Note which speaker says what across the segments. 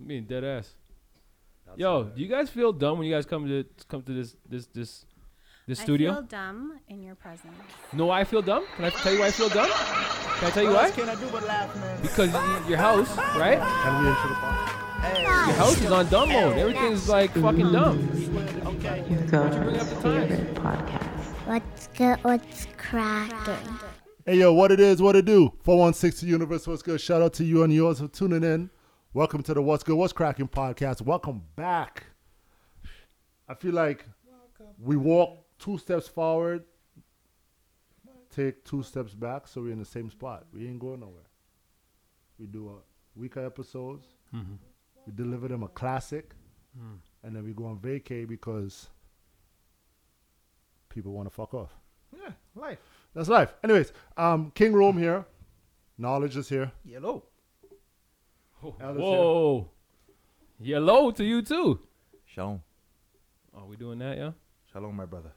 Speaker 1: I mean, dead ass. Yo, do you guys feel dumb when you guys come to come to this this this this studio?
Speaker 2: I feel dumb in your presence.
Speaker 1: No, I feel dumb. Can I tell you why I feel dumb? Can I tell you
Speaker 3: What
Speaker 1: why?
Speaker 3: else can I do but laugh, man?
Speaker 1: Because y- your house, right?
Speaker 4: Can we intro the podcast?
Speaker 1: Your house is on dumb mode. Everything's like fucking dumb. Bring up the times.
Speaker 5: What's good? What's cracking?
Speaker 4: Hey yo, what it is, what it do? 416 Universe, what's good? Shout out to you and yours for tuning in. Welcome to the What's Good, What's Cracking podcast. Welcome back. I feel like we walk two steps forward, take two steps back, so we're in the same spot. We ain't going nowhere. We do a weekly episodes. We deliver them a classic, and then we go on vacay because people want to fuck off.
Speaker 3: Yeah, life.
Speaker 4: That's life. Anyways, um, King Rome here. Knowledge is here.
Speaker 3: Yellow.
Speaker 4: Alice
Speaker 1: Whoa. Hello to you too.
Speaker 6: Shalom.
Speaker 1: Oh, we doing that, yeah?
Speaker 6: Shalom, my brother.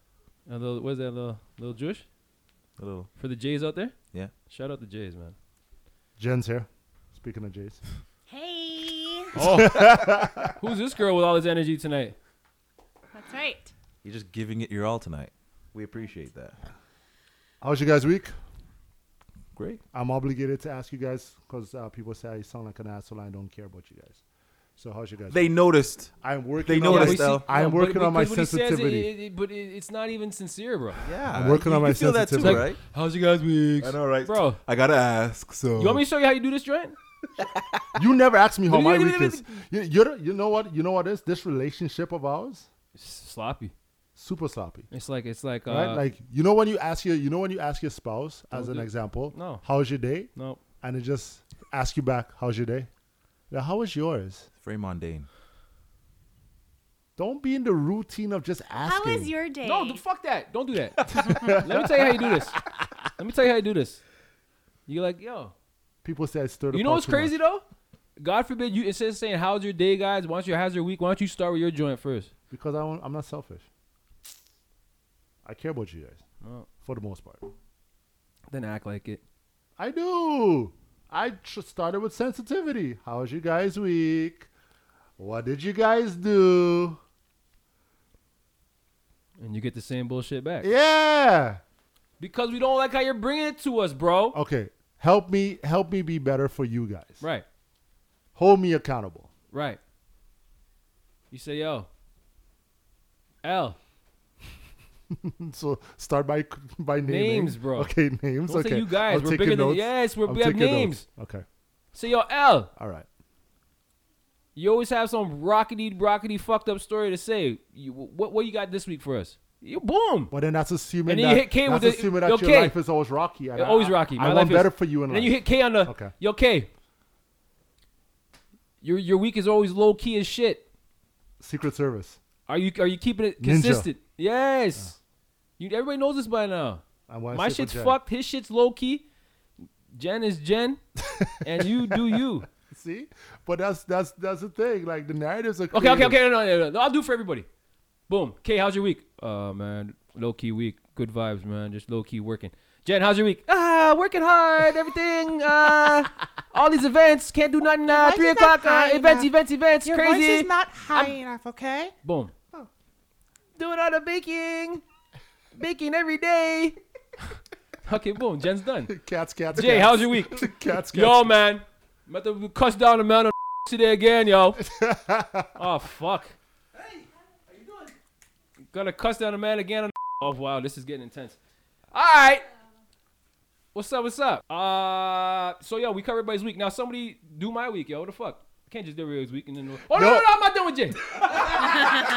Speaker 1: A little, what's that, little, little Jewish?
Speaker 6: Hello.
Speaker 1: For the Jays out there?
Speaker 6: Yeah.
Speaker 1: Shout out the Jays, man.
Speaker 4: Jen's here. Speaking of Jays.
Speaker 2: Hey,
Speaker 1: Who's this girl with all this energy tonight?
Speaker 2: that's right.
Speaker 6: You're just giving it your all tonight. We appreciate that.
Speaker 4: How was you guys' week?
Speaker 6: Great.
Speaker 4: I'm obligated to ask you guys because uh, people say I sound like an asshole. I don't care about you guys. So how's you guys?
Speaker 6: They noticed.
Speaker 4: I'm working.
Speaker 6: they
Speaker 4: on
Speaker 6: noticed,
Speaker 4: my-
Speaker 6: though.
Speaker 4: I'm
Speaker 1: but-
Speaker 4: working on my
Speaker 1: because what he says, it-
Speaker 4: sensitivity.
Speaker 1: it- it- but it, it's not even sincere, bro.
Speaker 6: Yeah.
Speaker 4: I'm working on my
Speaker 6: feel that too,
Speaker 4: sensitivity.
Speaker 6: right?
Speaker 1: How's you guys' weeks?
Speaker 6: I know, right?
Speaker 1: Bro.
Speaker 6: I gotta ask. So.
Speaker 1: You want me to show you how you do this joint?
Speaker 4: You never asked me how
Speaker 1: You-
Speaker 4: my
Speaker 1: you-
Speaker 4: week
Speaker 1: you-
Speaker 4: is. You, you're the- you know what? You know what is this relationship of ours?
Speaker 1: It's sloppy.
Speaker 4: Super sloppy.
Speaker 1: It's like it's like uh,
Speaker 4: Right? like you know when you ask your you know when you ask your spouse as
Speaker 1: Don't
Speaker 4: an
Speaker 1: do-
Speaker 4: example,
Speaker 1: No.
Speaker 4: how's your day?
Speaker 1: no.
Speaker 4: and it just ask you back, "How's your day?" Now, how was yours?
Speaker 6: It's very mundane.
Speaker 4: Don't be in the routine of just
Speaker 2: How
Speaker 4: asking.
Speaker 2: was your day?
Speaker 1: No, th- fuck that. Don't do that. Let me tell you how you do this. Let me tell you how you do this. You're like, yo.
Speaker 4: People say I stirred. the
Speaker 1: You know
Speaker 4: pot
Speaker 1: what's
Speaker 4: too much.
Speaker 1: crazy though? God forbid you instead of saying how's your day, guys, why don't you how's your week? Why don't you start with your joint first?
Speaker 4: Because I don't, I'm not selfish. I care about you guys
Speaker 1: No.
Speaker 4: for the most part.
Speaker 1: Then act like it.
Speaker 4: I do. I tr- started with sensitivity. How was you guys' week? What did you guys do?
Speaker 1: And you get the same bullshit back.
Speaker 4: Yeah.
Speaker 1: Because we don't like how you're bringing it to us, bro.
Speaker 4: Okay. Help me. Help me be better for you guys.
Speaker 1: Right,
Speaker 4: Hold me accountable.
Speaker 1: right. You say, yo, L,
Speaker 4: So start by by naming.
Speaker 1: Names, bro.
Speaker 4: Okay, names.
Speaker 1: Don't say
Speaker 4: okay.
Speaker 1: you guys.
Speaker 4: I'm
Speaker 1: We're
Speaker 4: taking
Speaker 1: bigger than-
Speaker 4: notes.
Speaker 1: yes, we're-
Speaker 4: I'm
Speaker 1: we have
Speaker 4: taking
Speaker 1: names.
Speaker 4: Notes. Okay.
Speaker 1: say, yo, L,
Speaker 4: All right.
Speaker 1: you always have some rockety, rockety fucked up story to say. You, what, what you got this week for us? You boom.
Speaker 4: But then that's assuming
Speaker 1: And then
Speaker 4: that,
Speaker 1: you hit K with
Speaker 4: that's
Speaker 1: the-
Speaker 4: assuming that
Speaker 1: yo,
Speaker 4: your
Speaker 1: K.
Speaker 4: life is always rocky. and I-
Speaker 1: always
Speaker 4: I-
Speaker 1: rocky. My
Speaker 4: I
Speaker 1: life
Speaker 4: want
Speaker 1: is-
Speaker 4: better for you in
Speaker 1: And
Speaker 4: life.
Speaker 1: then you hit K on the.
Speaker 4: Okay.
Speaker 1: Yo, K. Your your week is always low key as shit.
Speaker 4: Secret Service.
Speaker 1: Are you are you keeping it
Speaker 4: Ninja.
Speaker 1: consistent? Yes. You everybody knows this by now.
Speaker 4: I wanna
Speaker 1: My
Speaker 4: sit with
Speaker 1: shit's
Speaker 4: Jen.
Speaker 1: fucked. His shit's low key. Jen is Jen, and you do you.
Speaker 4: See, but that's that's that's the thing. Like the narratives are
Speaker 1: Okay, okay,
Speaker 4: created.
Speaker 1: okay. No, no, no, no. I'll do for everybody. Boom. Kay, how's your week? Uh, man, low key week. Good vibes, man. Just low key working. Jen, how's your week? Ah, working hard. Everything. Uh, all these events. Can't do nothing. Uh,
Speaker 3: voice
Speaker 1: three
Speaker 3: is not
Speaker 1: o'clock. Uh,
Speaker 3: high
Speaker 1: events,
Speaker 3: enough.
Speaker 1: events, events.
Speaker 3: Your
Speaker 1: Crazy.
Speaker 3: voice is not Oh. high enough, okay?
Speaker 1: Boom. Doing all the baking. Baking every day. okay, boom. Jen's done.
Speaker 4: Cats, cats.
Speaker 1: Jay,
Speaker 4: cats.
Speaker 1: how's your week?
Speaker 4: cats, cats?
Speaker 1: Yo, man. I'm about to cuss down the amount of today again, yo. oh, fuck. Hey, how you doing? Gonna cuss down the man again. On oh, wow, this is getting intense. All right. What's up, what's up? Uh, so, yo, we cover everybody's week. Now, somebody do my week, yo. What the fuck? I can't just do everybody's week and then... Oh, no,
Speaker 4: Yo.
Speaker 1: no, no, I'm not done with Jay.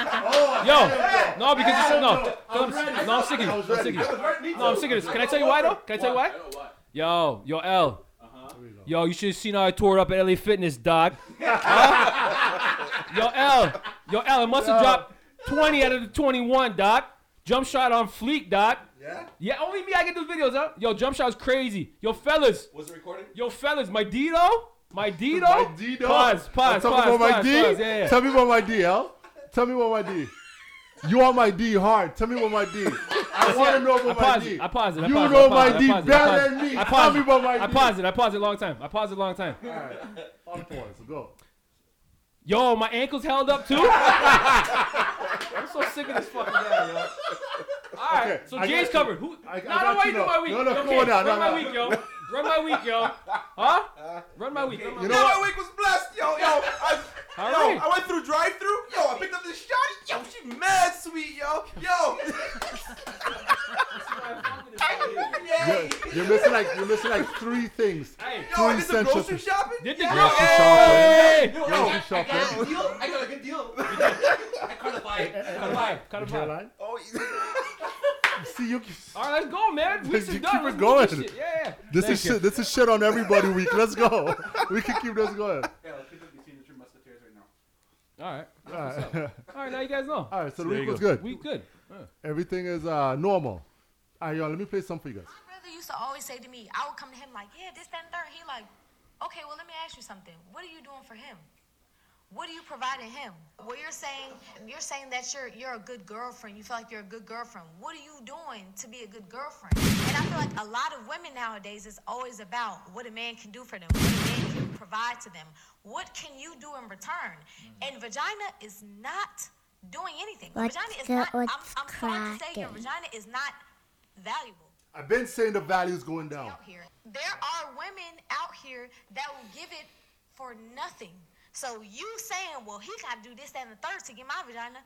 Speaker 1: yo, no, because it's... No, I'm, no, I'm sick of you. I'm sick of you. No, I'm sick of this. Can I tell you why though? Can I tell you why? Uh-huh. Yo, yo, L. Yo, you should have seen how I tore it up at LA Fitness, dog. yo, L. Yo, L. It must have dropped 20 out of the 21, doc. Jump shot on fleek, doc. Yeah? Yeah, only me I get those videos, huh? Yo, jump shot's crazy. Yo, fellas.
Speaker 6: Was it recorded?
Speaker 1: Yo, fellas, my Dito? My Dito?
Speaker 4: My D, dog.
Speaker 1: Pause,
Speaker 4: I'm
Speaker 1: pause,
Speaker 4: talking
Speaker 1: pause,
Speaker 4: Oh, about my
Speaker 1: pause,
Speaker 4: D.
Speaker 1: pause, yeah, yeah.
Speaker 4: Tell me about my D, L. Tell me about my D. You are my D hard. Tell me about my D. I want to know
Speaker 1: I
Speaker 4: about my
Speaker 1: paused
Speaker 4: D.
Speaker 1: it. I paused it. I
Speaker 4: You
Speaker 1: paused it,
Speaker 4: know
Speaker 1: I paused
Speaker 4: my
Speaker 1: it,
Speaker 4: D
Speaker 1: I paused it, I
Speaker 4: better
Speaker 1: paused
Speaker 4: than
Speaker 1: it.
Speaker 4: me.
Speaker 1: I
Speaker 4: Tell
Speaker 1: paused
Speaker 4: me
Speaker 1: it.
Speaker 4: about my
Speaker 1: I
Speaker 4: D.
Speaker 1: paused it. I paused it a long time. I paused it a long time.
Speaker 4: On pause. Go.
Speaker 1: Yo, my ankles held up too. I'm so sick of this fucking guy, yo. All right,
Speaker 4: Okay,
Speaker 1: so
Speaker 4: I
Speaker 1: Jay's
Speaker 4: got you.
Speaker 1: covered. Who?
Speaker 4: I- I
Speaker 1: no,
Speaker 4: got
Speaker 1: no, why
Speaker 4: you
Speaker 1: you do
Speaker 4: now.
Speaker 1: my week?
Speaker 4: No, no,
Speaker 1: okay,
Speaker 4: come on now,
Speaker 1: Run
Speaker 4: no,
Speaker 1: my
Speaker 4: no.
Speaker 1: week, yo. Run my week, yo. Huh? Run my week.
Speaker 4: You
Speaker 6: You
Speaker 4: know
Speaker 6: know
Speaker 4: what?
Speaker 6: My week was blessed, yo, yo. I,
Speaker 1: All
Speaker 6: yo,
Speaker 1: right.
Speaker 6: I went through drive-through. Yo, I picked up this shotty. Yo, she mad sweet, yo, yo. Yay.
Speaker 4: You're, you're missing like you're missing like three things.
Speaker 1: Hey,
Speaker 6: Yo, I did some
Speaker 4: Essential
Speaker 6: grocery
Speaker 4: to-
Speaker 6: shopping.
Speaker 1: did the
Speaker 6: Yeah.
Speaker 1: girl?
Speaker 4: Grocery
Speaker 1: Hey!
Speaker 6: Yo,
Speaker 4: Grocery
Speaker 6: I-
Speaker 4: shopping.
Speaker 6: I got a deal. I got a good deal. I caught a vibe.
Speaker 1: Cut a vibe. Cut a vibe.
Speaker 4: Caroline?
Speaker 6: Oh,
Speaker 4: See you.
Speaker 1: All right, let's go, man. Weeks are
Speaker 4: You
Speaker 1: done.
Speaker 4: keep
Speaker 1: Let's
Speaker 4: it
Speaker 1: do this
Speaker 4: going.
Speaker 1: shit. Yeah, yeah.
Speaker 4: This
Speaker 1: Thank
Speaker 4: is
Speaker 1: you.
Speaker 4: shit. This is shit on everybody week. Let's go. We can keep this going.
Speaker 6: yeah, let's pick up between the two musketeers right now.
Speaker 1: All right.
Speaker 4: All right.
Speaker 1: All right, now you guys know.
Speaker 4: All right. So the
Speaker 6: There
Speaker 4: week
Speaker 6: you
Speaker 4: was
Speaker 6: go.
Speaker 4: good.
Speaker 1: We good. Uh,
Speaker 4: Everything is uh, normal. All right, y'all. Let me play some for you guys.
Speaker 7: My brother used to always say to me, I would come to him like, yeah, this, that, and third. He like, okay, well, let me ask you something. What are you doing for him? What are you providing him? Well, you're saying you're saying that you're you're a good girlfriend. You feel like you're a good girlfriend. What are you doing to be a good girlfriend? And I feel like a lot of women nowadays is always about what a man can do for them, what a man can provide to them. What can you do in return? And vagina is not doing anything.
Speaker 5: What's
Speaker 7: vagina is
Speaker 5: go-
Speaker 7: not. I'm,
Speaker 5: what's
Speaker 7: I'm sorry to say, your
Speaker 5: cracking?
Speaker 7: vagina is not valuable
Speaker 4: I've been saying the value's going down.
Speaker 7: out here. There are women out here that will give it for nothing. So you saying, well, he got to do this, that, and the third to get my vagina,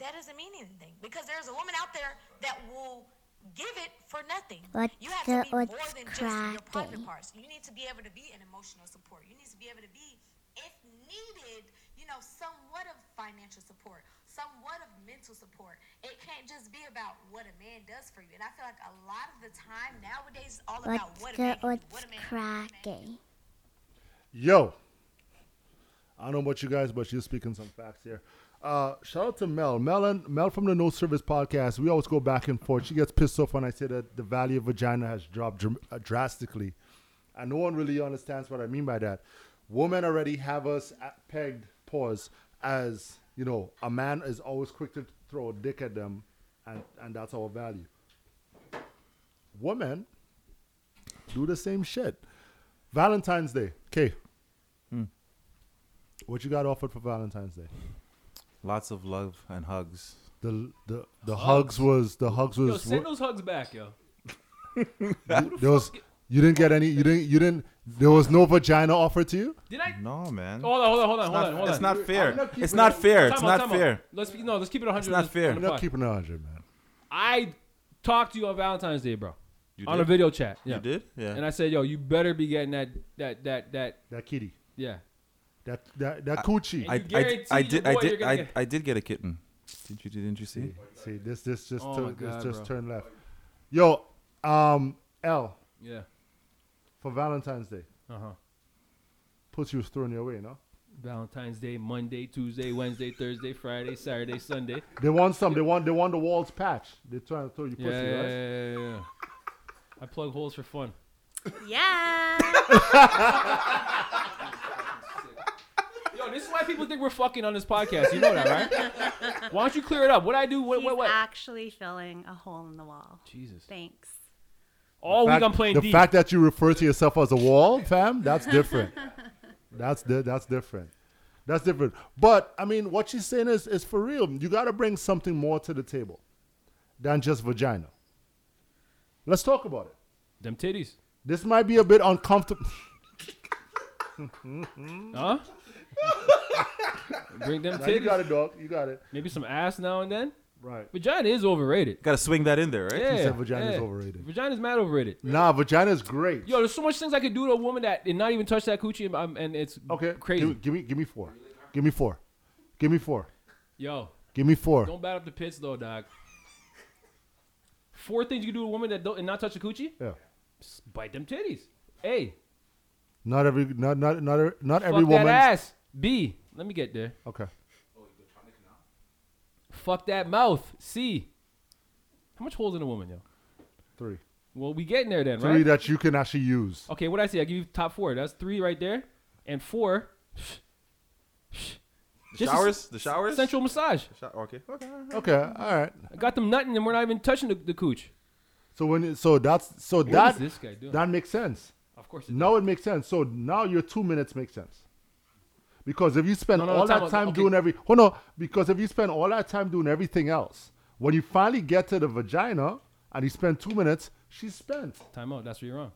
Speaker 7: that doesn't mean anything because there's a woman out there that will give it for nothing.
Speaker 5: What's
Speaker 7: you have
Speaker 5: the-
Speaker 7: to be more
Speaker 5: what's
Speaker 7: than just your private
Speaker 5: cracking?
Speaker 7: parts. You need to be able to be an emotional support. You need to be able to be, if needed, you know, somewhat of financial support, somewhat of mental support. It can't just be about what a man does for you. And I feel like a lot of the time nowadays, it's all about
Speaker 5: What's
Speaker 7: what a
Speaker 5: go,
Speaker 7: man, can do, what
Speaker 5: what's
Speaker 7: a man, can do, what a man can do.
Speaker 5: cracking?
Speaker 4: Yo, I don't know about you guys, but you're speaking some facts here. Uh, shout out to Mel, Mel, and Mel from the No Service Podcast. We always go back and forth. She gets pissed off when I say that the value of vagina has dropped dr- uh, drastically, and no one really understands what I mean by that. Women already have us at pegged, pause, as you know, a man is always quick to throw a dick at them, and and that's our value. Women do the same shit. Valentine's Day. Okay. What you got offered for Valentine's Day?
Speaker 6: Lots of love and hugs.
Speaker 4: The the the hugs, was the hugs
Speaker 1: yo,
Speaker 4: was
Speaker 1: send those hugs back, yo.
Speaker 4: there was you didn't get any you didn't you didn't there was no vagina offered to you.
Speaker 1: Did I?
Speaker 6: No, man.
Speaker 1: Hold on, hold on, hold on,
Speaker 6: it's
Speaker 1: hold
Speaker 6: not,
Speaker 1: on, hold
Speaker 6: it's
Speaker 1: on.
Speaker 6: not
Speaker 4: I'm not
Speaker 6: fair. It's
Speaker 4: keeping
Speaker 6: not
Speaker 4: it-
Speaker 6: fair.
Speaker 1: Time
Speaker 6: It's
Speaker 1: out,
Speaker 6: not
Speaker 1: time out.
Speaker 6: fair.
Speaker 1: Let's be, no, let's keep it 100.
Speaker 6: It's not
Speaker 1: on
Speaker 6: fair.
Speaker 1: the
Speaker 4: We're not
Speaker 1: pod.
Speaker 4: keeping it hundred, man.
Speaker 1: I talked to you on Valentine's Day, bro,
Speaker 6: You
Speaker 1: on
Speaker 6: did?
Speaker 1: a video chat. Yeah.
Speaker 6: You did? Yeah.
Speaker 1: And I said, yo, you better be getting that, that, that, that.
Speaker 4: That kitty,
Speaker 1: Yeah.
Speaker 4: that that that coochie.
Speaker 1: I-
Speaker 6: I,
Speaker 1: You
Speaker 6: I,
Speaker 1: guarantee
Speaker 6: I
Speaker 1: your
Speaker 6: did I
Speaker 1: boy you're
Speaker 6: did
Speaker 1: gonna
Speaker 6: I,
Speaker 1: get-
Speaker 6: I did get a kitten. Did you didn't you see?
Speaker 4: See this this just
Speaker 1: Oh my
Speaker 4: turned
Speaker 1: God,
Speaker 4: this just
Speaker 1: bro.
Speaker 4: turned left. Yo, um, L
Speaker 1: Yeah.
Speaker 4: for Valentine's Day.
Speaker 1: Uh huh.
Speaker 4: Pussy was thrown your way, no?
Speaker 1: Valentine's Day, Monday, Tuesday, Wednesday, Thursday, Friday, Saturday, Sunday.
Speaker 4: They want some. They want. They want the walls patch. They're trying to throw you pussy,
Speaker 1: Yeah, yeah,
Speaker 4: right?
Speaker 1: yeah, yeah, yeah. I plug holes for fun.
Speaker 2: Yeah.
Speaker 1: Yo, this is why people think we're fucking on this podcast. You know that, right? Why don't you clear it up? What I do? What?
Speaker 2: He's
Speaker 1: What? What?
Speaker 2: actually filling a hole in the wall.
Speaker 1: Jesus.
Speaker 2: Thanks.
Speaker 1: All week
Speaker 4: fact-
Speaker 1: I'm playing
Speaker 4: the
Speaker 1: D.
Speaker 4: fact that you refer to yourself as a wall, fam, that's different. that's di- that's different. That's different. But I mean, what she's saying is is for real. You got to bring something more to the table than just vagina. Let's talk about it.
Speaker 1: Them titties.
Speaker 4: This might be a bit uncomfortable.
Speaker 1: Huh? Bring them
Speaker 4: Now, you
Speaker 1: titties.
Speaker 4: got it, dog. You got it.
Speaker 1: Maybe some ass now and then.
Speaker 4: Right.
Speaker 1: Vagina is overrated.
Speaker 6: Got to swing that in there, right?
Speaker 1: Yeah.
Speaker 4: said vagina is
Speaker 1: yeah.
Speaker 4: overrated.
Speaker 1: Vagina's mad overrated.
Speaker 4: Nah, vagina is great.
Speaker 1: Yo, there's so much things I could do to a woman that and not even touch that coochie, and, I'm- and it's
Speaker 4: okay.
Speaker 1: crazy.
Speaker 4: Give, give me give me four. Give me four. Give me four.
Speaker 1: Yo,
Speaker 4: Give me four.
Speaker 1: don't bat up the pits though, dog. Four things you can do to a woman that don't and not touch a coochie.
Speaker 4: Yeah.
Speaker 1: Just bite them titties. A.
Speaker 4: Not every not not not not every
Speaker 1: Fuck
Speaker 4: woman.
Speaker 1: that ass. B. Let me get there.
Speaker 4: Okay.
Speaker 1: Fuck that mouth. C. How much holes in a woman, yo?
Speaker 4: Three.
Speaker 1: Well, we getting there then,
Speaker 4: Three
Speaker 1: right?
Speaker 4: that you can actually use.
Speaker 1: Okay, what I say? I give you top four. That's three right there, and four.
Speaker 6: The
Speaker 1: Just a
Speaker 6: showers? The showers?
Speaker 1: Central massage.
Speaker 6: Sho- Okay. Okay.
Speaker 4: Okay, all right.
Speaker 1: I got them nutting, and we're not even touching the, the cooch.
Speaker 4: So when it- so that's so
Speaker 1: What is
Speaker 4: that
Speaker 1: this guy doing?
Speaker 4: that makes sense.
Speaker 1: Of course. It
Speaker 4: Now it makes sense. So now your two minutes make sense. Because if you spend
Speaker 1: No, no, no,
Speaker 4: all
Speaker 1: time
Speaker 4: that
Speaker 1: out.
Speaker 4: time
Speaker 1: Okay.
Speaker 4: doing every hold on, because if you spend all that time doing everything else, when you finally get to the vagina and you spend two minutes, she's spent.
Speaker 1: Time out. That's where you're wrong.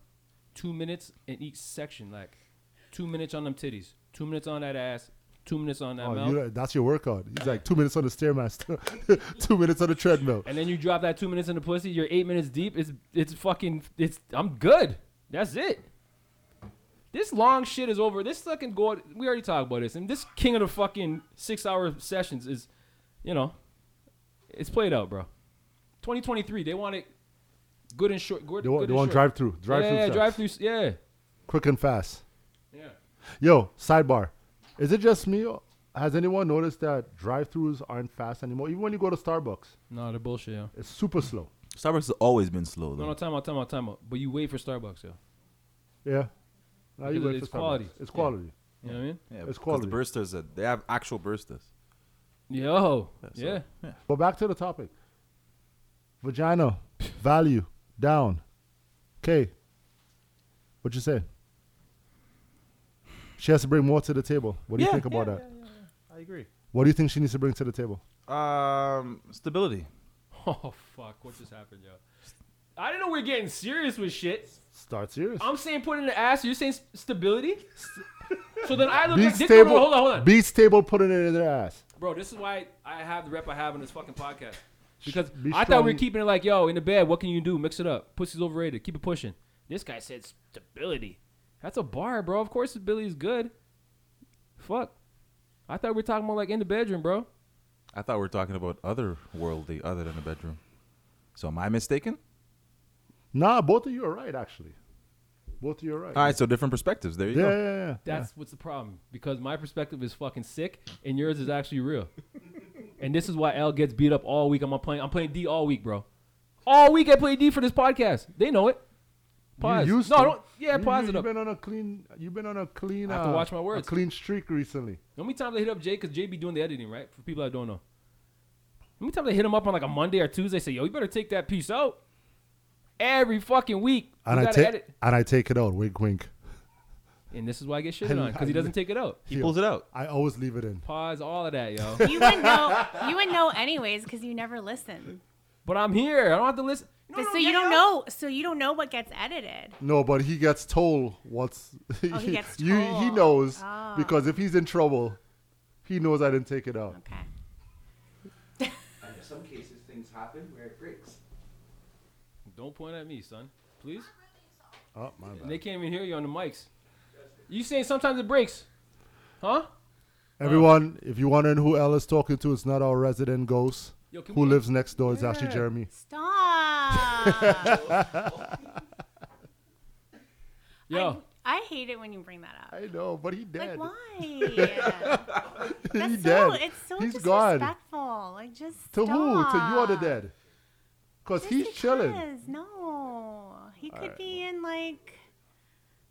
Speaker 1: Two minutes in each section. Like two minutes on them titties. Two minutes on that ass. Two minutes on that
Speaker 4: Oh,
Speaker 1: mouth.
Speaker 4: you, that's your workout. He's like two minutes on the stairmaster, two minutes on the treadmill.
Speaker 1: and then you drop that two minutes in the pussy. You're eight minutes deep. It's it's fucking. It's I'm good. That's it. This long shit is over. This fucking go. We already talked about this, and this king of the fucking six hour sessions is, you know, it's played out, bro. 2023. They want it good and short. Good,
Speaker 4: They want,
Speaker 1: good
Speaker 4: they
Speaker 1: and
Speaker 4: want
Speaker 1: short.
Speaker 4: drive through, drive
Speaker 1: yeah, yeah,
Speaker 4: through,
Speaker 1: drive through. Yeah,
Speaker 4: quick and fast.
Speaker 1: yeah.
Speaker 4: Yo, sidebar. Is it just me? or Has anyone noticed that drive-throughs aren't fast anymore? Even when you go to Starbucks,
Speaker 1: No, they're bullshit. Yeah.
Speaker 4: it's super slow.
Speaker 6: Starbucks has always been slow
Speaker 1: No,
Speaker 6: though.
Speaker 1: no, time out, time out, time out. But you wait for Starbucks, yo.
Speaker 4: Yeah. Now you
Speaker 1: Because
Speaker 4: wait
Speaker 1: it's
Speaker 4: for Starbucks.
Speaker 1: quality.
Speaker 4: It's
Speaker 1: Yeah.
Speaker 4: quality.
Speaker 1: You know what I mean?
Speaker 6: Yeah,
Speaker 4: It's
Speaker 6: because
Speaker 4: quality.
Speaker 6: The baristas, are, they have actual baristas.
Speaker 1: Yo,
Speaker 6: so-
Speaker 1: yeah.
Speaker 4: But back to the topic. Vagina value down. Okay. What you say? She has to bring more to the table. What do you
Speaker 6: Yeah,
Speaker 4: think about
Speaker 6: yeah,
Speaker 4: that?
Speaker 6: I agree.
Speaker 4: What do you think she needs to bring to the table?
Speaker 6: Um, stability.
Speaker 1: Oh fuck, what just happened, yo? I didn't know we are getting serious with shit.
Speaker 4: Start serious.
Speaker 1: I'm saying put in the ass. You're saying s- stability. So then I look
Speaker 4: Be
Speaker 1: like this.
Speaker 4: stable.
Speaker 1: hold on, hold on,
Speaker 4: Be stable. Putting it in their ass.
Speaker 1: bro. This is why I have the rep I have on this fucking podcast because
Speaker 4: Be
Speaker 1: I thought we were
Speaker 4: strong.
Speaker 1: keeping it like, yo, in the bed. What can you do? Mix it up. Pussy's overrated. Keep it pushing. This guy said stability. That's a bar, bro. Of course, stability is good. Fuck. I thought we were talking about like in the bedroom, bro.
Speaker 6: I thought we were talking about other worldly, other than the bedroom. So am I mistaken?
Speaker 4: Nah, both of you are right. Actually, both of you are right.
Speaker 6: All right, so different perspectives. There you
Speaker 4: Yeah, yeah,
Speaker 6: go.
Speaker 4: yeah, yeah.
Speaker 1: That's what's the problem because my perspective is fucking sick and yours is actually real. and this is why L gets beat up all week. I'm not playing. I'm playing D all week, bro. All week I play D for this podcast. They know it. Pause.
Speaker 4: You used
Speaker 1: no,
Speaker 4: to.
Speaker 1: don't. Yeah,
Speaker 4: You-
Speaker 1: pause
Speaker 4: you,
Speaker 1: it up.
Speaker 4: You've been on a clean. You've been on a clean.
Speaker 1: I have to
Speaker 4: uh,
Speaker 1: watch my
Speaker 4: a
Speaker 1: words.
Speaker 4: clean streak recently.
Speaker 1: How many times they hit up Jay because Jay be doing the editing, right? For people that don't know. How many times they hit him up on like a Monday or Tuesday? Say, yo, you better take that piece out. Every fucking week, you
Speaker 4: And I
Speaker 1: gotta
Speaker 4: take.
Speaker 1: edit.
Speaker 4: And I take it out. Wink, wink.
Speaker 1: And this is why I get shitted
Speaker 4: And
Speaker 1: on because he
Speaker 4: I-
Speaker 1: doesn't take it out.
Speaker 6: He pulls it out.
Speaker 4: I always leave it in.
Speaker 1: Pause all of that, yo.
Speaker 2: You would know. You would know anyways because you never listen.
Speaker 1: but I'm here. I don't have to listen. No,
Speaker 2: But
Speaker 1: no,
Speaker 2: so
Speaker 1: yeah,
Speaker 2: you don't
Speaker 1: yeah.
Speaker 2: know. So you don't know what gets edited.
Speaker 4: No, but he gets told what's.
Speaker 2: Oh, he gets
Speaker 4: You, he
Speaker 2: told.
Speaker 4: knows
Speaker 2: Ah.
Speaker 4: because if he's in trouble, he knows I didn't take it out.
Speaker 2: Okay.
Speaker 8: And in some cases, things happen where it breaks.
Speaker 1: Don't point at me, son. Please.
Speaker 4: Oh my
Speaker 1: And
Speaker 4: bad.
Speaker 1: they can't even hear you on the mics. You saying sometimes it breaks, huh?
Speaker 4: Everyone, if you're wondering who Elle is talking to, it's not our resident ghost.
Speaker 1: Yo, can
Speaker 4: Who
Speaker 1: we-
Speaker 4: lives next door is actually Jeremy.
Speaker 2: Stop.
Speaker 1: Yo,
Speaker 2: I hate it when you bring that up.
Speaker 4: I know, but he
Speaker 2: Like
Speaker 4: dead.
Speaker 2: why?
Speaker 4: he
Speaker 2: That's so.
Speaker 4: dead.
Speaker 2: It's so
Speaker 4: He's gone.
Speaker 2: disrespectful. Like just
Speaker 4: To who? To you or the
Speaker 2: stop.
Speaker 4: dead? Cause
Speaker 2: Just
Speaker 4: he's chilling.
Speaker 2: because, No, he could be in like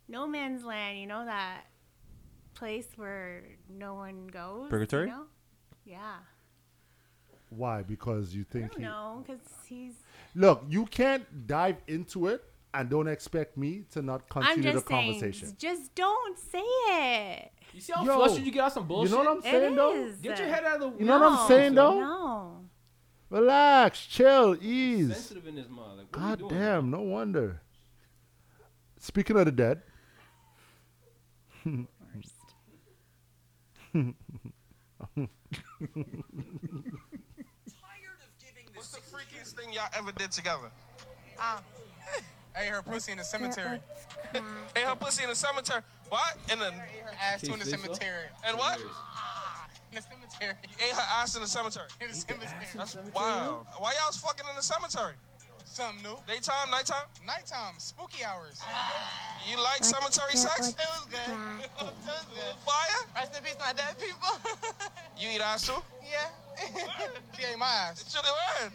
Speaker 2: no man's land. You know that place where no one goes. you
Speaker 6: Purgatory?
Speaker 2: know? Yeah.
Speaker 4: Why? Because you
Speaker 2: I
Speaker 4: think
Speaker 2: don't
Speaker 4: he.
Speaker 2: know because he's.
Speaker 4: Look, you can't dive into it and don't expect me to not
Speaker 2: I'm
Speaker 4: continue the
Speaker 2: just saying.
Speaker 4: conversation.
Speaker 2: Just don't say it.
Speaker 1: you see how
Speaker 4: Yo,
Speaker 1: flustered you get out some bullshit?
Speaker 4: You know what I'm
Speaker 2: It
Speaker 4: saying, though?
Speaker 2: is.
Speaker 1: Get your head out of the.
Speaker 4: You know what I'm
Speaker 2: No.
Speaker 4: saying, though?
Speaker 2: No.
Speaker 4: Relax, chill, ease.
Speaker 1: Sensitive in this mother. Like, what are you
Speaker 4: God
Speaker 1: doing?
Speaker 4: damn, no wonder. Speaking of the dead,
Speaker 9: What's the freakiest thing y'all ever did together? Um, ate her pussy in the cemetery. ate her pussy in the cemetery. What? In the ass
Speaker 1: too in the Say so? cemetery.
Speaker 9: And what? In the cemetery. You ate her ass in the cemetery. In the cemetery. That's wow. Why y'all was fucking in the cemetery? Something new. Daytime, nighttime? Nighttime, spooky hours. You like cemetery sex?
Speaker 5: It was good.
Speaker 9: was good. Fire? Rest in peace, my dead people. you eat ass too? Yeah. she ate my ass. She did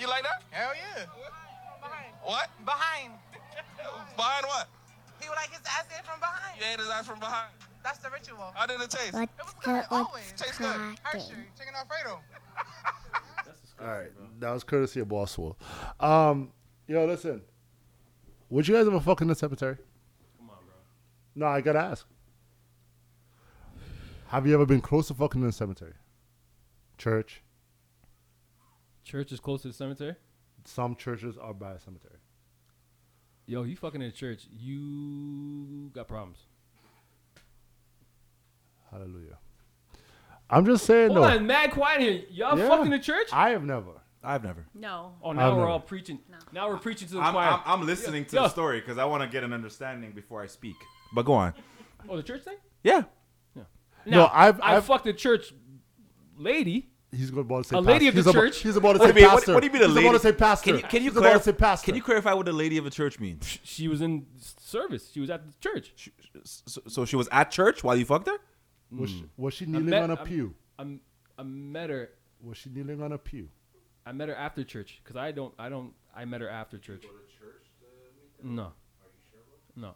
Speaker 9: You like that? Hell yeah. Behind. What? Behind. behind what? He would like his ass in from behind. You ate his ass from behind. That's the ritual. How did it taste?
Speaker 5: What's good? What's
Speaker 9: Tastes good.
Speaker 5: cracking?
Speaker 9: chicken alfredo.
Speaker 4: all right, that was courtesy of Boss Wall. Um, yo, listen, would you guys ever fuck in the cemetery?
Speaker 1: Come on, bro.
Speaker 4: No, I gotta ask. Have you ever been close to fucking in a cemetery? Church.
Speaker 1: Church is close to the cemetery.
Speaker 4: Some churches are by a cemetery.
Speaker 1: Yo, you fucking in a church, you got problems.
Speaker 4: Hallelujah. I'm just saying
Speaker 1: Hold
Speaker 4: though.
Speaker 1: on, mad quiet here. Y'all
Speaker 4: Yeah.
Speaker 1: fucking in the church?
Speaker 4: I have never.
Speaker 6: I've never.
Speaker 2: No.
Speaker 1: Oh, now we're
Speaker 4: never.
Speaker 1: all preaching. Now we're preaching to the
Speaker 6: I'm,
Speaker 1: choir.
Speaker 6: I'm, I'm listening to
Speaker 1: Yeah.
Speaker 6: the story because I want to get an understanding before I speak. But go on.
Speaker 1: oh, the church thing?
Speaker 6: Yeah.
Speaker 1: Now,
Speaker 4: no, I've,
Speaker 1: I
Speaker 4: I've,
Speaker 1: fucked a church lady.
Speaker 4: he's about to say
Speaker 1: A lady
Speaker 4: pastor.
Speaker 1: of the
Speaker 4: he's about-
Speaker 1: church?
Speaker 4: he's about to
Speaker 6: What
Speaker 4: say
Speaker 6: do you mean? What-
Speaker 4: pastor.
Speaker 6: what do you mean a
Speaker 4: he's
Speaker 6: lady?
Speaker 4: about to say pastor.
Speaker 6: Can you, can you
Speaker 4: he's about to
Speaker 6: clarify?
Speaker 4: say pastor.
Speaker 6: Can you clarify what a lady of a church means?
Speaker 1: She was in service. She was at the church.
Speaker 6: So, so she was at church while you fucked her.
Speaker 4: was, she, was
Speaker 6: Hmm.
Speaker 4: she kneeling
Speaker 1: met-
Speaker 4: on a
Speaker 1: I'm-
Speaker 4: pew?
Speaker 1: I'm, I met her.
Speaker 4: Was she kneeling on a pew?
Speaker 1: I met her after church because I don't. I don't. I met her after church. No. No.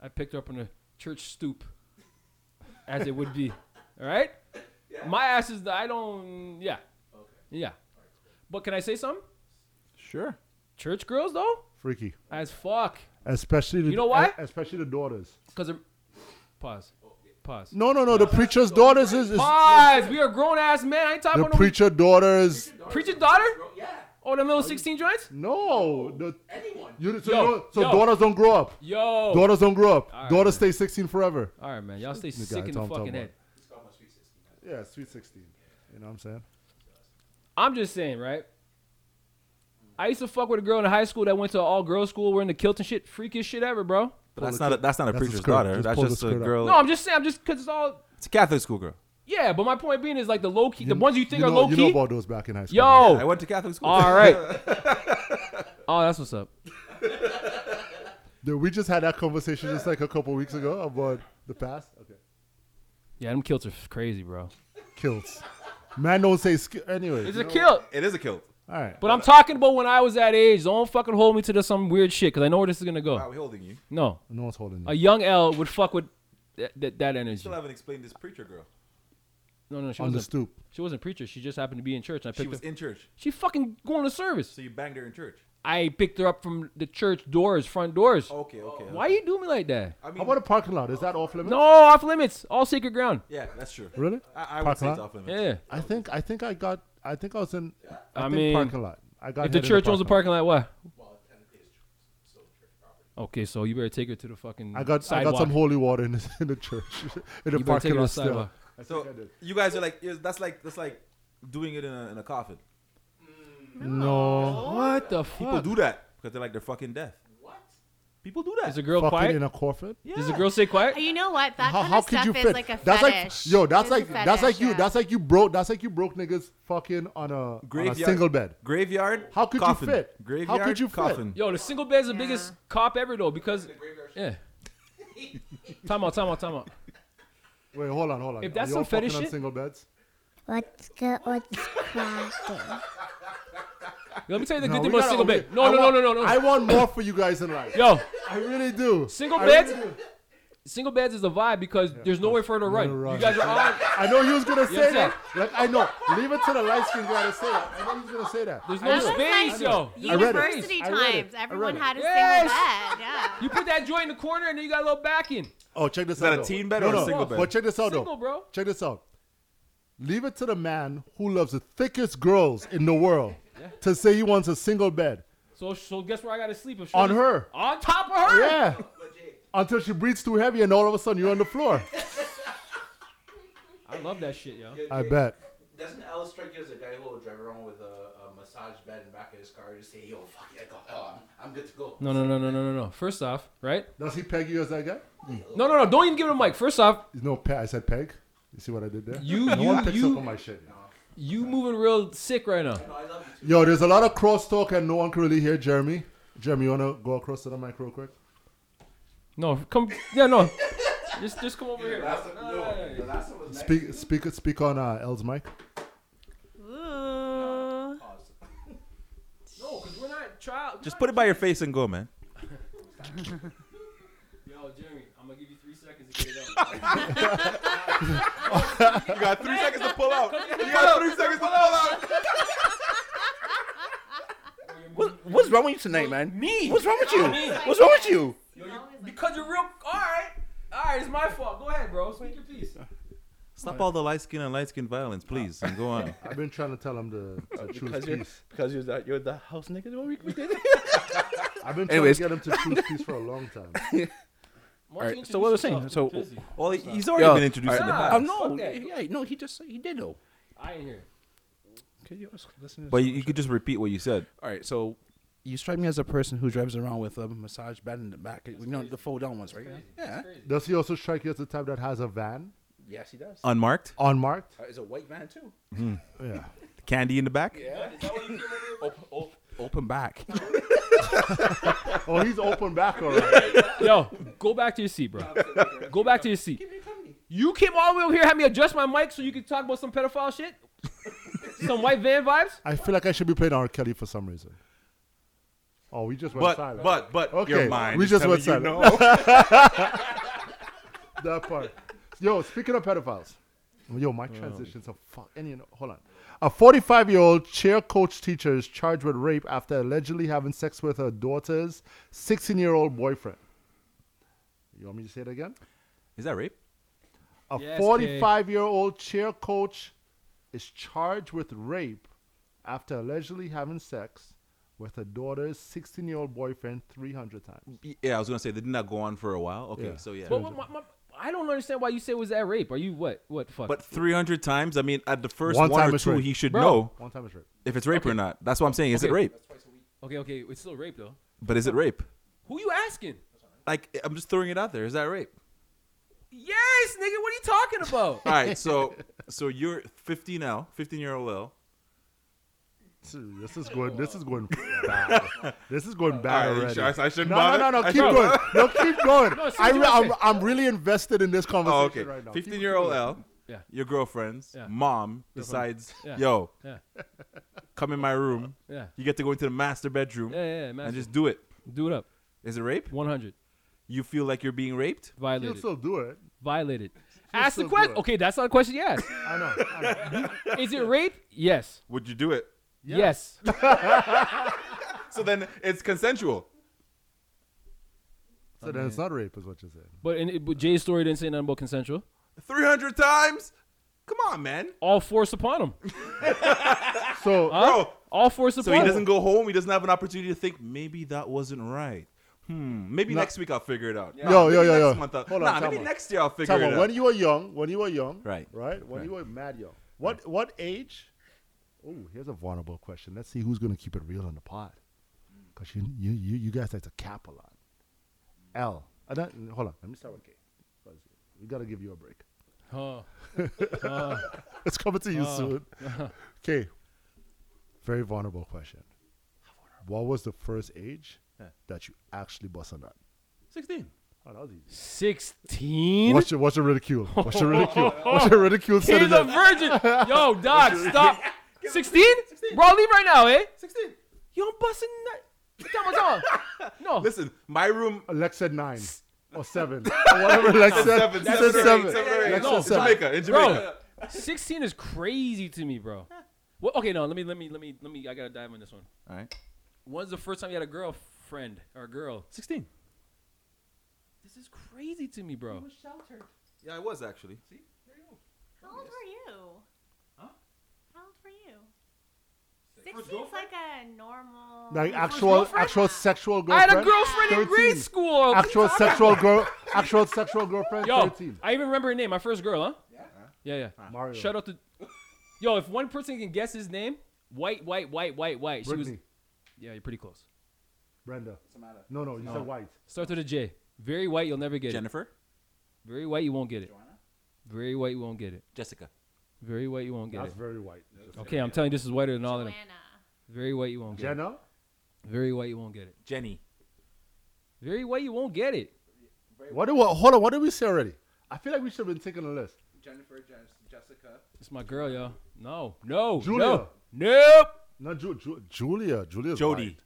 Speaker 1: I picked her up on the church stoop, as it would be. All right. My ass is. I don't. Yeah. Yeah. But can I say something?
Speaker 6: Sure.
Speaker 1: Church girls though,
Speaker 4: Freaky.
Speaker 1: as fuck.
Speaker 4: Especially the, e,
Speaker 1: You know why?
Speaker 4: Especially the daughters.
Speaker 1: Cause I'm- pause. Pause.
Speaker 4: No, no, no. The preacher's daughters is, is
Speaker 1: Pause. We are grown ass men. I ain't talking
Speaker 4: the
Speaker 1: about no
Speaker 4: preacher daughters.
Speaker 1: preacher daughter. Yeah. Oh, the little sixteen joints.
Speaker 4: No, the, you, so,
Speaker 1: Yo,
Speaker 4: you don't- so
Speaker 1: yo.
Speaker 4: daughters don't grow up.
Speaker 1: Yo.
Speaker 4: Daughters don't grow up.
Speaker 1: Alright.
Speaker 4: daughters stay 16 forever.
Speaker 1: All right, man. Y'all stay sick
Speaker 4: guy,
Speaker 1: in the
Speaker 4: Tom, Tom,
Speaker 1: fucking
Speaker 4: Tom.
Speaker 1: head.
Speaker 4: Yeah, sweet 16. You know what I'm saying?
Speaker 1: I'm just saying, right? I used to fuck with a girl in high school that went to all girls school. We're in the kilt and shit, freakiest shit ever, bro.
Speaker 6: But that's not a, that's not a
Speaker 4: That's a
Speaker 6: preacher's
Speaker 4: skirt.
Speaker 6: daughter.
Speaker 4: Just
Speaker 6: that's
Speaker 4: pull the
Speaker 6: just a
Speaker 4: skirt up.
Speaker 6: girl.
Speaker 1: No, I'm just saying. I'm just because it's all.
Speaker 6: it's a Catholic school girl.
Speaker 1: Yeah, but my point being is like the low key, the ones you think
Speaker 4: you
Speaker 1: are
Speaker 4: know,
Speaker 1: low
Speaker 4: You
Speaker 1: key.
Speaker 4: know about those back in high school.
Speaker 1: yo,
Speaker 6: I went to Catholic school.
Speaker 1: all right. oh, that's what's up.
Speaker 4: Dude, we just had that conversation just like a couple weeks ago about the past. Okay.
Speaker 1: Yeah, them kilts are f- crazy, bro.
Speaker 4: Kilts. Man don't say sk- anyway.
Speaker 1: It's a kilt.
Speaker 6: It is a kilt.
Speaker 4: All right.
Speaker 1: But I'm talking about when I was that age. Don't fucking hold me to this some weird shit because I know where this is gonna
Speaker 6: How are
Speaker 1: go.
Speaker 6: we holding you?
Speaker 1: No,
Speaker 4: No one's holding
Speaker 1: a
Speaker 4: you.
Speaker 1: young L would fuck with that, that, that energy.
Speaker 6: Still haven't explained this preacher girl.
Speaker 1: No, no, she
Speaker 4: On the
Speaker 1: wasn't.
Speaker 4: stoop.
Speaker 1: She wasn't a preacher. She just happened to be in church. And I
Speaker 6: She
Speaker 1: picked
Speaker 6: was
Speaker 1: her.
Speaker 6: in church,
Speaker 1: She fucking going to service.
Speaker 6: so you banged her in church.
Speaker 1: I picked her up from the church doors, front doors.
Speaker 4: Oh,
Speaker 6: Okay, okay.
Speaker 1: Why you do me like that?
Speaker 6: I mean,
Speaker 4: How about a parking lot? Is that off limits?
Speaker 1: No, off limits. All sacred ground.
Speaker 6: yeah, that's true.
Speaker 4: Really?
Speaker 6: I, I would say
Speaker 4: Parking
Speaker 6: it's
Speaker 4: lot?
Speaker 6: off limits.
Speaker 1: Yeah.
Speaker 4: I think I think I got I think I was in I,
Speaker 1: I
Speaker 4: think
Speaker 1: mean,
Speaker 4: parking lot. I got
Speaker 1: If the
Speaker 4: hit in
Speaker 1: church owns a parking lot, what? Okay, so you better take her to the fucking
Speaker 4: I got
Speaker 1: sidewalk.
Speaker 4: I got some holy water in the, in the church in the
Speaker 1: you better take her to
Speaker 4: parking
Speaker 1: the
Speaker 4: lot still.
Speaker 1: sidewalk.
Speaker 6: So
Speaker 4: think I did.
Speaker 6: you guys are like, yeah, that's like that's like doing it in a, in a coffin.
Speaker 4: No,
Speaker 1: What the
Speaker 6: People
Speaker 1: fuck?
Speaker 6: do that because they're like they're fucking deaf. What? People do that.
Speaker 1: Is a girl
Speaker 4: fucking
Speaker 1: quiet?
Speaker 4: in a coffin.
Speaker 6: yeah.
Speaker 1: Does a girl stay quiet?
Speaker 2: You know what? That
Speaker 4: How,
Speaker 2: kind
Speaker 4: how
Speaker 2: of
Speaker 4: could
Speaker 2: stuff
Speaker 4: you
Speaker 2: is
Speaker 4: fit?
Speaker 2: like a
Speaker 4: that's
Speaker 2: fetish.
Speaker 4: like yo, that's
Speaker 2: It's a
Speaker 4: like that's like
Speaker 2: fetish,
Speaker 4: you,
Speaker 2: yeah.
Speaker 4: that's like you broke, that's like you broke niggas fucking on a, on a
Speaker 6: Graveyard-
Speaker 4: single bed.
Speaker 6: Graveyard.
Speaker 4: How could you
Speaker 6: coffin.
Speaker 4: fit? How
Speaker 6: Graveyard.
Speaker 4: could you fit?
Speaker 6: coffin.
Speaker 1: Yo, the single bed's the biggest cop ever though because yeah. time out, time out, time out.
Speaker 4: Wait, hold on, hold on.
Speaker 1: If that's
Speaker 4: Are y'all
Speaker 1: some fetish
Speaker 4: fucking on
Speaker 1: shit-
Speaker 4: single beds.
Speaker 5: What's good? What's cracking?
Speaker 1: Let me tell you the good
Speaker 4: we
Speaker 1: thing about
Speaker 4: gotta-
Speaker 1: single
Speaker 4: we-
Speaker 1: bed. No,
Speaker 4: I
Speaker 1: no,
Speaker 4: want-
Speaker 1: no, no, no,
Speaker 4: I
Speaker 1: no.
Speaker 4: want more for you guys in life.
Speaker 1: Yo,
Speaker 4: I really do.
Speaker 1: Single
Speaker 4: I
Speaker 1: beds?
Speaker 4: really do.
Speaker 1: single beds is the vibe because there's nowhere for her to run.
Speaker 4: run.
Speaker 1: You guys are on.
Speaker 4: I know he was gonna
Speaker 1: know what
Speaker 4: say
Speaker 1: I'm
Speaker 4: that. Like I know. Leave it to the light skin guy to say that. I know he's gonna say that.
Speaker 1: There's
Speaker 4: I
Speaker 1: no
Speaker 4: know.
Speaker 1: space, yo.
Speaker 4: I read it.
Speaker 2: University
Speaker 4: I read it.
Speaker 2: times,
Speaker 4: I read
Speaker 2: everyone
Speaker 4: it.
Speaker 2: had a
Speaker 1: Yes.
Speaker 2: single bed. Yeah.
Speaker 1: You put that joint in the corner and then you got a little back in.
Speaker 4: Oh, check this
Speaker 6: Is that
Speaker 4: out.
Speaker 6: a
Speaker 4: though.
Speaker 6: teen bed
Speaker 4: no,
Speaker 6: or a
Speaker 4: no.
Speaker 6: single bed?
Speaker 4: But check this out
Speaker 1: Single,
Speaker 4: though.
Speaker 1: bro.
Speaker 4: Check this out. Leave it to the man who loves the thickest girls in the world to say he wants a single bed
Speaker 1: So, so guess where I gotta sleep? If she
Speaker 4: on
Speaker 1: was-
Speaker 4: her.
Speaker 1: On top of her.
Speaker 4: Yeah. Until she breathes too heavy and all of a sudden you're on the floor.
Speaker 1: I love that shit, yo.
Speaker 4: I bet.
Speaker 8: Doesn't Ellis strike you as a guy who will drive around with a, a massage bed in the back of his car and just say, yo, fuck yeah, go, oh, I'm, I'm good to go?
Speaker 1: No, no, no, no, no, no, no. First off, right?
Speaker 4: Does he peg you as that guy?
Speaker 1: No, no, no. Don't even give him a mic. First off,
Speaker 4: No, pe- I said peg. You see what I did there?
Speaker 1: You-
Speaker 4: no
Speaker 1: you-
Speaker 4: one picks
Speaker 1: you-
Speaker 4: up on my shit.
Speaker 1: you moving real sick right now.
Speaker 4: Yo, there's a lot of crosstalk and no one can really hear Jeremy. Jeremy, you wanna go across to the mic real quick?
Speaker 1: No, come. Yeah, no. Just, just come over here. No, no, no, no.
Speaker 4: Speak, speak, speak on uh, L's mic.
Speaker 2: Ooh.
Speaker 1: No, because we're not child.
Speaker 6: Just put it by your face and go, man.
Speaker 1: Yo, Jeremy, I'm gonna give you three seconds to get it up.
Speaker 6: You got three seconds to pull out. You got three seconds to pull out.
Speaker 10: What, what's wrong with you tonight, man? Me? What's wrong with you? What's wrong with you?
Speaker 1: because you're real. All right, all right. It's my fault. Go ahead, bro. Speak your piece.
Speaker 6: It's
Speaker 11: Stop all the light skin and light skin violence, please, and go on.
Speaker 4: I've been trying to tell him to, to choose
Speaker 10: because you're,
Speaker 4: peace.
Speaker 10: because you're the, you're the house nigga. What we, we did
Speaker 4: I've been trying
Speaker 10: Anyways.
Speaker 4: to get him to choose peace for a long time.
Speaker 10: All right. So what was I saying? So,
Speaker 11: Well, he's already been introduced in the
Speaker 10: alright.
Speaker 11: past.
Speaker 10: Um, no,
Speaker 11: Fuck that.
Speaker 10: yeah, no, he just he did though.
Speaker 1: I ain't here.
Speaker 10: Okay, you also listen to
Speaker 11: But
Speaker 10: this.
Speaker 11: you, you could just repeat what you said.
Speaker 10: All right, so you strike me as a person who drives around with a massage bed in the back. you know the fold down ones, right? Yeah.
Speaker 4: Does he also strike you as the type that has a van
Speaker 10: Yes, he does.
Speaker 11: Unmarked,
Speaker 4: unmarked?
Speaker 10: Uh, it's a white man too.
Speaker 4: Yeah.
Speaker 11: candy in the back.
Speaker 10: Yeah. open, open, open back.
Speaker 4: Oh, he's open back already.
Speaker 1: Yo, go back to your seat, bro. Go back to your seat. You came all the way over here, had me adjust my mic so you could talk about some pedophile shit, some white van vibes.
Speaker 4: I feel like I should be playing R. Kelly for some reason. Oh, we just went
Speaker 11: But
Speaker 4: silent.
Speaker 11: but but
Speaker 4: okay,
Speaker 11: your mind.
Speaker 4: we
Speaker 11: is
Speaker 4: just went
Speaker 11: telling
Speaker 4: silent.
Speaker 11: you
Speaker 4: that part. Yo, speaking of pedophiles, yo,
Speaker 11: Oh.
Speaker 4: my transitions are fuck. Any, hold on. A 45 year old cheer coach teacher is charged with rape after allegedly having sex with her daughter's 16 year old boyfriend. You want me to say it again?
Speaker 11: Is that rape?
Speaker 4: A
Speaker 1: Yes,
Speaker 4: 45 year old cheer coach is charged with rape after allegedly having sex with her daughter's 16 year old boyfriend 300 times.
Speaker 11: Yeah, I was gonna say they did not go on for a while. Okay,
Speaker 4: Yeah.
Speaker 11: so yeah.
Speaker 1: But what, my, my, I don't understand why you say it was that rape. Are you what? What fuck?
Speaker 11: But 300 times, I mean, at the first
Speaker 4: One
Speaker 11: one,
Speaker 4: time
Speaker 11: or
Speaker 4: it's
Speaker 11: two,
Speaker 4: rape.
Speaker 11: he should
Speaker 1: Bro.
Speaker 11: know
Speaker 4: One time is rape.
Speaker 11: if it's rape or not. That's what I'm saying. Is it
Speaker 1: Okay.
Speaker 11: rape?
Speaker 1: okay, okay, it's still rape though.
Speaker 11: But is it rape?
Speaker 1: Who you asking?
Speaker 11: Like, I'm just throwing it out there. Is that rape?
Speaker 1: Yes, nigga. What are you talking about?
Speaker 11: All right, so so you're 15 now, 15 year old L.
Speaker 4: This is going. This is going bad. This is going bad
Speaker 11: All right,
Speaker 4: already.
Speaker 11: should I- I shouldn't
Speaker 4: no,
Speaker 11: bother?
Speaker 4: No, no, no.
Speaker 11: I
Speaker 4: Keep
Speaker 11: shouldn't
Speaker 4: going. No, keep going.
Speaker 1: No, see what
Speaker 4: I re-
Speaker 1: you're
Speaker 4: I'm,
Speaker 1: saying.
Speaker 4: I'm really invested in this conversation
Speaker 11: Oh, okay.
Speaker 4: right now. Keep-
Speaker 11: 15 year old
Speaker 4: keep going.
Speaker 11: L,
Speaker 1: Yeah.
Speaker 11: your girlfriend's
Speaker 1: Yeah.
Speaker 11: mom decides,
Speaker 1: Yeah.
Speaker 11: yo,
Speaker 1: Yeah,
Speaker 11: come in my room.
Speaker 1: yeah,
Speaker 11: You get to go into the master bedroom
Speaker 1: yeah, yeah. yeah
Speaker 11: and
Speaker 1: master.
Speaker 11: just do it.
Speaker 1: do it up.
Speaker 11: Is it rape?
Speaker 1: One hundred
Speaker 11: You feel like you're being raped?
Speaker 4: You'll
Speaker 1: violated.
Speaker 4: still do it.
Speaker 1: violated. Ask the
Speaker 4: so
Speaker 1: question.
Speaker 4: good.
Speaker 1: Okay, that's not a question. Yes.
Speaker 4: I know. I know.
Speaker 1: Is it rape? Yes.
Speaker 11: Would you do it?
Speaker 1: Yes. Ah.
Speaker 11: So then it's consensual.
Speaker 4: So then it's not rape, is what you're saying.
Speaker 1: but, in, but Jay's story didn't say nothing about consensual.
Speaker 11: 300 times? Come on, man.
Speaker 1: All force upon him. Huh?
Speaker 4: So
Speaker 11: Bro,
Speaker 1: All force upon
Speaker 11: So he
Speaker 1: him.
Speaker 11: doesn't go home. He doesn't have an opportunity to think. Maybe that wasn't right. Hmm. Maybe
Speaker 4: No.
Speaker 11: next week I'll figure it out.
Speaker 4: Yo, yo,
Speaker 11: maybe
Speaker 4: yo,
Speaker 11: next
Speaker 4: yo.
Speaker 11: Month I'll,
Speaker 4: Hold
Speaker 11: nah,
Speaker 4: on,
Speaker 11: maybe
Speaker 4: time out.
Speaker 11: next year I'll figure
Speaker 4: Tama,
Speaker 11: it out.
Speaker 4: when you were young, when you were young,
Speaker 11: Right.
Speaker 4: right, when you were mad young, what,
Speaker 11: Right.
Speaker 4: what age? Oh, here's a vulnerable question. Let's see who's gonna keep it real on the pod, because you, you, you, you guys like to cap a lot. L, I don't, hold on, let me start with K. 'Cause We gotta give you a break.
Speaker 1: Huh.
Speaker 4: It's coming to you
Speaker 11: Oh.
Speaker 4: soon. Okay. Very vulnerable question. What was the first age that you actually bust a nut?
Speaker 11: 16.
Speaker 4: Oh, that was easy.
Speaker 1: 16?
Speaker 4: What's your, what's your ridicule? What's your ridicule? What's your ridicule?
Speaker 1: He's a
Speaker 4: synonym?
Speaker 1: virgin. Yo, dog, stop. 16? Bro, leave right now, eh?
Speaker 11: 16.
Speaker 1: Yo, I'm busting nut. Come on, come on. No.
Speaker 11: Listen, my room.
Speaker 4: Lex said nine or seven or whatever Lex said.
Speaker 11: Seven,
Speaker 4: He
Speaker 11: seven,
Speaker 4: said
Speaker 11: or eight,
Speaker 4: seven.
Speaker 11: seven or eight.
Speaker 4: Lex
Speaker 11: No,
Speaker 4: said seven.
Speaker 11: Jamaica, in
Speaker 1: bro,
Speaker 11: Jamaica.
Speaker 1: 16 is crazy to me, bro. Well, okay, no, let me, let me, let me, let me, I gotta dive on this one.
Speaker 11: All right.
Speaker 1: When's the first time you had a girlfriend or a girl?
Speaker 11: 16.
Speaker 1: This is crazy to me, bro.
Speaker 2: Uh,
Speaker 11: Yeah, I was actually.
Speaker 2: How old were you? How old were you? Sixteen's like a normal.
Speaker 4: Like actual, actual sexual
Speaker 1: I
Speaker 4: girlfriend.
Speaker 1: had a girlfriend in
Speaker 4: 13.
Speaker 1: grade school.
Speaker 4: Actual sexual girl, actual sexual girlfriend.
Speaker 1: Yo,
Speaker 4: Thirteen.
Speaker 1: I even remember her name. My first girl, huh? Yeah. Yeah, yeah.
Speaker 4: Mario.
Speaker 1: Shout out to. Yo, if one person can guess his name, white, white, white, white, white. She was.
Speaker 4: Brittany.
Speaker 1: Yeah, you're pretty close.
Speaker 4: Brenda. No, no, you said white.
Speaker 1: Starts with a J. Very white, you'll never get
Speaker 11: Jennifer.
Speaker 1: it. Very white, you won't get it. Very white, you won't get it.
Speaker 11: Jessica.
Speaker 1: Very white, you won't get
Speaker 4: That's
Speaker 1: it.
Speaker 4: very white.
Speaker 1: okay, I'm telling you, this is whiter than all of
Speaker 2: Joanna.
Speaker 1: them. Very white, you won't get
Speaker 4: Jenna.
Speaker 1: it. Very white, you won't get it.
Speaker 11: Jenny.
Speaker 1: Very white, you won't get it.
Speaker 4: What do we, hold on? What did we say already? I feel like we should have been taking a list.
Speaker 8: Jennifer, Jes- Jessica.
Speaker 1: It's my girl, yo. No, no,
Speaker 4: Julia.
Speaker 1: no, nope.
Speaker 4: No, Ju- Ju- Julia. Julia's
Speaker 11: Jody.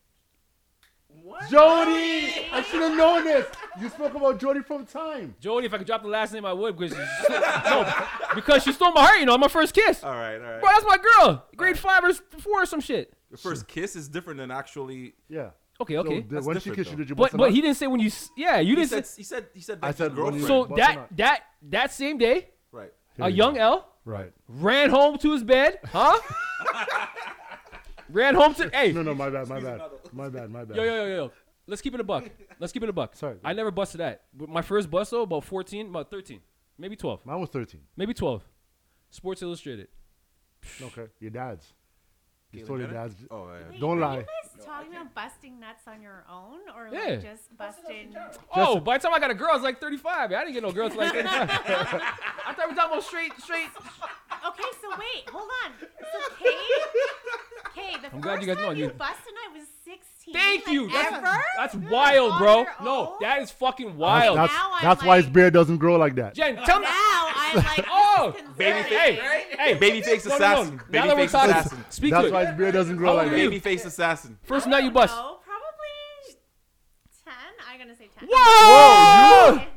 Speaker 4: white. Jody. I should have known this. You spoke about Jody from Time.
Speaker 1: Jody, if I could drop the last name, I would because she stole, no, because she stole my heart. You know, my first kiss.
Speaker 11: All right, all right.
Speaker 1: Bro, that's my girl. Grade five or s- four or some shit.
Speaker 11: Your first kiss is different than actually.
Speaker 4: Yeah.
Speaker 1: Okay, okay.
Speaker 4: So, the-
Speaker 11: That's
Speaker 4: when she
Speaker 11: different,
Speaker 4: kissed you,
Speaker 11: though.
Speaker 4: did you?
Speaker 1: but
Speaker 4: bust a
Speaker 1: but
Speaker 4: nut?
Speaker 1: he didn't say when you. s- Yeah, you
Speaker 11: He
Speaker 1: didn't
Speaker 11: said.
Speaker 1: say.
Speaker 11: He said. He said.
Speaker 4: I
Speaker 11: That's
Speaker 4: said
Speaker 11: girlfriend.
Speaker 4: when you-
Speaker 1: So
Speaker 4: Bust a
Speaker 1: that
Speaker 4: nut.
Speaker 1: that that same day,
Speaker 11: right.
Speaker 1: a young L
Speaker 4: Right.
Speaker 1: ran home to his bed, huh? ran home to hey.
Speaker 4: No, no, my bad, my bad, my bad, my bad.
Speaker 1: Yo, yo, yo, yo, yo. Let's keep it a buck. Let's keep it a buck. Sorry. I never busted that. But My first bust though, about 14, about 13, maybe 12.
Speaker 4: Mine was 13.
Speaker 1: Maybe 12. Sports Illustrated.
Speaker 4: Okay. Your dad's. You
Speaker 1: Gaelic
Speaker 4: stole your
Speaker 1: better?
Speaker 4: dad's.
Speaker 11: Oh, yeah,
Speaker 2: Wait,
Speaker 4: Don't
Speaker 2: are
Speaker 4: lie.
Speaker 2: You guys talking about busting nuts on your own, or
Speaker 1: Yeah.
Speaker 2: like just busting?
Speaker 1: Oh, by the time I got a girl, I was like 35. I didn't get no girl till like 35. I thought we were talking about straight, straight.
Speaker 2: Okay, so wait, hold on. So Kay, Kay, the
Speaker 1: I'm
Speaker 2: first
Speaker 1: glad you guys know
Speaker 2: time you
Speaker 1: you-
Speaker 2: busted, I was sixteen.
Speaker 1: Thank
Speaker 2: like,
Speaker 1: you. That's,
Speaker 2: ever?
Speaker 1: that's wild, bro. No, that is fucking wild.
Speaker 4: That's, that's why his beard doesn't grow like that.
Speaker 1: Jen, tell me. Now
Speaker 2: I'm like,
Speaker 1: oh,
Speaker 11: Baby
Speaker 1: hey,
Speaker 11: face.
Speaker 1: hey,
Speaker 11: Baby face
Speaker 1: No, no, no.
Speaker 11: assassin.
Speaker 1: Now
Speaker 11: Baby
Speaker 1: that we're
Speaker 11: face
Speaker 1: talking-
Speaker 11: assassin.
Speaker 1: Speak
Speaker 4: That's
Speaker 1: to
Speaker 4: why
Speaker 1: it.
Speaker 4: his beard doesn't grow
Speaker 1: How
Speaker 4: like
Speaker 1: old are
Speaker 4: that.
Speaker 1: you?
Speaker 11: Baby face assassin.
Speaker 1: First night you bust.
Speaker 2: No, probably ten. I'm gonna say ten.
Speaker 1: Whoa!
Speaker 2: Okay.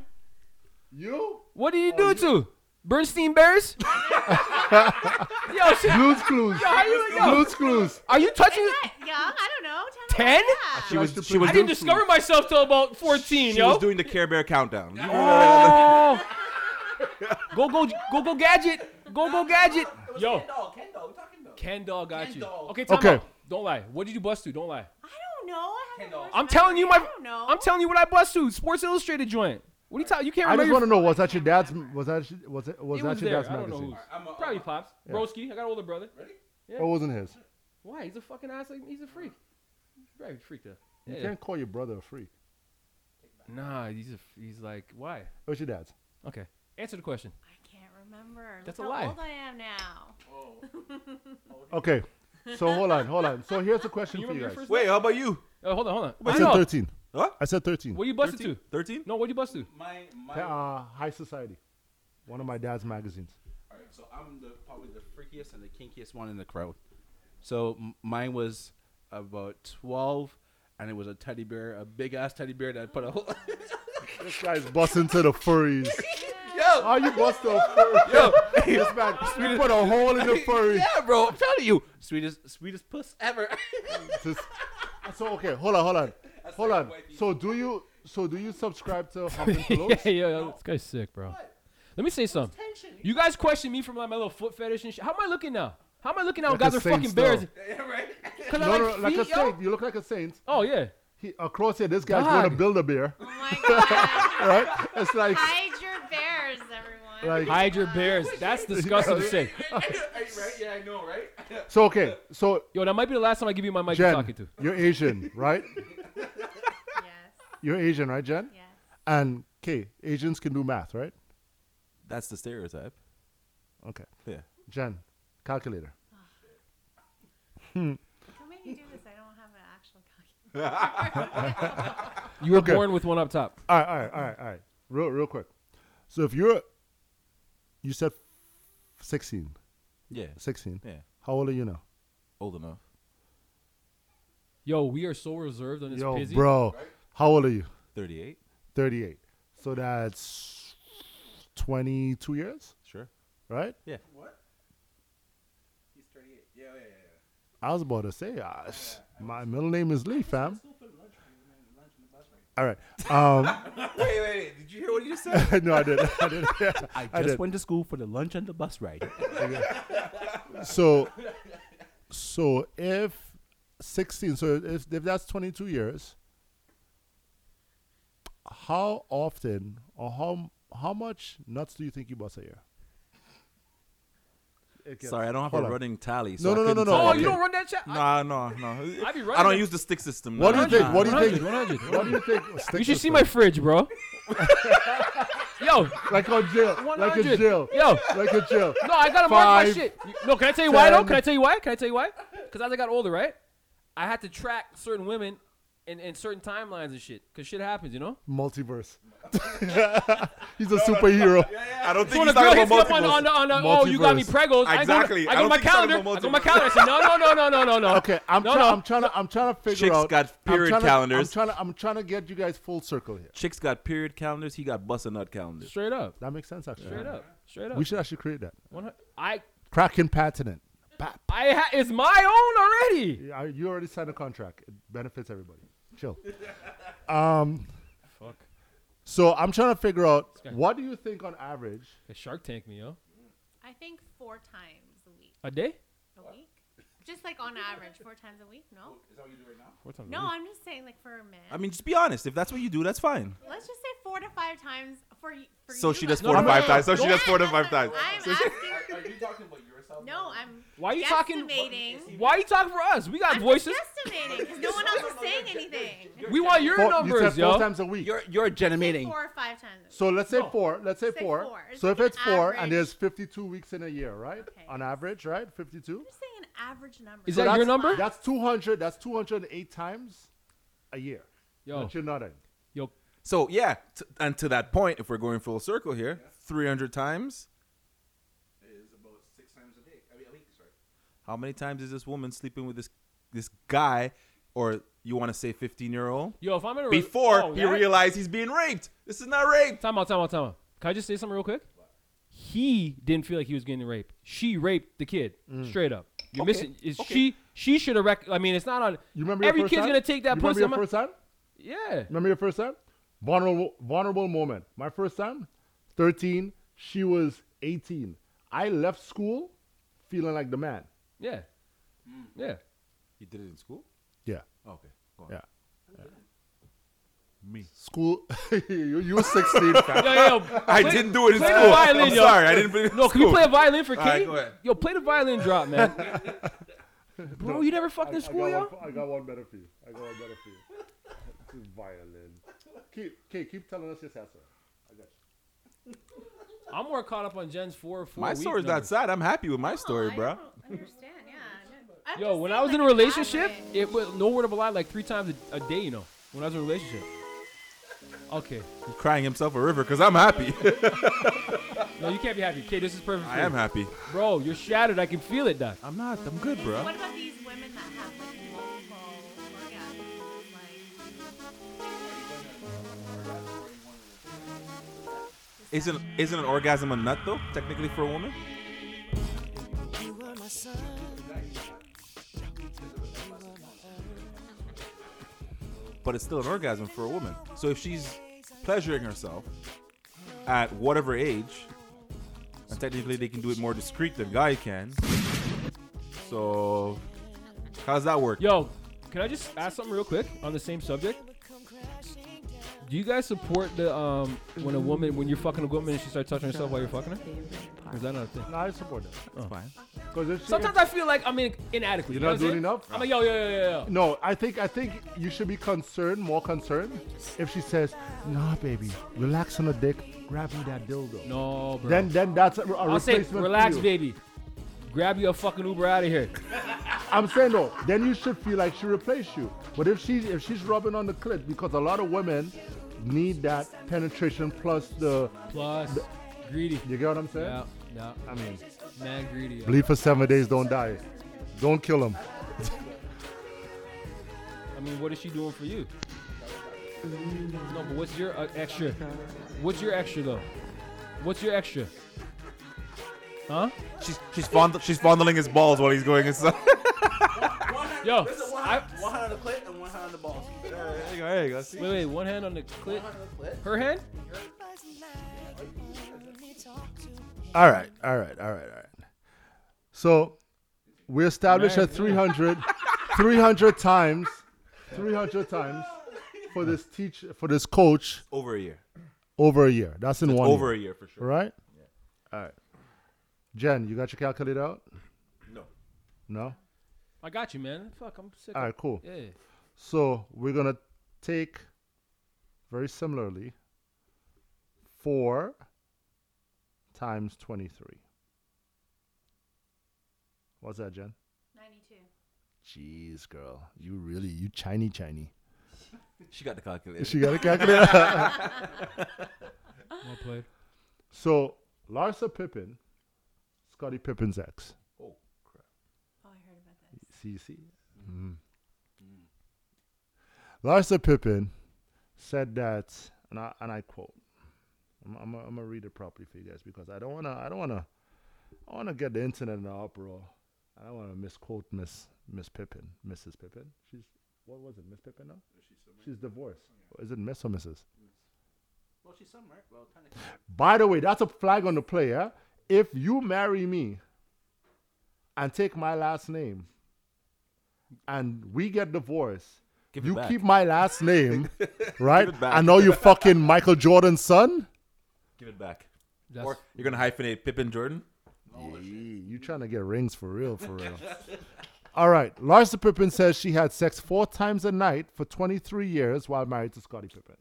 Speaker 4: You?
Speaker 1: What do you do to? Bernstein Bears? yo, shit.
Speaker 4: Blues clues.
Speaker 1: Yo, how you, yo,
Speaker 4: Blues clues.
Speaker 1: Are you touching
Speaker 2: Is that young? I don't know.
Speaker 1: ten?
Speaker 2: She
Speaker 11: was-
Speaker 4: That's the
Speaker 11: she was
Speaker 1: I
Speaker 11: doing-
Speaker 1: didn't discover myself till about fourteen,
Speaker 11: She
Speaker 1: yo.
Speaker 11: was doing the Care Bear countdown.
Speaker 1: oh. go go go go gadget. Go go gadget. Yo,
Speaker 8: Ken Dog, Ken Dog, we talking about.
Speaker 1: Ken Dog got
Speaker 8: Ken
Speaker 1: you.
Speaker 8: Dog.
Speaker 1: Okay, time
Speaker 4: Okay.
Speaker 1: out. Don't lie. What did you bust to? Don't lie.
Speaker 2: I don't know. I haven't watched
Speaker 1: I'm telling you my.
Speaker 2: I don't know.
Speaker 1: I'm telling you what I bust to. Sports Illustrated joint. What are you talking? You can't
Speaker 4: I
Speaker 1: remember.
Speaker 4: just
Speaker 1: your-
Speaker 4: want to know was that your dad's was that your- was that was
Speaker 1: it
Speaker 4: that
Speaker 1: was
Speaker 4: your
Speaker 1: there.
Speaker 4: dad's
Speaker 1: I don't know
Speaker 4: magazine?
Speaker 1: who's. Probably pops. Broski. I got an older brother.
Speaker 4: It wasn't his.
Speaker 1: Why? He's a fucking ass. like- He's a freak. He's probably freaked out.
Speaker 4: You
Speaker 1: Yeah.
Speaker 4: can't call your brother a freak.
Speaker 1: Nah, he's a, he's like why?
Speaker 4: It was your dad's.
Speaker 1: Okay, answer the question.
Speaker 2: I can't remember.
Speaker 1: That's
Speaker 2: Look
Speaker 1: a
Speaker 2: how
Speaker 1: lie.
Speaker 2: old I am now.
Speaker 4: Okay. So hold on, hold on. So here's a question
Speaker 1: You
Speaker 4: for you
Speaker 1: remember
Speaker 4: guys.
Speaker 1: your first?
Speaker 11: Wait, how about you?
Speaker 1: Uh, hold on, hold on.
Speaker 4: I
Speaker 1: I
Speaker 4: said
Speaker 1: know.
Speaker 4: 13.
Speaker 11: Huh?
Speaker 4: I said 13.
Speaker 1: What you busted to?
Speaker 11: 13?
Speaker 1: No, what you busted to?
Speaker 8: My, my,
Speaker 4: Uh, High Society. One of my dad's magazines.
Speaker 8: all right, so I'm the, probably the freakiest and the
Speaker 10: Kinkiest one in the crowd. So m- mine was about 12, and it was a teddy bear, a big ass teddy bear that put a whole.
Speaker 4: This guy's busting to the furries.
Speaker 10: Yo!
Speaker 4: How you bust to a furry?
Speaker 10: Yo!
Speaker 4: This man you put a hole in the furry.
Speaker 10: Yeah, bro, I'm telling you. Sweetest, sweetest puss ever.
Speaker 4: Just- so okay, hold on, hold on, hold on. So do you so do you subscribe to Humping Pillows?
Speaker 1: yeah, yeah, yeah. This guy's sick, bro. Let me say something. You guys question me for my, my little foot fetish and shit. How am I looking now? How am I looking now?
Speaker 4: Like a
Speaker 1: guys are
Speaker 4: saint
Speaker 1: fucking
Speaker 4: still.
Speaker 1: bears.
Speaker 8: right?
Speaker 1: Cause
Speaker 4: No,
Speaker 1: I
Speaker 4: no,
Speaker 1: like,
Speaker 4: like a
Speaker 1: feet, yo.
Speaker 4: saint. You look like a saint.
Speaker 1: Oh yeah.
Speaker 4: He, across here, this guy's
Speaker 1: Dog.
Speaker 4: gonna build a bear,
Speaker 2: Oh my god.
Speaker 4: right? It's like
Speaker 2: Hide your bears, everyone.
Speaker 4: like
Speaker 1: Hide your bears. That's disgusting to say.
Speaker 8: right? Yeah, I know, right?
Speaker 4: so. Okay, so
Speaker 1: Yo, that might be the last time I give you my mic to talking
Speaker 4: Jen,
Speaker 1: to.
Speaker 4: you're Asian, right?
Speaker 2: yes.
Speaker 4: You're Asian, right, Jen?
Speaker 2: Yes.
Speaker 4: And okay, Asians can do math, right?
Speaker 11: That's the stereotype.
Speaker 4: Okay,
Speaker 11: Yeah.
Speaker 4: Jen, calculator.
Speaker 2: Don't make me do this. I don't have an actual calculator.
Speaker 1: You were
Speaker 4: Okay.
Speaker 1: born with one up top.
Speaker 4: All right, all right, all right, all right. Real, real quick. So if you're, you said 16,
Speaker 11: Yeah.
Speaker 4: 16.
Speaker 11: Yeah.
Speaker 4: How old are you now?
Speaker 11: Old enough.
Speaker 1: Yo, we are so reserved on this Oh,
Speaker 4: Yo,
Speaker 1: busy.
Speaker 4: bro, how old are you?
Speaker 11: 38.
Speaker 4: 38. So that's 22 years,
Speaker 11: Sure.
Speaker 4: right?
Speaker 11: Yeah.
Speaker 8: What? He's 38. Yeah, yeah, yeah.
Speaker 4: I was about to say, uh, sh- my middle name is Lee, fam. All right. Um,
Speaker 8: Wait, wait, wait. Did you hear what he just said?
Speaker 4: no, I didn't. I didn't.
Speaker 10: I just
Speaker 4: did.
Speaker 10: went to school for the lunch and the bus ride.
Speaker 4: So, so if 16, so if, if that's 22 years, how often or how how much nuts do you think you bust a year? It gets-
Speaker 11: Sorry, I don't have
Speaker 4: hold
Speaker 11: a
Speaker 4: on.
Speaker 11: running tally.
Speaker 4: No,
Speaker 11: So
Speaker 4: no, no,
Speaker 11: I couldn't
Speaker 4: no, no.
Speaker 11: tell
Speaker 1: Oh,
Speaker 4: Okay.
Speaker 1: you don't run that shit.
Speaker 11: Nah, no, no.
Speaker 1: I be
Speaker 11: I don't
Speaker 1: running.
Speaker 11: use the stick system.
Speaker 4: What do
Speaker 11: no.
Speaker 4: you think? What do you
Speaker 1: 100,
Speaker 4: think?
Speaker 1: 100,
Speaker 4: What do you think?
Speaker 1: You
Speaker 4: Stick
Speaker 1: should see my
Speaker 4: system.
Speaker 1: fridge, bro. Yo,
Speaker 4: like a jail, like a
Speaker 1: 100.
Speaker 4: jail,
Speaker 1: yo.
Speaker 4: like a jail.
Speaker 1: No, I gotta mark my
Speaker 4: Five,
Speaker 1: shit. You- No, can I tell you why though?
Speaker 4: ten.
Speaker 1: Can I tell you why? Can I tell you why? Because as I got older, right, I had to track certain women and, and certain timelines and shit. Cause shit happens, you know.
Speaker 4: Multiverse. He's a superhero.
Speaker 11: I don't
Speaker 1: So
Speaker 11: think
Speaker 1: when a girl
Speaker 11: he's talking
Speaker 1: hits me
Speaker 11: about
Speaker 1: up on, on,
Speaker 11: multiples.
Speaker 1: the- on, the oh, you got me
Speaker 4: Multiverse.
Speaker 1: pregos.
Speaker 11: Exactly.
Speaker 1: I
Speaker 11: I
Speaker 1: go to
Speaker 11: don't
Speaker 1: my
Speaker 11: think he's talking
Speaker 1: calendar. I
Speaker 11: about
Speaker 1: go to my
Speaker 11: multiverse.
Speaker 1: calendar. I said no, no, no, no, no, no, no.
Speaker 4: Okay, I'm
Speaker 1: no,
Speaker 4: trying.
Speaker 1: no.
Speaker 4: I'm trying to. I'm trying to figure
Speaker 11: Chicks
Speaker 4: out.
Speaker 11: got period
Speaker 4: I'm trying
Speaker 11: calendars.
Speaker 4: To, I'm trying to. I'm trying to get you guys full circle here.
Speaker 11: Chicks got period calendars. He got bust a nut calendars.
Speaker 1: Straight up.
Speaker 4: That makes sense, actually.
Speaker 1: Straight up. Straight up.
Speaker 4: We should actually create that.
Speaker 1: 100 I
Speaker 4: Kraken patent it.
Speaker 1: I ha- it's my own already.
Speaker 4: Yeah, I- You already signed a contract. It benefits everybody. Chill. um,
Speaker 1: Fuck.
Speaker 4: So I'm trying to figure out what do you think on average
Speaker 1: They Shark Tank me, yo.
Speaker 2: I think four times a week.
Speaker 1: A day?
Speaker 2: A week? Just like on average, four times a week? No.
Speaker 8: Is that what you do right now?
Speaker 1: Four times
Speaker 2: No,
Speaker 1: a week.
Speaker 2: I'm just saying like for a man.
Speaker 11: I mean, just be honest. If that's what you do, that's fine.
Speaker 2: Let's just say four to five times for y- for
Speaker 11: So
Speaker 2: you
Speaker 11: she does
Speaker 2: guys.
Speaker 11: four to five times. So she does four to five times.
Speaker 2: I'm
Speaker 11: So she-
Speaker 2: asking.
Speaker 8: Are you talking about yourself?
Speaker 2: No, I'm.
Speaker 1: Why are you talking?
Speaker 2: guesstimating.
Speaker 1: Why are you talking for us? We got voices.
Speaker 2: Guesstimating, because no one else is saying anything.
Speaker 1: We want your
Speaker 4: Four- you
Speaker 1: numbers,
Speaker 4: said
Speaker 1: yo.
Speaker 4: four times a week.
Speaker 10: You're you're generating.
Speaker 2: Four or five times. a week.
Speaker 4: So let's say
Speaker 2: No.
Speaker 4: four. Let's say
Speaker 2: Say
Speaker 4: four.
Speaker 2: four. It's
Speaker 4: So if
Speaker 2: like
Speaker 4: it's
Speaker 2: an
Speaker 4: four
Speaker 2: average.
Speaker 4: and there's 52 weeks in a year, right? On average, right? 52.
Speaker 2: I'm just saying an average number.
Speaker 1: Is that your
Speaker 4: that's-
Speaker 1: number?
Speaker 4: That's 200. That's 208 times a year.
Speaker 1: Yo.
Speaker 4: That you're not in.
Speaker 1: Yo,
Speaker 11: So yeah, t- and to that point, if we're going full circle here, 300 times.
Speaker 8: Is about six times a day. I mean, a week, sorry.
Speaker 11: How many times is this woman sleeping with this this guy, or you want to say 15 year old?
Speaker 1: Yo, if I'm in a re-
Speaker 11: Before
Speaker 1: Oh,
Speaker 11: he
Speaker 1: what?
Speaker 11: realized he's being raped. This is not rape.
Speaker 1: Time out, time out, time out. Can I just say something real quick? He didn't feel like he was getting raped. She raped the kid straight up. You're
Speaker 4: Mm. Okay,
Speaker 1: missing. Is
Speaker 4: okay.
Speaker 1: she? She should have. Rec- I mean, it's not on.
Speaker 4: You remember your
Speaker 1: every
Speaker 4: first
Speaker 1: kid's
Speaker 4: time?
Speaker 1: gonna take that
Speaker 4: you
Speaker 1: pussy.
Speaker 4: Remember your
Speaker 1: I'm-
Speaker 4: first time?
Speaker 1: Yeah.
Speaker 4: Remember your first time? Vulnerable, vulnerable moment. My first time, 13. She was 18. I left school feeling like the man.
Speaker 1: Yeah.
Speaker 11: Mm.
Speaker 1: Yeah.
Speaker 11: You did it in school.
Speaker 4: Yeah.
Speaker 8: Oh,
Speaker 11: Okay. Go on.
Speaker 4: Yeah.
Speaker 11: Me.
Speaker 4: School. you, you were 16. fam.
Speaker 1: Yo, yo, yo,
Speaker 11: I
Speaker 1: play-
Speaker 11: didn't do it in
Speaker 1: play
Speaker 11: school.
Speaker 1: the violin,
Speaker 11: I'm
Speaker 1: yo.
Speaker 11: sorry, I didn't put it in
Speaker 1: No, can you
Speaker 11: school.
Speaker 1: play a violin for
Speaker 11: All
Speaker 1: Katie?
Speaker 11: right, go ahead.
Speaker 1: Yo, play the violin drop, man. Bro, you never fucked in
Speaker 4: I, I
Speaker 1: school,
Speaker 4: got
Speaker 1: yo.
Speaker 4: One, I got one better for you. I got one better for you. This is violin. Keep, okay, keep telling us your answer. I got you.
Speaker 1: I'm more caught up on Jen's four four.
Speaker 11: My
Speaker 1: week
Speaker 11: story's
Speaker 1: number.
Speaker 11: not sad. I'm happy with my
Speaker 2: No,
Speaker 11: story,
Speaker 2: I
Speaker 11: bro.
Speaker 2: don't Understand? Yeah. I'm
Speaker 1: Yo,
Speaker 2: just
Speaker 1: when
Speaker 2: saying,
Speaker 1: I was in a
Speaker 2: like, an
Speaker 1: relationship,
Speaker 2: average.
Speaker 1: it was no word of a lie, like three times a, a day. You know, when I was in a relationship. Okay,
Speaker 11: He's crying himself a river because I'm happy.
Speaker 1: no, you can't be happy. Okay, this is perfect. for
Speaker 11: I
Speaker 1: you.
Speaker 11: am happy.
Speaker 1: Bro, you're shattered. I can feel it, Doc.
Speaker 11: I'm not. I'm good, bro.
Speaker 2: What about these women that have like multiple orgasms? Like,
Speaker 11: Isn't isn't an orgasm a nut though? Technically for a woman. But it's still an orgasm for a woman. So if she's pleasuring herself at whatever age, and technically they can do it more discreet than guy can. So how's that work?
Speaker 1: Yo, can I just ask something real quick on the same subject? Do you guys support the um when a woman when you're fucking a woman and she starts touching herself while you're fucking her? Or is that not a thing?
Speaker 4: No, I support that.
Speaker 11: That's fine.
Speaker 4: Because if she-
Speaker 1: Sometimes I feel like I'm in, inadequate.
Speaker 4: You're
Speaker 1: you know
Speaker 4: not
Speaker 1: what I'm
Speaker 4: doing
Speaker 1: saying?
Speaker 4: enough?
Speaker 1: I'm like, yo, yo, yo, yo, yo.
Speaker 4: No, I think I think you should be concerned, more concerned, if she says, "Nah, baby, relax on the dick, grab me that dildo."
Speaker 1: No, bro.
Speaker 4: Then then that's a, a
Speaker 1: I'll say,
Speaker 4: replacement. for
Speaker 1: relax,
Speaker 4: you."
Speaker 1: baby. Grab you a fucking Uber out of here.
Speaker 4: I'm saying though, then you should feel like she replaced you. But if she if she's rubbing on the clit, because a lot of women need that penetration plus the.
Speaker 1: Plus, greedy.
Speaker 4: You get what I'm saying?
Speaker 1: Yeah, yeah.
Speaker 4: I mean,
Speaker 1: Man, greedy. yo.
Speaker 4: bleed for seven days, don't die, don't kill him.
Speaker 1: I mean, what is she doing for you? No, but what's your uh, extra? What's your extra though? What's your extra? Huh?
Speaker 11: She's she's fond- she's fondling his balls while he's going inside.
Speaker 1: Yo,
Speaker 6: Listen, one
Speaker 1: I,
Speaker 6: hand, one hand on the clit and one hand on the balls.
Speaker 11: there you go. There you go.
Speaker 1: wait, wait, one hand on the clit. Her hand?
Speaker 4: All right, all right, all right, all right. So we established at 300, 300 times, 300 times for this teach for this coach
Speaker 11: Over a year.
Speaker 4: over a year. That's in one year,
Speaker 11: Over a year for sure.
Speaker 4: right? All right. Jen, you got your calculator out?
Speaker 11: No.
Speaker 4: No.
Speaker 1: I got you, man. Fuck, I'm sick.
Speaker 4: All
Speaker 1: of
Speaker 4: right, cool.
Speaker 1: Yeah.
Speaker 4: So we're gonna take very similarly four times twenty-three. What's that, Jen?
Speaker 2: 92.
Speaker 4: Jeez, girl, you really you chiny chiny.
Speaker 11: She got the calculator.
Speaker 4: She got a calculator.
Speaker 1: Well played.
Speaker 4: so Larsa Pippen, Scottie Pippen's ex.
Speaker 11: oh crap.
Speaker 2: Oh, I heard about this.
Speaker 4: See, you see. Mm. Larsa Pippen said that, and I and I quote. I'm I'm gonna- I'm gonna read it properly for you guys because I don't wanna I don't wanna I wanna get the internet in an uproar. I don't wanna misquote Miss Miss Pippen, Mrs. Pippen. She's what was it, Miss Pippen? No, she's divorced.
Speaker 11: Oh,
Speaker 4: Is it Miss or Mrs.?
Speaker 8: Well, she's some, right? Well, kind of.
Speaker 4: By the way, that's a flag on the play, yeah? if you marry me and take my last name and we get divorced,
Speaker 11: Give it
Speaker 4: you
Speaker 11: back.
Speaker 4: keep my last name, right?
Speaker 11: Give it back.
Speaker 4: I know you're fucking Michael Jordan's son.
Speaker 11: Give it back.
Speaker 1: That's-
Speaker 11: or you're gonna hyphenate Pippin Jordan.
Speaker 4: Yee, you trying to get rings for real, for real. All right. Larsa Pippen says she had sex four times a night for 23 years while married to Scottie Pippen.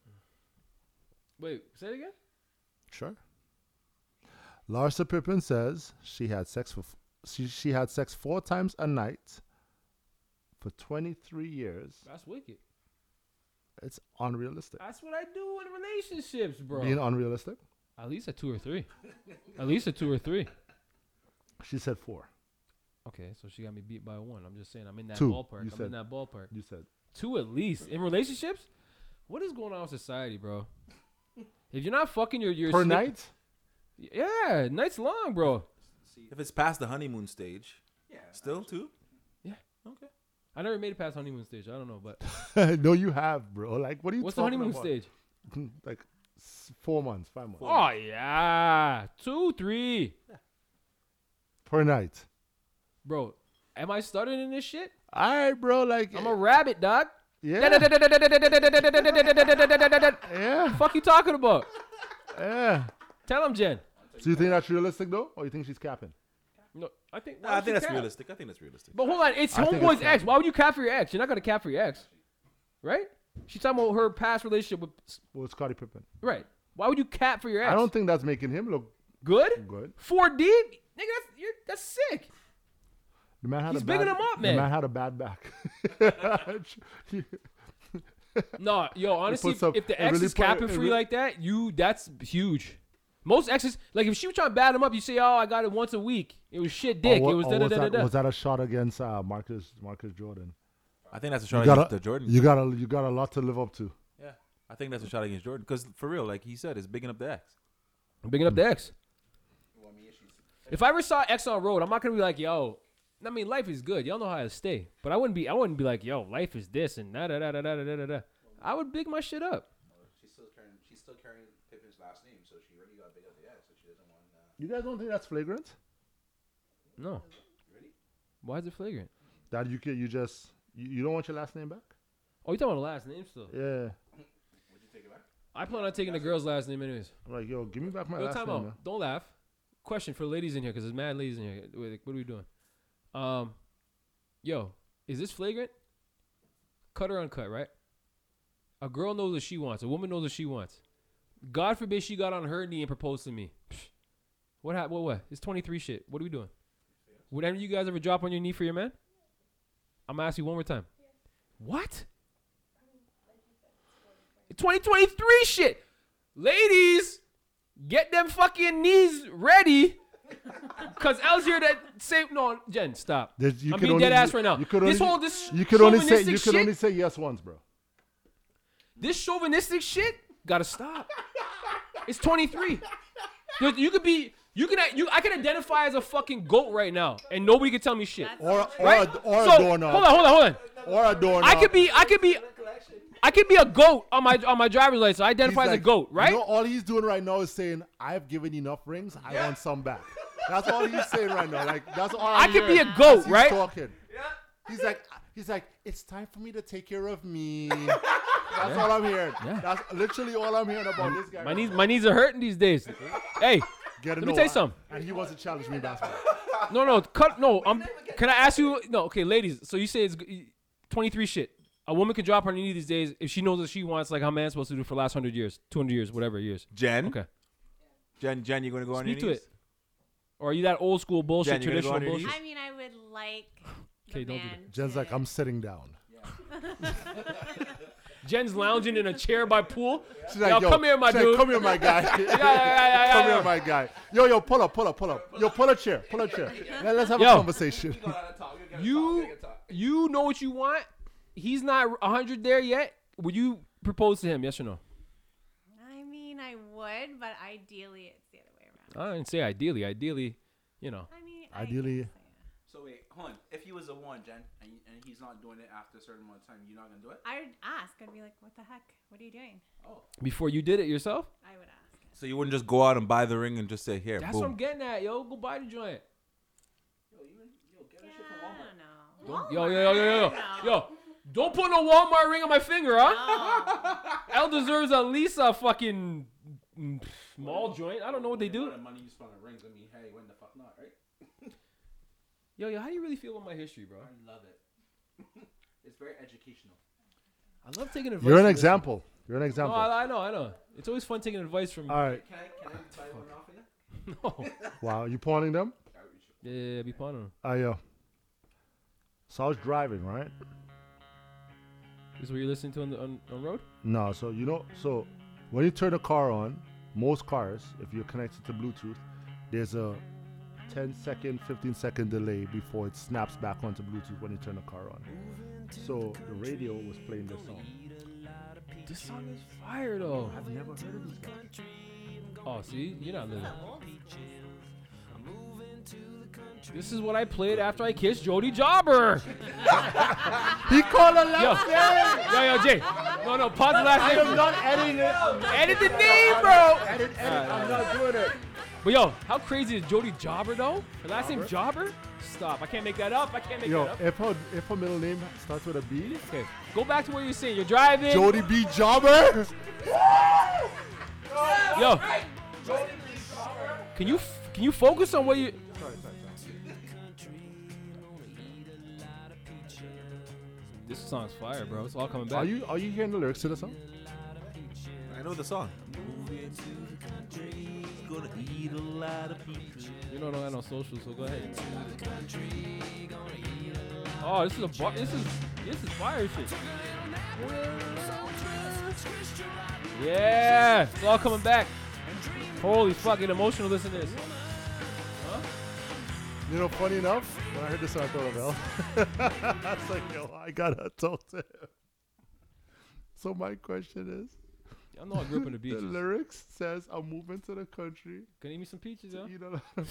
Speaker 1: Wait, say it again.
Speaker 4: Sure. Larsa Pippen says she had sex for she, she had sex four times a night for 23 years.
Speaker 1: That's wicked.
Speaker 4: It's unrealistic.
Speaker 1: That's what I do in relationships, bro.
Speaker 4: Being unrealistic,
Speaker 1: At least a two or three. At least a two or three.
Speaker 4: she said four.
Speaker 1: Okay, so she got me beat by one. I'm just saying, I'm in that
Speaker 4: Two,
Speaker 1: ballpark.
Speaker 4: you
Speaker 1: I'm in
Speaker 4: said.
Speaker 1: that ballpark.
Speaker 4: You said
Speaker 1: Two at least in relationships. What is going on in society, bro? If you're not fucking your your
Speaker 4: per night.
Speaker 1: yeah, night's long, bro.
Speaker 11: If it's past the honeymoon stage, yeah, still two.
Speaker 1: I never made it past honeymoon stage. I don't know, but
Speaker 4: no, you have, bro. Like, what are you?
Speaker 1: what's the
Speaker 4: talking
Speaker 1: honeymoon
Speaker 4: about?
Speaker 1: stage?
Speaker 4: like s- four months, five months
Speaker 1: Oh yeah, two, three,
Speaker 4: per night.
Speaker 1: bro. Am I starting in this shit?
Speaker 4: All right, bro. Like,
Speaker 1: I'm a rabbit, dog.
Speaker 4: yeah, yeah,
Speaker 1: Fuck you talking about?
Speaker 4: yeah.
Speaker 1: Tell him, Jen.
Speaker 4: Do you think that's realistic though, or you think she's capping?
Speaker 1: No, I think.
Speaker 11: I think that's realistic. I think that's realistic.
Speaker 1: But hold on, it's
Speaker 4: I think
Speaker 1: homeboy's
Speaker 4: it's
Speaker 1: ex. Why would you cap for your ex? You're not gonna cap for your ex, right? She's talking about her past relationship with
Speaker 4: Well, it's Scottie Pippen.
Speaker 1: right. Why would you cap for your ex?
Speaker 4: I don't think that's making him look
Speaker 1: good.
Speaker 4: good.
Speaker 1: Four D, nigga. That's you're, that's sick.
Speaker 4: The man had
Speaker 1: He's
Speaker 4: a
Speaker 1: bigging
Speaker 4: bad,
Speaker 1: him up,
Speaker 4: The
Speaker 1: man.
Speaker 4: man had a bad back.
Speaker 1: No, yo, honestly,
Speaker 4: puts up-
Speaker 1: if the
Speaker 4: it
Speaker 1: ex
Speaker 4: really
Speaker 1: is
Speaker 4: put-
Speaker 1: capping
Speaker 4: it
Speaker 1: free
Speaker 4: really-
Speaker 1: like that, you that's huge. Most exes, like if she was trying to bat him up, you say, "Oh, I got it once a week. It was shit, dick.
Speaker 4: Or Oh, what-
Speaker 1: it was
Speaker 4: or
Speaker 1: da da
Speaker 4: was,
Speaker 1: da
Speaker 4: that,
Speaker 1: da
Speaker 4: was
Speaker 1: da."
Speaker 4: that a shot against uh, Marcus Marcus Jordan?
Speaker 11: I think that's a shot
Speaker 4: you
Speaker 11: against
Speaker 4: got a,
Speaker 11: the Jordan.
Speaker 4: You got a you got a lot to live up to.
Speaker 11: yeah, I think that's a shot against Jordan. Because for real, like he said, it's bigging up the ex.
Speaker 1: Bigging up the ex. If I ever saw ex on road, I'm not gonna be like, "Yo." I mean, life is good. Y'all know how to stay, but I wouldn't be. I wouldn't be like, "Yo, life is this and da da da da da da da da." I would big my shit up.
Speaker 8: She's still carrying. She's still carrying Pippin's last name, so she already got big up the ass, so she doesn't want. Uh,
Speaker 4: You guys don't think that's flagrant?
Speaker 1: No. Why is it flagrant?
Speaker 4: That you can you just you, you don't want your last name back?
Speaker 1: Oh, you talking about the last name still?
Speaker 4: Yeah.
Speaker 1: I plan on taking the girl's last name anyways.
Speaker 4: I'm like, yo, give me back my
Speaker 1: Yo,
Speaker 4: last
Speaker 1: time
Speaker 4: name.
Speaker 1: out.
Speaker 4: man.
Speaker 1: Don't laugh. Question for ladies in here, because there's mad ladies in here. Wait, what are we doing? Um, yo, is this flagrant? Cut or uncut, right? A girl knows what she wants. A woman knows what she wants. God forbid she got on her knee and proposed to me. Psh. What happened? What? What? It's 23 shit. What are we doing? Would any of you guys ever drop on your knee for your man? I'm gonna ask you one more time. What? 2023 shit, ladies get them fucking knees ready. Cause else here that say no, Jen, stop.
Speaker 4: There's- you
Speaker 1: I'm
Speaker 4: could
Speaker 1: being
Speaker 4: only-
Speaker 1: dead ass right now.
Speaker 4: You could
Speaker 1: this
Speaker 4: only,
Speaker 1: whole this
Speaker 4: you could only say
Speaker 1: chauvinistic
Speaker 4: you could
Speaker 1: shit,
Speaker 4: only say yes once, bro.
Speaker 1: this chauvinistic shit gotta stop. it's 23. You, you could be you can you I can identify as a fucking goat right now, and nobody can tell me shit.
Speaker 4: Or or
Speaker 1: Right?
Speaker 4: a, or
Speaker 1: so,
Speaker 4: a doorknob.
Speaker 1: Hold on, hold on, hold on.
Speaker 4: Or a doorknob.
Speaker 1: I could be I could be I could be a goat on my on my driver's license. I
Speaker 4: He's
Speaker 1: identify as a
Speaker 4: like,
Speaker 1: goat, right?
Speaker 4: You know, all he's doing right now is saying, "I've given enough rings. I want some back." That's all he's saying right now. Like that's all.
Speaker 1: I
Speaker 4: I'm
Speaker 1: could be
Speaker 4: hearing
Speaker 1: a goat,
Speaker 4: as he's
Speaker 1: right?
Speaker 4: Talking. He's like, he's like, it's time for me to take care of me. That's all I'm hearing.
Speaker 1: Yeah.
Speaker 4: That's literally all I'm hearing about this guy.
Speaker 1: my knees my knees are hurting these days. hey,
Speaker 4: Get
Speaker 1: let
Speaker 4: a
Speaker 1: me
Speaker 4: no,
Speaker 1: tell
Speaker 4: I-
Speaker 1: you something.
Speaker 4: And he wants to challenge me in basketball.
Speaker 1: No, no, cut. No, um, can I ask you? No, okay, ladies. So you say it's g- 23 shit. A woman can drop on her knee these days if she knows what she wants, like how man's supposed to do for the last 100 years, 200 years, whatever years.
Speaker 4: Hmm?
Speaker 11: Jen,
Speaker 1: Okay.
Speaker 11: Jen, Jen, you gonna go on
Speaker 1: Speak
Speaker 11: your
Speaker 1: to
Speaker 11: knees?
Speaker 1: it. Or are you that old school bullshit,
Speaker 11: Jen, you gonna go
Speaker 1: traditional
Speaker 11: on your
Speaker 1: bullshit?
Speaker 2: I mean, I would like.
Speaker 1: Okay,
Speaker 2: the
Speaker 1: don't do
Speaker 2: man
Speaker 4: Jen's
Speaker 2: to-
Speaker 4: like, I'm sitting down.
Speaker 1: Jen's lounging in a chair by pool.
Speaker 4: She's like,
Speaker 1: Yo,
Speaker 4: yo,
Speaker 1: come here, my
Speaker 4: she's like,
Speaker 1: dude.
Speaker 4: come here, my guy.
Speaker 1: yeah, yeah,
Speaker 4: come
Speaker 1: yeah.
Speaker 4: here, my guy. Yo, yo, pull up, pull up, pull up. Yo, pull a chair, pull a chair. Let, us have
Speaker 1: Yo.
Speaker 4: a conversation.
Speaker 1: You, you know what you want. He's not 100 there yet. Would you propose to him? Yes or no?
Speaker 2: I mean, I would, but ideally, it's the other way around.
Speaker 1: I didn't say ideally. Ideally, you know.
Speaker 2: I mean, I
Speaker 4: Ideally,
Speaker 8: So wait, hold on. If he was a one, Jen, and, you- and he's not doing it after a certain amount of time, you're not gonna do it.
Speaker 2: I'd ask. I'd be like, "What the heck? What are you doing?"
Speaker 1: Before you did it yourself?
Speaker 2: I would ask.
Speaker 11: So you wouldn't just go out and buy the ring and just say here,
Speaker 1: That's
Speaker 11: boom.
Speaker 1: what I'm getting at, yo. Go buy the joint. Don't- Yo, yo, yo, yo, yo, yo. Don't put no Walmart ring on my finger, huh? El deserves at least a fucking mm, mall joint. I don't know what they do.
Speaker 10: The money you spend on rings. I mean, hey, when the fuck not, right?
Speaker 1: Yo, yo, how do you really feel about my history, bro?
Speaker 10: I love it.
Speaker 6: It's very educational.
Speaker 1: I love taking advice.
Speaker 4: You're an
Speaker 1: from this-
Speaker 4: example. You're an
Speaker 1: No,
Speaker 4: example.
Speaker 1: Oh, I, I know, I know. It's always fun taking advice from.
Speaker 4: All right.
Speaker 6: Can I can I buy one off of you?
Speaker 1: No.
Speaker 4: Wow, you pointing them?
Speaker 1: Yeah, yeah, yeah, be pawning. 'em.
Speaker 4: I yo. So I was driving, right?
Speaker 1: This is what you're listening to on the on, on road.
Speaker 4: No, so you know, so when you turn a car on, most cars, if you're connected to Bluetooth, there's a 10 second, 15 second delay before it snaps back onto Bluetooth when you turn the car on. So the radio was playing this song.
Speaker 1: This song is fire though.
Speaker 4: I've never heard of this guy.
Speaker 1: Oh, see, you're not living. This is what I played after I kissed Jody Jobber.
Speaker 4: he called her
Speaker 1: last name. Yo, yo, Jay. No, no, pause the last
Speaker 4: I
Speaker 1: name.
Speaker 4: am not editing it.
Speaker 1: Edit the name, bro.
Speaker 4: Edit, edit.
Speaker 1: Alright,
Speaker 4: I'm not doing it.
Speaker 1: But yo, how crazy is Jody Jobber though? Her last name Jobber? Stop. I can't make that up. I can't make
Speaker 4: Yo, eh.
Speaker 1: that up.
Speaker 4: if her, if her middle name starts with a B,
Speaker 1: Okay, go back to what you're saying. You're driving.
Speaker 4: Jody B. Jobber.
Speaker 1: Yo. Can you f- can you focus on what you? This song's fire, bro. It's all coming back.
Speaker 4: Are you are you hearing the lyrics to the song?
Speaker 11: I know the song.
Speaker 1: You don't know that on social, so go ahead. Oh, this is a bar- this is this is fire shit. Yeah, it's all coming back. Holy fucking emotional! Listen to this.
Speaker 4: You know, funny enough, when I heard this, I thought of L. I was like, yo, I gotta talk to him. So my question is,
Speaker 1: I know I grew up in the beaches.
Speaker 4: the lyrics says I'm moving to the country.
Speaker 1: Can you eat me some peaches, yo?
Speaker 4: You know,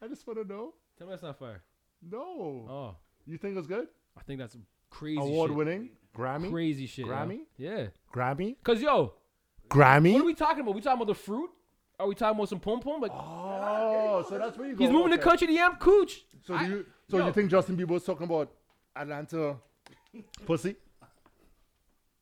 Speaker 4: I just want to know.
Speaker 1: Tell me that's not fire.
Speaker 4: No,
Speaker 1: Oh,
Speaker 4: you think it's good?
Speaker 1: I think that's crazy. shit.
Speaker 4: Award-winning, Grammy,
Speaker 1: Crazy shit. yo.
Speaker 4: Grammy?
Speaker 1: Yeah.
Speaker 4: Grammy,
Speaker 1: Cause yo, what are
Speaker 4: Grammy.
Speaker 1: we talking about? We talking about the fruit? Are we talking about some pom pom? Like
Speaker 4: Oh, so that's where you go.
Speaker 1: he's moving the
Speaker 4: okay.
Speaker 1: country to Yam Cooch.
Speaker 4: So
Speaker 1: I-
Speaker 4: do you so
Speaker 1: yo.
Speaker 4: you think Justin Bieber was talking about Atlanta pussy?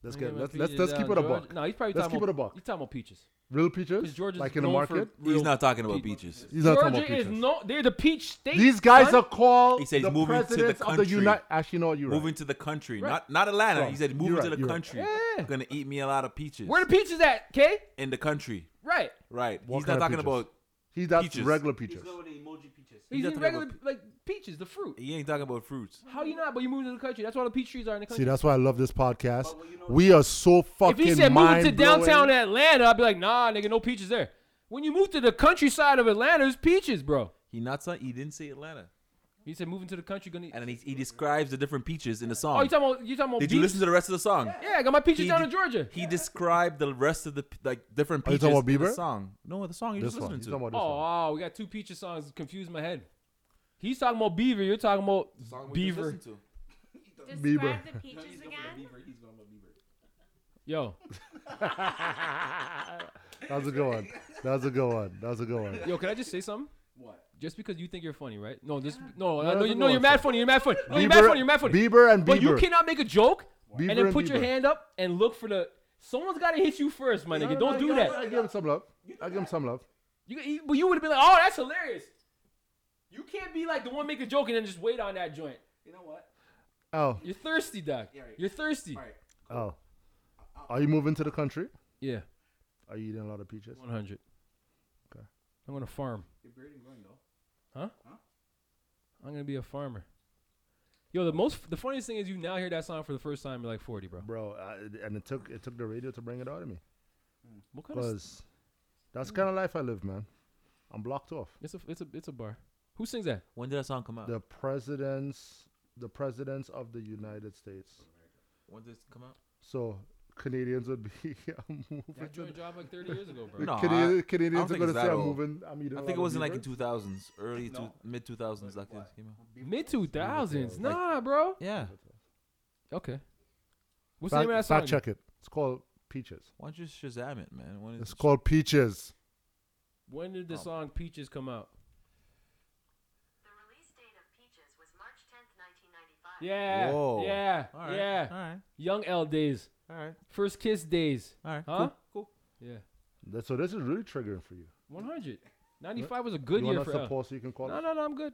Speaker 4: Let's
Speaker 1: Bring
Speaker 4: get
Speaker 1: him
Speaker 4: let's
Speaker 1: a
Speaker 4: let's,
Speaker 1: peaches
Speaker 4: let's keep
Speaker 1: down,
Speaker 4: it a
Speaker 1: George.
Speaker 4: buck.
Speaker 1: No, he's probably
Speaker 4: let's
Speaker 1: talking
Speaker 4: keep
Speaker 1: about,
Speaker 4: it a buck.
Speaker 1: He's talking about peaches.
Speaker 4: Real
Speaker 1: 'Cause
Speaker 4: peaches,
Speaker 1: George is
Speaker 4: like in the
Speaker 1: known for
Speaker 4: market.
Speaker 1: real
Speaker 11: He's not talking about beaches.
Speaker 4: He's not talking
Speaker 1: Georgia
Speaker 4: about peaches.
Speaker 1: is no. They're the peach state.
Speaker 4: These guys
Speaker 1: son.
Speaker 4: are called
Speaker 11: He said he's
Speaker 4: the
Speaker 11: moving to the
Speaker 4: presidents of the
Speaker 11: country.
Speaker 4: United. Actually, no, you're
Speaker 11: Moving
Speaker 4: right.
Speaker 11: to the country,
Speaker 1: Right.
Speaker 11: not not Atlanta.
Speaker 4: Wrong.
Speaker 11: He said
Speaker 4: You're
Speaker 11: moving to
Speaker 4: right,
Speaker 11: the
Speaker 4: you're right.
Speaker 11: country.
Speaker 1: Yeah.
Speaker 11: Gonna eat me a lot of peaches
Speaker 1: Where the peaches at? Okay,
Speaker 11: in the country.
Speaker 1: right.
Speaker 11: Right.
Speaker 4: What
Speaker 11: He's not
Speaker 4: kind of
Speaker 11: talking
Speaker 4: peaches?
Speaker 11: about.
Speaker 4: He that's
Speaker 11: peaches.
Speaker 4: regular peaches.
Speaker 6: Go with the emoji peaches.
Speaker 1: He's
Speaker 11: not
Speaker 1: eating
Speaker 11: talking
Speaker 1: regular
Speaker 11: about
Speaker 1: like peaches, the fruit.
Speaker 11: He ain't talking about fruits.
Speaker 1: How you not? But you moved to the country. That's why the peach trees are in the
Speaker 4: See,
Speaker 1: country.
Speaker 4: that's why I love this podcast. We are so
Speaker 1: if
Speaker 4: fucking
Speaker 1: he said moving to
Speaker 4: mind-blowing.
Speaker 1: downtown Atlanta, I'd be like, nah, nigga, no peaches there. When you move to the countryside of Atlanta, there's peaches, bro.
Speaker 11: He not sa- He didn't say Atlanta.
Speaker 1: He said moving to the country, gonna. Eat.
Speaker 11: And then he, he describes the different peaches in the song.
Speaker 1: Oh, you talking about? You talking about?
Speaker 11: Did you
Speaker 1: beach?
Speaker 11: listen to the rest of the song?
Speaker 1: Yeah, I got my peaches
Speaker 11: He
Speaker 1: down
Speaker 11: de-
Speaker 1: in Georgia.
Speaker 11: He described the rest of the p- like different
Speaker 4: Are Oh, you
Speaker 11: peaches
Speaker 4: talking about
Speaker 11: in the
Speaker 4: Bieber?
Speaker 11: song. No, the song you're
Speaker 4: This
Speaker 11: just
Speaker 4: one.
Speaker 11: listening
Speaker 4: He's
Speaker 11: to.
Speaker 4: talking about
Speaker 1: Oh,
Speaker 4: this one.
Speaker 1: wow, we got two peaches songs. Confused my head. He's talking about Beaver. You're talking about Beaver.
Speaker 2: Describe
Speaker 4: Bieber.
Speaker 2: the peaches again.
Speaker 1: Yo,
Speaker 4: That was a good one. That was a good one. That was a good one.
Speaker 1: yo, can I just say something? What? Just because you think you're funny, right? No, just no, no,
Speaker 4: No, that's
Speaker 1: you,
Speaker 4: a
Speaker 1: no.
Speaker 4: good
Speaker 1: You're
Speaker 4: one,
Speaker 1: mad
Speaker 4: sir.
Speaker 1: funny. You're mad funny. No, you're mad funny. You're mad funny.
Speaker 4: Bieber and Bieber.
Speaker 1: But you cannot make a joke
Speaker 4: Bieber
Speaker 1: and then
Speaker 4: and
Speaker 1: put your
Speaker 4: Bieber.
Speaker 1: hand up and look for the. Someone's gotta hit you first, my nigga. Don't do
Speaker 4: I
Speaker 1: that.
Speaker 4: give him some love. I give him some love.
Speaker 1: You, you- but you would have been like, oh, that's hilarious. You can't be like the one make a joke and then just wait on that joint.
Speaker 6: You know what?
Speaker 4: Oh,
Speaker 1: You're thirsty, doc. You're thirsty.
Speaker 6: All right.
Speaker 4: oh. Are you moving to the country?
Speaker 1: Yeah,
Speaker 4: Are you eating a lot of peaches?
Speaker 1: 100.
Speaker 4: Okay.
Speaker 1: I'm gonna farm.
Speaker 6: You're beard and growing though.
Speaker 1: I'm gonna be a farmer. Yo, the most the funniest thing is you now hear that song for the first time. You're like 40, bro.
Speaker 4: Bro, I, and it took it took the radio to bring it out of me.
Speaker 1: What kind of?
Speaker 4: Cause that's the kind of life I live, man. I'm blocked off.
Speaker 1: It's a it's a it's a bar. Who sings that?
Speaker 11: When did that song come out?
Speaker 4: The presidents, the presidents of the United States.
Speaker 11: when did it come out?
Speaker 4: So Canadians would be I'm moving.
Speaker 1: That joint dropped like 30 years ago, bro.
Speaker 11: No,
Speaker 4: Canadian,
Speaker 11: I- I don't
Speaker 4: Canadians are
Speaker 11: think
Speaker 4: gonna
Speaker 11: it's
Speaker 4: say
Speaker 11: that
Speaker 4: I'm
Speaker 11: old.
Speaker 4: moving. I'm eating.
Speaker 11: I
Speaker 4: a
Speaker 11: think it
Speaker 4: lot
Speaker 11: was
Speaker 4: of
Speaker 11: in like the
Speaker 4: beavers."
Speaker 11: 2000s, early to mid 2000s, like this came out.
Speaker 1: Mid 2000s. Nah, bro.
Speaker 11: Yeah.
Speaker 1: Okay. What's
Speaker 4: Fact,
Speaker 1: the name of that song?
Speaker 4: fact check it. It's called Peaches.
Speaker 11: Why don't you Shazam it, man? When
Speaker 4: It's called Peaches.
Speaker 1: When did the song Peaches come out? Yeah.
Speaker 11: Whoa.
Speaker 1: Yeah.
Speaker 11: All right,
Speaker 1: Yeah.
Speaker 11: all right.
Speaker 1: Young L days.
Speaker 11: All right.
Speaker 1: First kiss days.
Speaker 11: All right.
Speaker 1: Huh?
Speaker 11: Cool.
Speaker 1: Yeah.
Speaker 4: Th- So this is really triggering for you.
Speaker 1: 100. 95 was a good
Speaker 4: you
Speaker 1: year
Speaker 4: want
Speaker 1: for
Speaker 4: us to
Speaker 1: L.
Speaker 4: pause so you can call
Speaker 1: No,
Speaker 4: us?
Speaker 1: no, no. I'm good.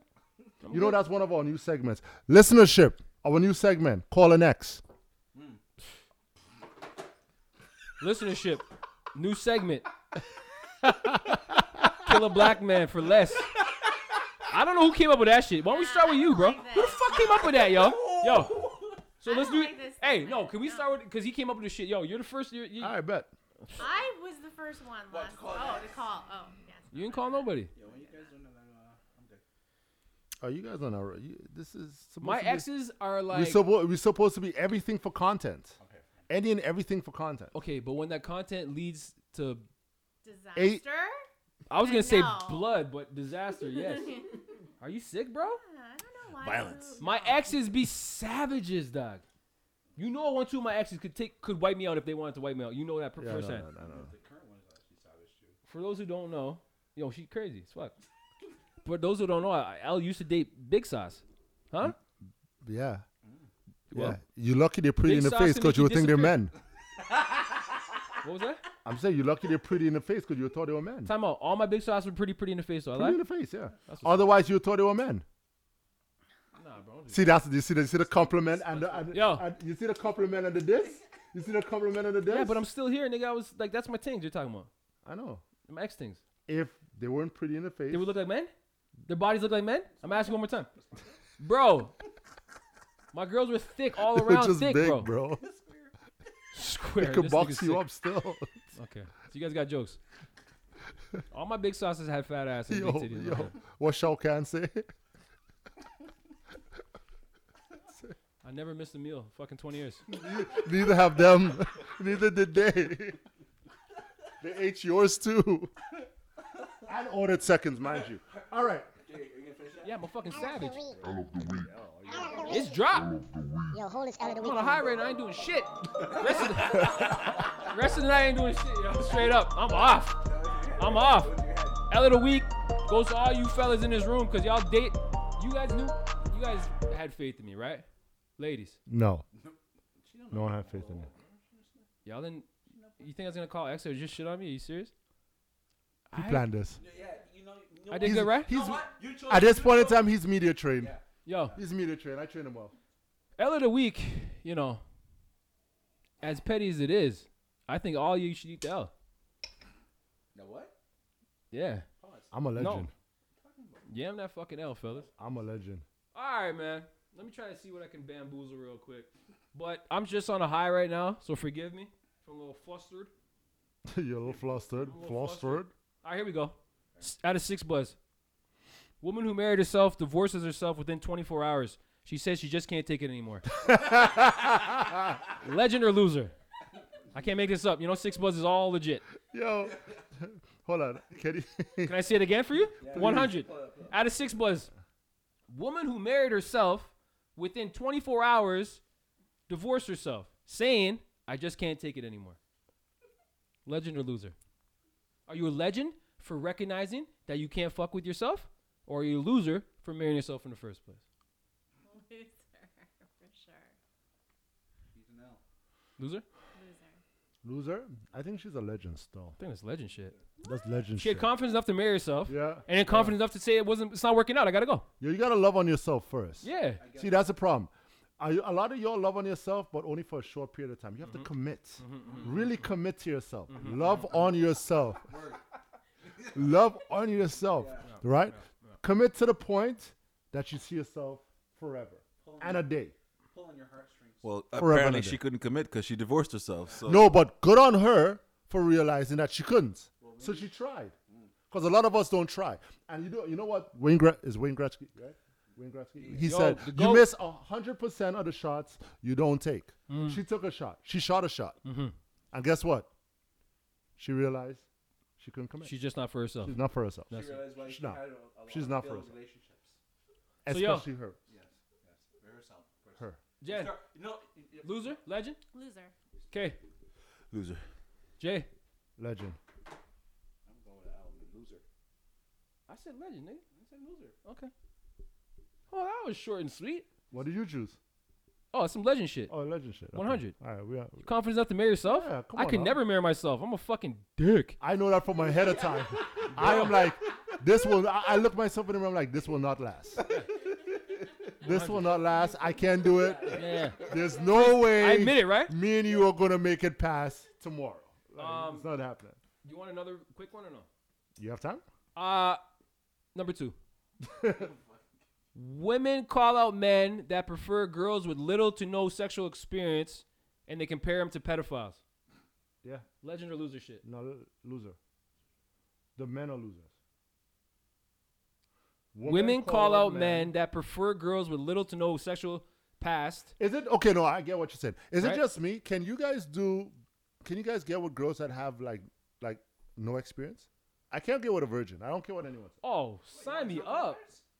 Speaker 1: I'm
Speaker 4: You know
Speaker 1: good.
Speaker 4: that's one of our new segments. Listenership, our new segment. Call an X.
Speaker 1: listenership. New segment. Kill a black man for less. I don't know who came up with that shit. Why don't we start with you, bro? Who the fuck came up with that, yo? Yo. So let's do. hey, no. Can we start with? Because he came up with this shit. Yo, you're the first. You're, you,
Speaker 4: I bet.
Speaker 2: I was the first one last. Oh, the call. Oh, yes.
Speaker 1: You didn't call nobody.
Speaker 4: Oh, you guys are not. re- You, this is supposed
Speaker 1: My
Speaker 4: to be-
Speaker 1: exes are
Speaker 4: we
Speaker 1: like.
Speaker 4: suppo- we're supposed to be everything for content. Any and everything for content.
Speaker 1: Okay, but when that content leads to
Speaker 2: Disaster. Uh,
Speaker 1: I was gonna
Speaker 2: I
Speaker 1: say
Speaker 2: know.
Speaker 1: blood, but disaster. Yes. Are you sick, bro?
Speaker 2: Violence.
Speaker 1: My exes be savages, dog. You know, one two of my exes could take could wipe me out if they wanted to wipe me out. You know that per-
Speaker 4: Yeah, I know,
Speaker 1: firsthand.
Speaker 4: I know, I know.
Speaker 1: For those who don't know, yo, she crazy as fuck. For those who don't know, I, L used to date Big Sauce, huh?
Speaker 4: Yeah.
Speaker 1: Well,
Speaker 4: yeah. You're lucky they're pretty
Speaker 1: big
Speaker 4: in the
Speaker 1: sauce
Speaker 4: face
Speaker 1: to
Speaker 4: because
Speaker 1: make
Speaker 4: you
Speaker 1: you
Speaker 4: would think they're
Speaker 1: disappear.
Speaker 4: men.
Speaker 1: What was that?
Speaker 4: I'm saying you're lucky they're pretty in the face because you thought they were men.
Speaker 1: Time out. All my Big Sauce were pretty pretty in the face. So I
Speaker 4: Pretty in
Speaker 1: like.
Speaker 4: the face, yeah.
Speaker 1: That's what's
Speaker 4: Otherwise, you thought they were men.
Speaker 1: Nah, bro.
Speaker 4: See, that's you see the, you see the compliment and, the, and,
Speaker 1: Yo.
Speaker 4: and you see the compliment and the this. You see the compliment and the this.
Speaker 1: Yeah, but I'm still here, nigga. I was like, that's my things you're talking about.
Speaker 4: I know.
Speaker 1: My ex things.
Speaker 4: If they weren't pretty in the face,
Speaker 1: They would look like men? Their bodies look like men? I'm asking one more time. Bro. My girls were thick all
Speaker 4: they were
Speaker 1: around
Speaker 4: just
Speaker 1: thick,
Speaker 4: big,
Speaker 1: bro.
Speaker 4: bro.
Speaker 1: Square.
Speaker 4: They could
Speaker 1: this
Speaker 4: box
Speaker 1: nigga's
Speaker 4: you
Speaker 1: sick.
Speaker 4: up still.
Speaker 1: Okay. So you guys got jokes. All my big sauces had fat ass and
Speaker 4: yo,
Speaker 1: big titties.
Speaker 4: yo, what Shao Kahn say?
Speaker 1: I never missed a meal. Fucking 20 years.
Speaker 4: Neither have them. Neither did they. they ate yours too. I ordered seconds, mind you. All right.
Speaker 1: Yeah, I'm a fucking savage.
Speaker 5: Out of the
Speaker 1: It's dropped.
Speaker 5: Yo, hold this out of the
Speaker 1: I'm
Speaker 5: week.
Speaker 1: on a high right now. I ain't doing shit. Rest of the, rest of the night, I ain't doing shit, yo. Straight up. I'm off. I'm off. L of the week goes to all you fellas in this room because y'all date. You guys knew. You guys had faith in me, right? Ladies,
Speaker 4: No. No, I have faith in you.
Speaker 1: y'all didn't. You think I was going to call X or just shit on me? Are you serious?
Speaker 4: He planned this.
Speaker 1: I did good, right?
Speaker 4: He's, at this point in time, he's media trained.
Speaker 1: Yo.
Speaker 4: He's media trained. I train him well.
Speaker 1: L of the week, you know, as petty as it is, I think all you should eat the L.
Speaker 10: Now what?
Speaker 1: Yeah.
Speaker 4: I'm a
Speaker 1: No.
Speaker 4: legend.
Speaker 1: Yeah, I'm that fucking L, fellas.
Speaker 4: I'm a legend.
Speaker 1: All right, man. Let me try to see what I can bamboozle real quick. But I'm just on a high right now, so forgive me. if I'm a little flustered.
Speaker 4: You're a little flustered.
Speaker 1: I'm a little
Speaker 4: Flustered.
Speaker 1: All right, here we go. S- Out of six buzz. Woman who married herself divorces herself within 24 hours. She says she just can't take it anymore. Legend or loser? I can't make this up. You know, six buzz is all legit.
Speaker 4: Yo, hold on. Can you?
Speaker 1: Can I say it again for you? 100. Out of six buzz. Woman who married herself within 24 hours divorced herself, saying, I just can't take it anymore. Legend or loser? Are you a legend for recognizing that you can't fuck with yourself? Or are you a loser for marrying yourself in the first place?
Speaker 2: Loser, for sure.
Speaker 1: Loser?
Speaker 2: Loser.
Speaker 4: Loser? I think she's a legend still.
Speaker 1: I think that's legend shit.
Speaker 4: That's legend
Speaker 1: She had
Speaker 4: shit.
Speaker 1: confidence enough to marry herself.
Speaker 4: Yeah.
Speaker 1: And then confidence enough to say it wasn't it's not working out. I gotta go.
Speaker 4: Yo, you gotta love on yourself first.
Speaker 1: Yeah.
Speaker 4: See, that's the problem. Are you, a lot of y'all love on yourself, but only for a short period of time. You have
Speaker 1: Mm-hmm.
Speaker 4: to commit. really commit to yourself. Love on yourself. love on yourself. Right? Commit to the point that you see yourself forever and a day.
Speaker 10: Pulling your heartstrings.
Speaker 11: Well,
Speaker 4: Forever
Speaker 11: apparently
Speaker 4: and a
Speaker 11: she
Speaker 4: day.
Speaker 11: couldn't commit because she divorced herself. So
Speaker 4: No, but good on her for realizing that she couldn't. So she tried. Because a lot of us don't try. And you know, you know what? Wayne Gret- is Wayne Gretzky, right? Wayne Gretzky. He
Speaker 1: Yo,
Speaker 4: said,
Speaker 1: the
Speaker 4: "You
Speaker 1: GOAT."
Speaker 4: miss hundred percent of the shots you don't take."
Speaker 1: Mm.
Speaker 4: She took a shot. She shot a shot.
Speaker 1: Mm-hmm.
Speaker 4: And guess what? She realized she couldn't commit.
Speaker 1: She's just not for herself.
Speaker 4: She's not for herself.
Speaker 1: That's it.
Speaker 10: Realize why
Speaker 4: She's
Speaker 10: she
Speaker 4: not.
Speaker 10: had a- a lot
Speaker 4: She's
Speaker 10: of
Speaker 4: not for
Speaker 10: failed
Speaker 4: herself.
Speaker 10: relationships.
Speaker 1: So, yo.
Speaker 4: Especially her.
Speaker 10: Herself.
Speaker 4: Her.
Speaker 1: Jen,
Speaker 10: No,
Speaker 1: loser, legend?
Speaker 2: Loser.
Speaker 1: Okay.
Speaker 11: Loser.
Speaker 1: Jay.
Speaker 4: Legend.
Speaker 1: I said legend, nigga. I said loser. Okay. Oh, that was short and sweet.
Speaker 4: What did you choose?
Speaker 1: Oh, it's some legend shit.
Speaker 4: Oh, legend shit. Okay.
Speaker 1: 100.
Speaker 4: All right, we are.
Speaker 1: You confident enough to marry yourself?
Speaker 4: Yeah, come
Speaker 1: I
Speaker 4: on
Speaker 1: can
Speaker 4: now.
Speaker 1: never marry myself. I'm a fucking dick.
Speaker 4: I know that from ahead of time. I am like, this will. I, I look myself in the mirror. I'm like, this will not last. This will not last. I can't do it.
Speaker 1: Yeah.
Speaker 4: There's no way.
Speaker 1: I admit it, right?
Speaker 4: Me and you are gonna make it past tomorrow. Like,
Speaker 1: Um,
Speaker 4: it's not happening.
Speaker 1: Do you want another quick one or no?
Speaker 4: You have time?
Speaker 1: Uh, number two. Women call out men that prefer girls with little to no sexual experience, and they compare them to pedophiles.
Speaker 4: Yeah.
Speaker 1: Legend or loser shit.
Speaker 4: No l- loser. The men are losers.
Speaker 1: Women, call, out men. that prefer girls with little to no sexual past.
Speaker 4: Is it okay? No, I get what you said. Is
Speaker 1: Right?
Speaker 4: it just me? Can you guys do? Can you guys get with girls that have like like no experience? I can't get with a virgin. I don't care what anyone says.
Speaker 1: Oh, sign me up.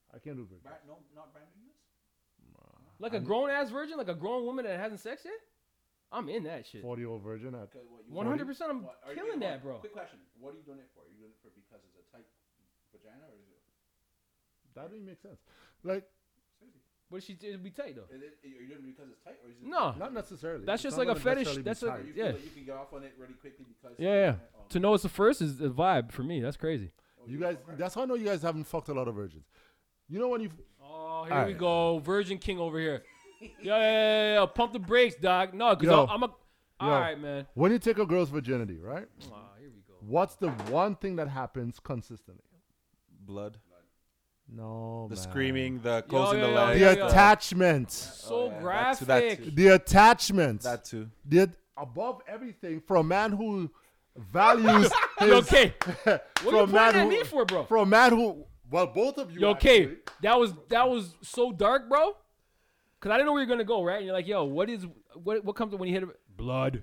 Speaker 4: I can't do virgin.
Speaker 8: Bra- no, not brand new
Speaker 1: Like a grown ass virgin, like a grown woman that hasn't sex yet? I'm in that shit.
Speaker 4: Forty year old virgin. I,
Speaker 1: 100%
Speaker 8: you-
Speaker 1: I'm
Speaker 8: What- are you-
Speaker 1: killing that, bro.
Speaker 8: Quick question: What are you doing it for? Are you doing it for because it's a tight vagina, or is it?
Speaker 4: that doesn't make sense. Like
Speaker 1: But she it'd be tight though.
Speaker 8: Is it are you doing it because it's tight, or is it?
Speaker 1: No.
Speaker 4: not necessarily.
Speaker 1: That's
Speaker 4: It's
Speaker 1: just
Speaker 4: not
Speaker 1: like a
Speaker 4: gonna
Speaker 1: fetish.
Speaker 4: necessarily be
Speaker 1: That's a-
Speaker 4: tight.
Speaker 8: You
Speaker 1: Mm, Yeah.
Speaker 8: feel like you can get off on it really quickly because.
Speaker 1: Yeah, yeah.
Speaker 8: Oh,
Speaker 1: To know it's the first is the vibe for me. That's crazy.
Speaker 4: You guys. That's how I know you guys haven't fucked a lot of virgins. You know when you
Speaker 1: Oh, here
Speaker 4: All
Speaker 1: we
Speaker 4: right.
Speaker 1: go, Virgin King over here. Yeah, yeah, yeah, yeah, yeah. Pump the brakes, dog. No, cause
Speaker 4: Yo.
Speaker 1: I'm, I'm a. All
Speaker 4: Yo.
Speaker 1: right, man.
Speaker 4: when you take a girl's virginity, right?
Speaker 1: Aw, here we go.
Speaker 4: What's the one thing that happens consistently?
Speaker 11: Blood.
Speaker 4: No.
Speaker 11: The
Speaker 4: man.
Speaker 11: screaming, the closing
Speaker 1: yo,
Speaker 11: the
Speaker 1: yo,
Speaker 11: legs.
Speaker 1: yo,
Speaker 4: The
Speaker 1: yo.
Speaker 4: attachments.
Speaker 8: Oh,
Speaker 1: So
Speaker 11: yeah, that too,
Speaker 1: graphic.
Speaker 11: that too.
Speaker 4: The attachments.
Speaker 11: That too.
Speaker 4: The above everything for a man who values. his,
Speaker 1: Yo, K,
Speaker 4: for
Speaker 1: what
Speaker 4: a
Speaker 1: are you
Speaker 4: man
Speaker 1: pointing at
Speaker 4: who-
Speaker 1: me for, bro?
Speaker 4: For a man who. Well, both of you.
Speaker 1: Yo, K,
Speaker 4: actually.
Speaker 1: that was that was so dark, bro. Cause I didn't know where you're gonna go, right? And you're like, yo, what is what what comes when you hit a blood?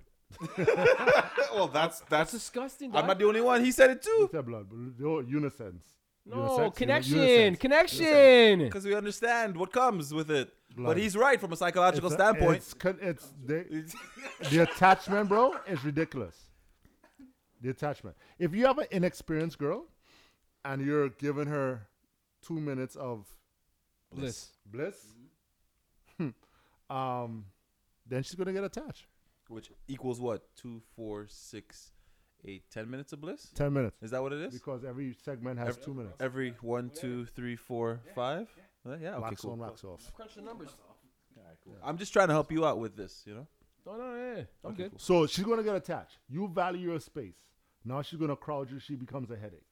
Speaker 11: well, that's that's.
Speaker 1: Disgusting.
Speaker 11: I'm
Speaker 1: dog.
Speaker 11: not the only one. He said it too.
Speaker 4: Instead of blood, but they're unisense.
Speaker 1: No
Speaker 4: Unisex, uni-
Speaker 1: connection,
Speaker 4: unisex.
Speaker 1: connection.
Speaker 11: Because we understand what comes with it.
Speaker 4: Blood.
Speaker 11: But he's right from a psychological
Speaker 4: It's a-
Speaker 11: standpoint.
Speaker 4: It's, con- it's the, the attachment, bro, is ridiculous. The attachment. If you have an inexperienced girl and you're giving her two minutes of
Speaker 1: Bliss.
Speaker 4: bliss, Mm-hmm. um, then she's going to get attached.
Speaker 11: Which equals what? Two, four, six, eight, ten minutes of bliss?
Speaker 4: 10 minutes.
Speaker 11: Is that what it is?
Speaker 4: Because every segment has two minutes.
Speaker 11: Every one, two, three, four, five? Yeah, yeah, okay,
Speaker 4: wax
Speaker 11: cool.
Speaker 4: on, wax off.
Speaker 1: Crunch the numbers.
Speaker 11: I'm just trying to help you out with this, you know?
Speaker 1: No, no, yeah, yeah. I'm good.
Speaker 4: So she's going to get attached. You value your space. Now she's going to crowd you. She becomes a headache.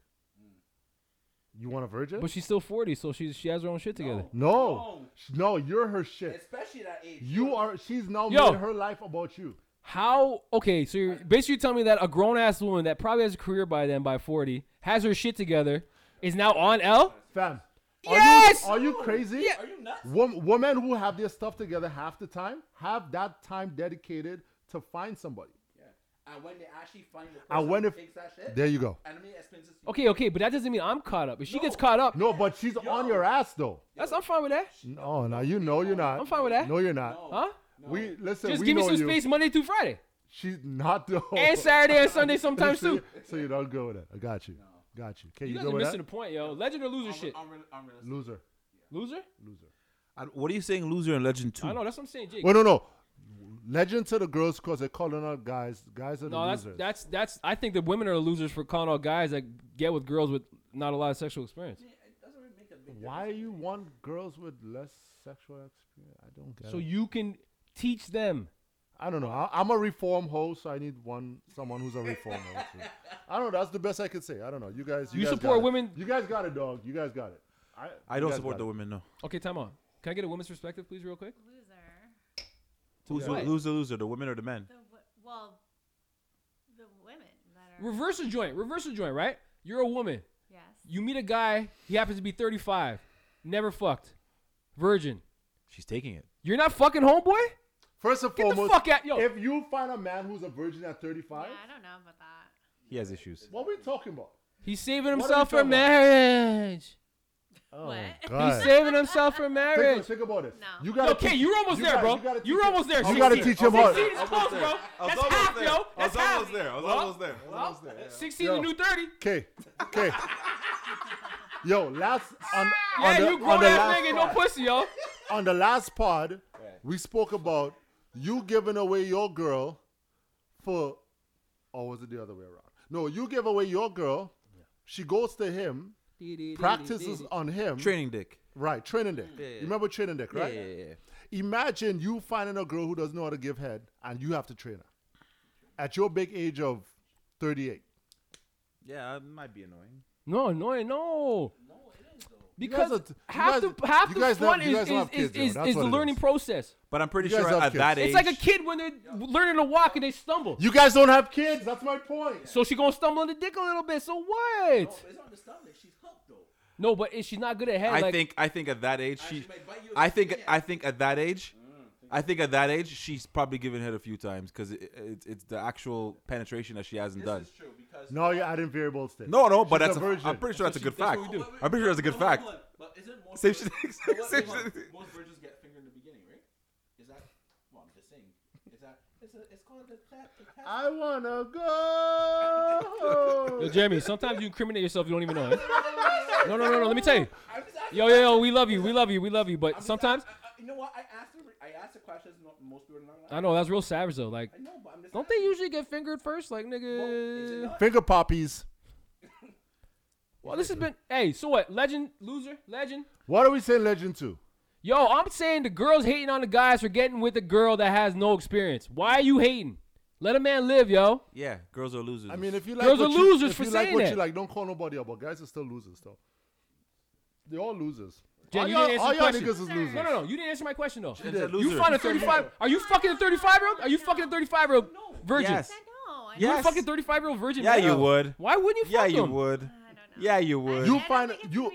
Speaker 4: You want a virgin?
Speaker 1: But she's still 40, so she's she has her own shit together.
Speaker 4: no. No, you're her shit.
Speaker 8: oh. Especially that age.
Speaker 4: You are. She's now
Speaker 1: Yo.
Speaker 4: made her life about you.
Speaker 1: How? Okay, so you're basically telling me that a grown ass woman that probably has a career by then, by 40, has her shit together, is now on L?
Speaker 4: Fam. Are
Speaker 1: Yes!
Speaker 4: You, are you crazy?
Speaker 1: Yeah.
Speaker 8: Are you nuts?
Speaker 1: Mm.
Speaker 4: Wom- women who have their stuff together half the time have that time dedicated to find somebody.
Speaker 8: Yeah. And when they actually find the person
Speaker 4: And when
Speaker 8: who
Speaker 4: if-
Speaker 8: takes that shit,
Speaker 4: There you go.
Speaker 8: and let me explain this to you.
Speaker 1: Okay, okay, but that doesn't mean I'm caught up. If she gets
Speaker 8: No.
Speaker 1: caught up,
Speaker 4: No, but she's on your ass though.
Speaker 1: that's I'm fine with that.
Speaker 4: No, no, you know you're not.
Speaker 1: I'm fine with that.
Speaker 4: No, you're not.
Speaker 1: Huh?
Speaker 4: We listen.
Speaker 1: Just
Speaker 4: we
Speaker 1: give me
Speaker 4: know
Speaker 1: some
Speaker 4: you.
Speaker 1: space Monday through Friday.
Speaker 4: She's not the.
Speaker 1: And Saturday and Sunday sometimes
Speaker 4: so,
Speaker 1: too.
Speaker 4: you- so you don't go with it. I got you. Got you. Can
Speaker 1: You
Speaker 4: you,
Speaker 1: guys
Speaker 4: go
Speaker 1: are
Speaker 4: with
Speaker 1: missing
Speaker 4: that?
Speaker 1: the point, yo. Legend or loser shit?
Speaker 8: I'm real- I'm realistic.
Speaker 4: Loser.
Speaker 1: Loser?
Speaker 4: Loser.
Speaker 11: And what are you saying, loser and legend two?
Speaker 1: I know, that's what I'm saying, Jake.
Speaker 4: Well, no, no. Legend to the girls because they're calling out guys. Guys are the
Speaker 1: No, that's
Speaker 4: losers.
Speaker 1: that's that's. I think that women are the losers for calling out guys that get with girls with not a lot of sexual experience.
Speaker 8: It doesn't really make a big
Speaker 4: Why you want girls with less sexual experience? I don't get
Speaker 1: So
Speaker 4: it.
Speaker 1: you can teach them.
Speaker 4: I don't know. I, I'm a reform hoe, so I need one someone who's a reform hoe. too. I don't know. That's the best I could say. I don't know. You guys, you,
Speaker 1: You
Speaker 4: guys
Speaker 1: support
Speaker 4: got it.
Speaker 1: women-
Speaker 4: You guys got it, dog. You guys got it. I,
Speaker 11: I
Speaker 4: you
Speaker 11: don't
Speaker 4: guys
Speaker 11: support
Speaker 4: got
Speaker 11: the
Speaker 4: it.
Speaker 11: women, no.
Speaker 1: Okay, time out. Can I get a woman's perspective, please, real quick?
Speaker 2: Loser.
Speaker 11: Who's,
Speaker 1: Yeah.
Speaker 11: the, who's the loser, the women or the men?
Speaker 2: The w- well, the women that are
Speaker 1: Reverse a joint. Reverse a joint. Right? You're a woman.
Speaker 2: yes.
Speaker 1: You meet a guy. He happens to be 35, never fucked, virgin.
Speaker 11: She's taking it.
Speaker 1: You're not fucking homeboy.
Speaker 4: First and
Speaker 1: Get the
Speaker 4: foremost,
Speaker 1: fuck out- yo.
Speaker 4: if you find a man who's a virgin at 35,
Speaker 2: Yeah, I don't know about that.
Speaker 11: He has issues.
Speaker 4: what are we talking about?
Speaker 1: He's saving
Speaker 4: What are we
Speaker 1: himself for
Speaker 4: talking about?
Speaker 1: marriage.
Speaker 4: Oh,
Speaker 1: What?
Speaker 4: God.
Speaker 1: He's saving himself for marriage.
Speaker 4: Think, think about this.
Speaker 1: No.
Speaker 4: You gotta
Speaker 1: Okay,
Speaker 4: teach-
Speaker 1: you're almost
Speaker 4: you
Speaker 1: there,
Speaker 4: gotta-
Speaker 1: bro.
Speaker 4: You gotta
Speaker 1: You're
Speaker 4: teach-
Speaker 1: almost there.
Speaker 4: You gotta
Speaker 1: 16.
Speaker 4: teach him hard.
Speaker 1: 16 is close, bro.
Speaker 11: I was
Speaker 1: That's
Speaker 11: almost
Speaker 1: half,
Speaker 11: there.
Speaker 1: yo.
Speaker 11: I was
Speaker 1: That's half.
Speaker 11: almost there. I was
Speaker 1: Well,
Speaker 11: almost there. I was
Speaker 1: well,
Speaker 11: almost there.
Speaker 1: 16 is the new 30.
Speaker 4: Okay, okay. Yo, last on,
Speaker 1: Yeah,
Speaker 4: on Oh, the,
Speaker 1: you
Speaker 4: on
Speaker 1: grown
Speaker 4: the
Speaker 1: ass
Speaker 4: last
Speaker 1: nigga, no
Speaker 4: pod-
Speaker 1: pussy, yo.
Speaker 4: On the last pod, we spoke about you giving away your girl for, or was it the other way around? No, you give away your girl. She goes to him, practices on him.
Speaker 11: Training dick.
Speaker 4: Right, training dick.
Speaker 11: Yeah, yeah.
Speaker 4: You remember training dick, right?
Speaker 11: Yeah, yeah, yeah.
Speaker 4: Imagine you finding a girl who doesn't know how to give head, and you have to train her at your big age of thirty-eight.
Speaker 11: Yeah, it might be annoying.
Speaker 1: No, no, no. Because
Speaker 11: guys are- you
Speaker 1: half
Speaker 11: guys-
Speaker 1: the half
Speaker 11: you
Speaker 1: the
Speaker 11: guys don't-
Speaker 1: fun
Speaker 11: you guys
Speaker 1: is, is,
Speaker 11: don't have
Speaker 1: is,
Speaker 11: kids, yo.
Speaker 1: is,
Speaker 11: That's
Speaker 1: is the
Speaker 11: what it
Speaker 1: learning process.
Speaker 11: But I'm pretty
Speaker 4: You guys
Speaker 11: sure
Speaker 4: have
Speaker 11: at that age,
Speaker 1: It's like a kid when they're learning to walk and they stumble.
Speaker 4: You guys don't have kids. That's my point.
Speaker 1: So she gonna stumble in the dick a little bit. So what?
Speaker 6: It's on the stomach. She's hooked though.
Speaker 1: No, but if she's not good at head,
Speaker 11: I
Speaker 1: like,
Speaker 11: think I think at that age she,
Speaker 6: might bite you
Speaker 11: I
Speaker 6: if
Speaker 11: think
Speaker 6: she
Speaker 11: I think at that age, I think at that age she's probably given head a few times because it, it, it's the actual penetration that she hasn't done.
Speaker 4: No, you're adding variables. There.
Speaker 11: No, no, but
Speaker 4: She's
Speaker 11: that's
Speaker 4: a
Speaker 11: a,
Speaker 4: virgin.
Speaker 11: I'm pretty sure that's a good
Speaker 6: that's
Speaker 11: fact.
Speaker 6: what we do.
Speaker 11: I'm pretty sure that's a good
Speaker 6: Hold on,
Speaker 11: fact.
Speaker 6: hold on. But isn't most
Speaker 11: Same
Speaker 6: virgins-
Speaker 11: shit-
Speaker 6: but what-
Speaker 11: same
Speaker 6: hold on.
Speaker 11: shit-
Speaker 6: Most virgins get fingered in the beginning, right? Is that? Well, I'm just saying. Is that? It's, a, it's called the tap. The tap.
Speaker 4: I wanna go.
Speaker 1: Yo, Jeremy, sometimes you incriminate yourself. You don't even know. eh? No, no, no, no. Let me tell you. Yo, yo, yo. We love you. We love you. We love you. But sometimes,
Speaker 6: I, I, you know what? I asked. her- I asked the questions. Not, most people are not.
Speaker 1: I know that's real savage though. Like,
Speaker 6: I know, but I'm just.
Speaker 1: don't they usually get fingered first? Like, nigga.
Speaker 4: Finger poppies.
Speaker 1: Well, this has been. Hey, so what? Legend, loser, legend.
Speaker 4: What do we say legend to?
Speaker 1: Yo, I'm saying the girls hating on the guys for getting with a girl that has no experience. Why are you hating? Let a man live, yo.
Speaker 11: Yeah, girls are losers.
Speaker 4: I mean, if you like,
Speaker 1: Girls are
Speaker 4: what you-
Speaker 1: losers
Speaker 4: if
Speaker 1: for
Speaker 4: you like
Speaker 1: saying
Speaker 4: what
Speaker 1: that.
Speaker 4: you like, don't call nobody up. But guys are still losers, though. They're all losers.
Speaker 1: Jen,
Speaker 4: all
Speaker 1: you
Speaker 4: y'all,
Speaker 1: didn't answer
Speaker 4: all
Speaker 1: the
Speaker 4: y'all
Speaker 1: question.
Speaker 4: niggas is losers.
Speaker 1: No, no, no. You didn't answer my question though.
Speaker 11: did.
Speaker 1: You
Speaker 11: Loser.
Speaker 1: find a
Speaker 11: She said
Speaker 1: 35. Are you fucking a 35 year old? Are you fucking a 35 year old virgin?
Speaker 11: Yes.
Speaker 2: No,
Speaker 1: You would
Speaker 11: Yes.
Speaker 1: fucking 35 year old virgin?
Speaker 11: yeah,
Speaker 1: man?
Speaker 11: you would.
Speaker 1: Why wouldn't you?
Speaker 11: Yeah,
Speaker 1: fuck
Speaker 11: you
Speaker 1: him?
Speaker 11: would. Yeah, you would.
Speaker 4: You find you.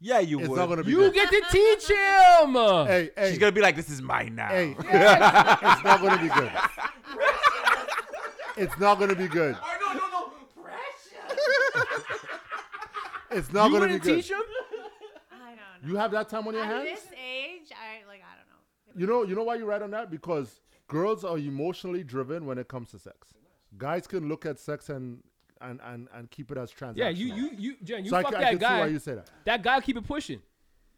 Speaker 11: Yeah, you
Speaker 4: It's
Speaker 11: would.
Speaker 4: not gonna be.
Speaker 1: You
Speaker 4: good.
Speaker 1: get to teach him.
Speaker 4: Hey, hey,
Speaker 11: She's gonna be like, this is mine now.
Speaker 4: hey. it's not gonna be good. It's not gonna be good.
Speaker 6: Oh, no, no, no. Precious.
Speaker 4: It's not
Speaker 1: you
Speaker 4: gonna be
Speaker 1: wouldn't
Speaker 4: good.
Speaker 1: teach him?
Speaker 4: You have that time on your
Speaker 2: At
Speaker 4: hands.
Speaker 2: this age, I like I don't know.
Speaker 4: You know, you know why you're right on that? Because girls are emotionally driven when it comes to sex. Guys can look at sex and and and, and keep it as transactional.
Speaker 1: Yeah, you, you, you, Jen, you
Speaker 4: So I
Speaker 1: fuck
Speaker 4: ca- I
Speaker 1: that
Speaker 4: can see
Speaker 1: guy.
Speaker 4: why you say that.
Speaker 1: guy keep it pushing.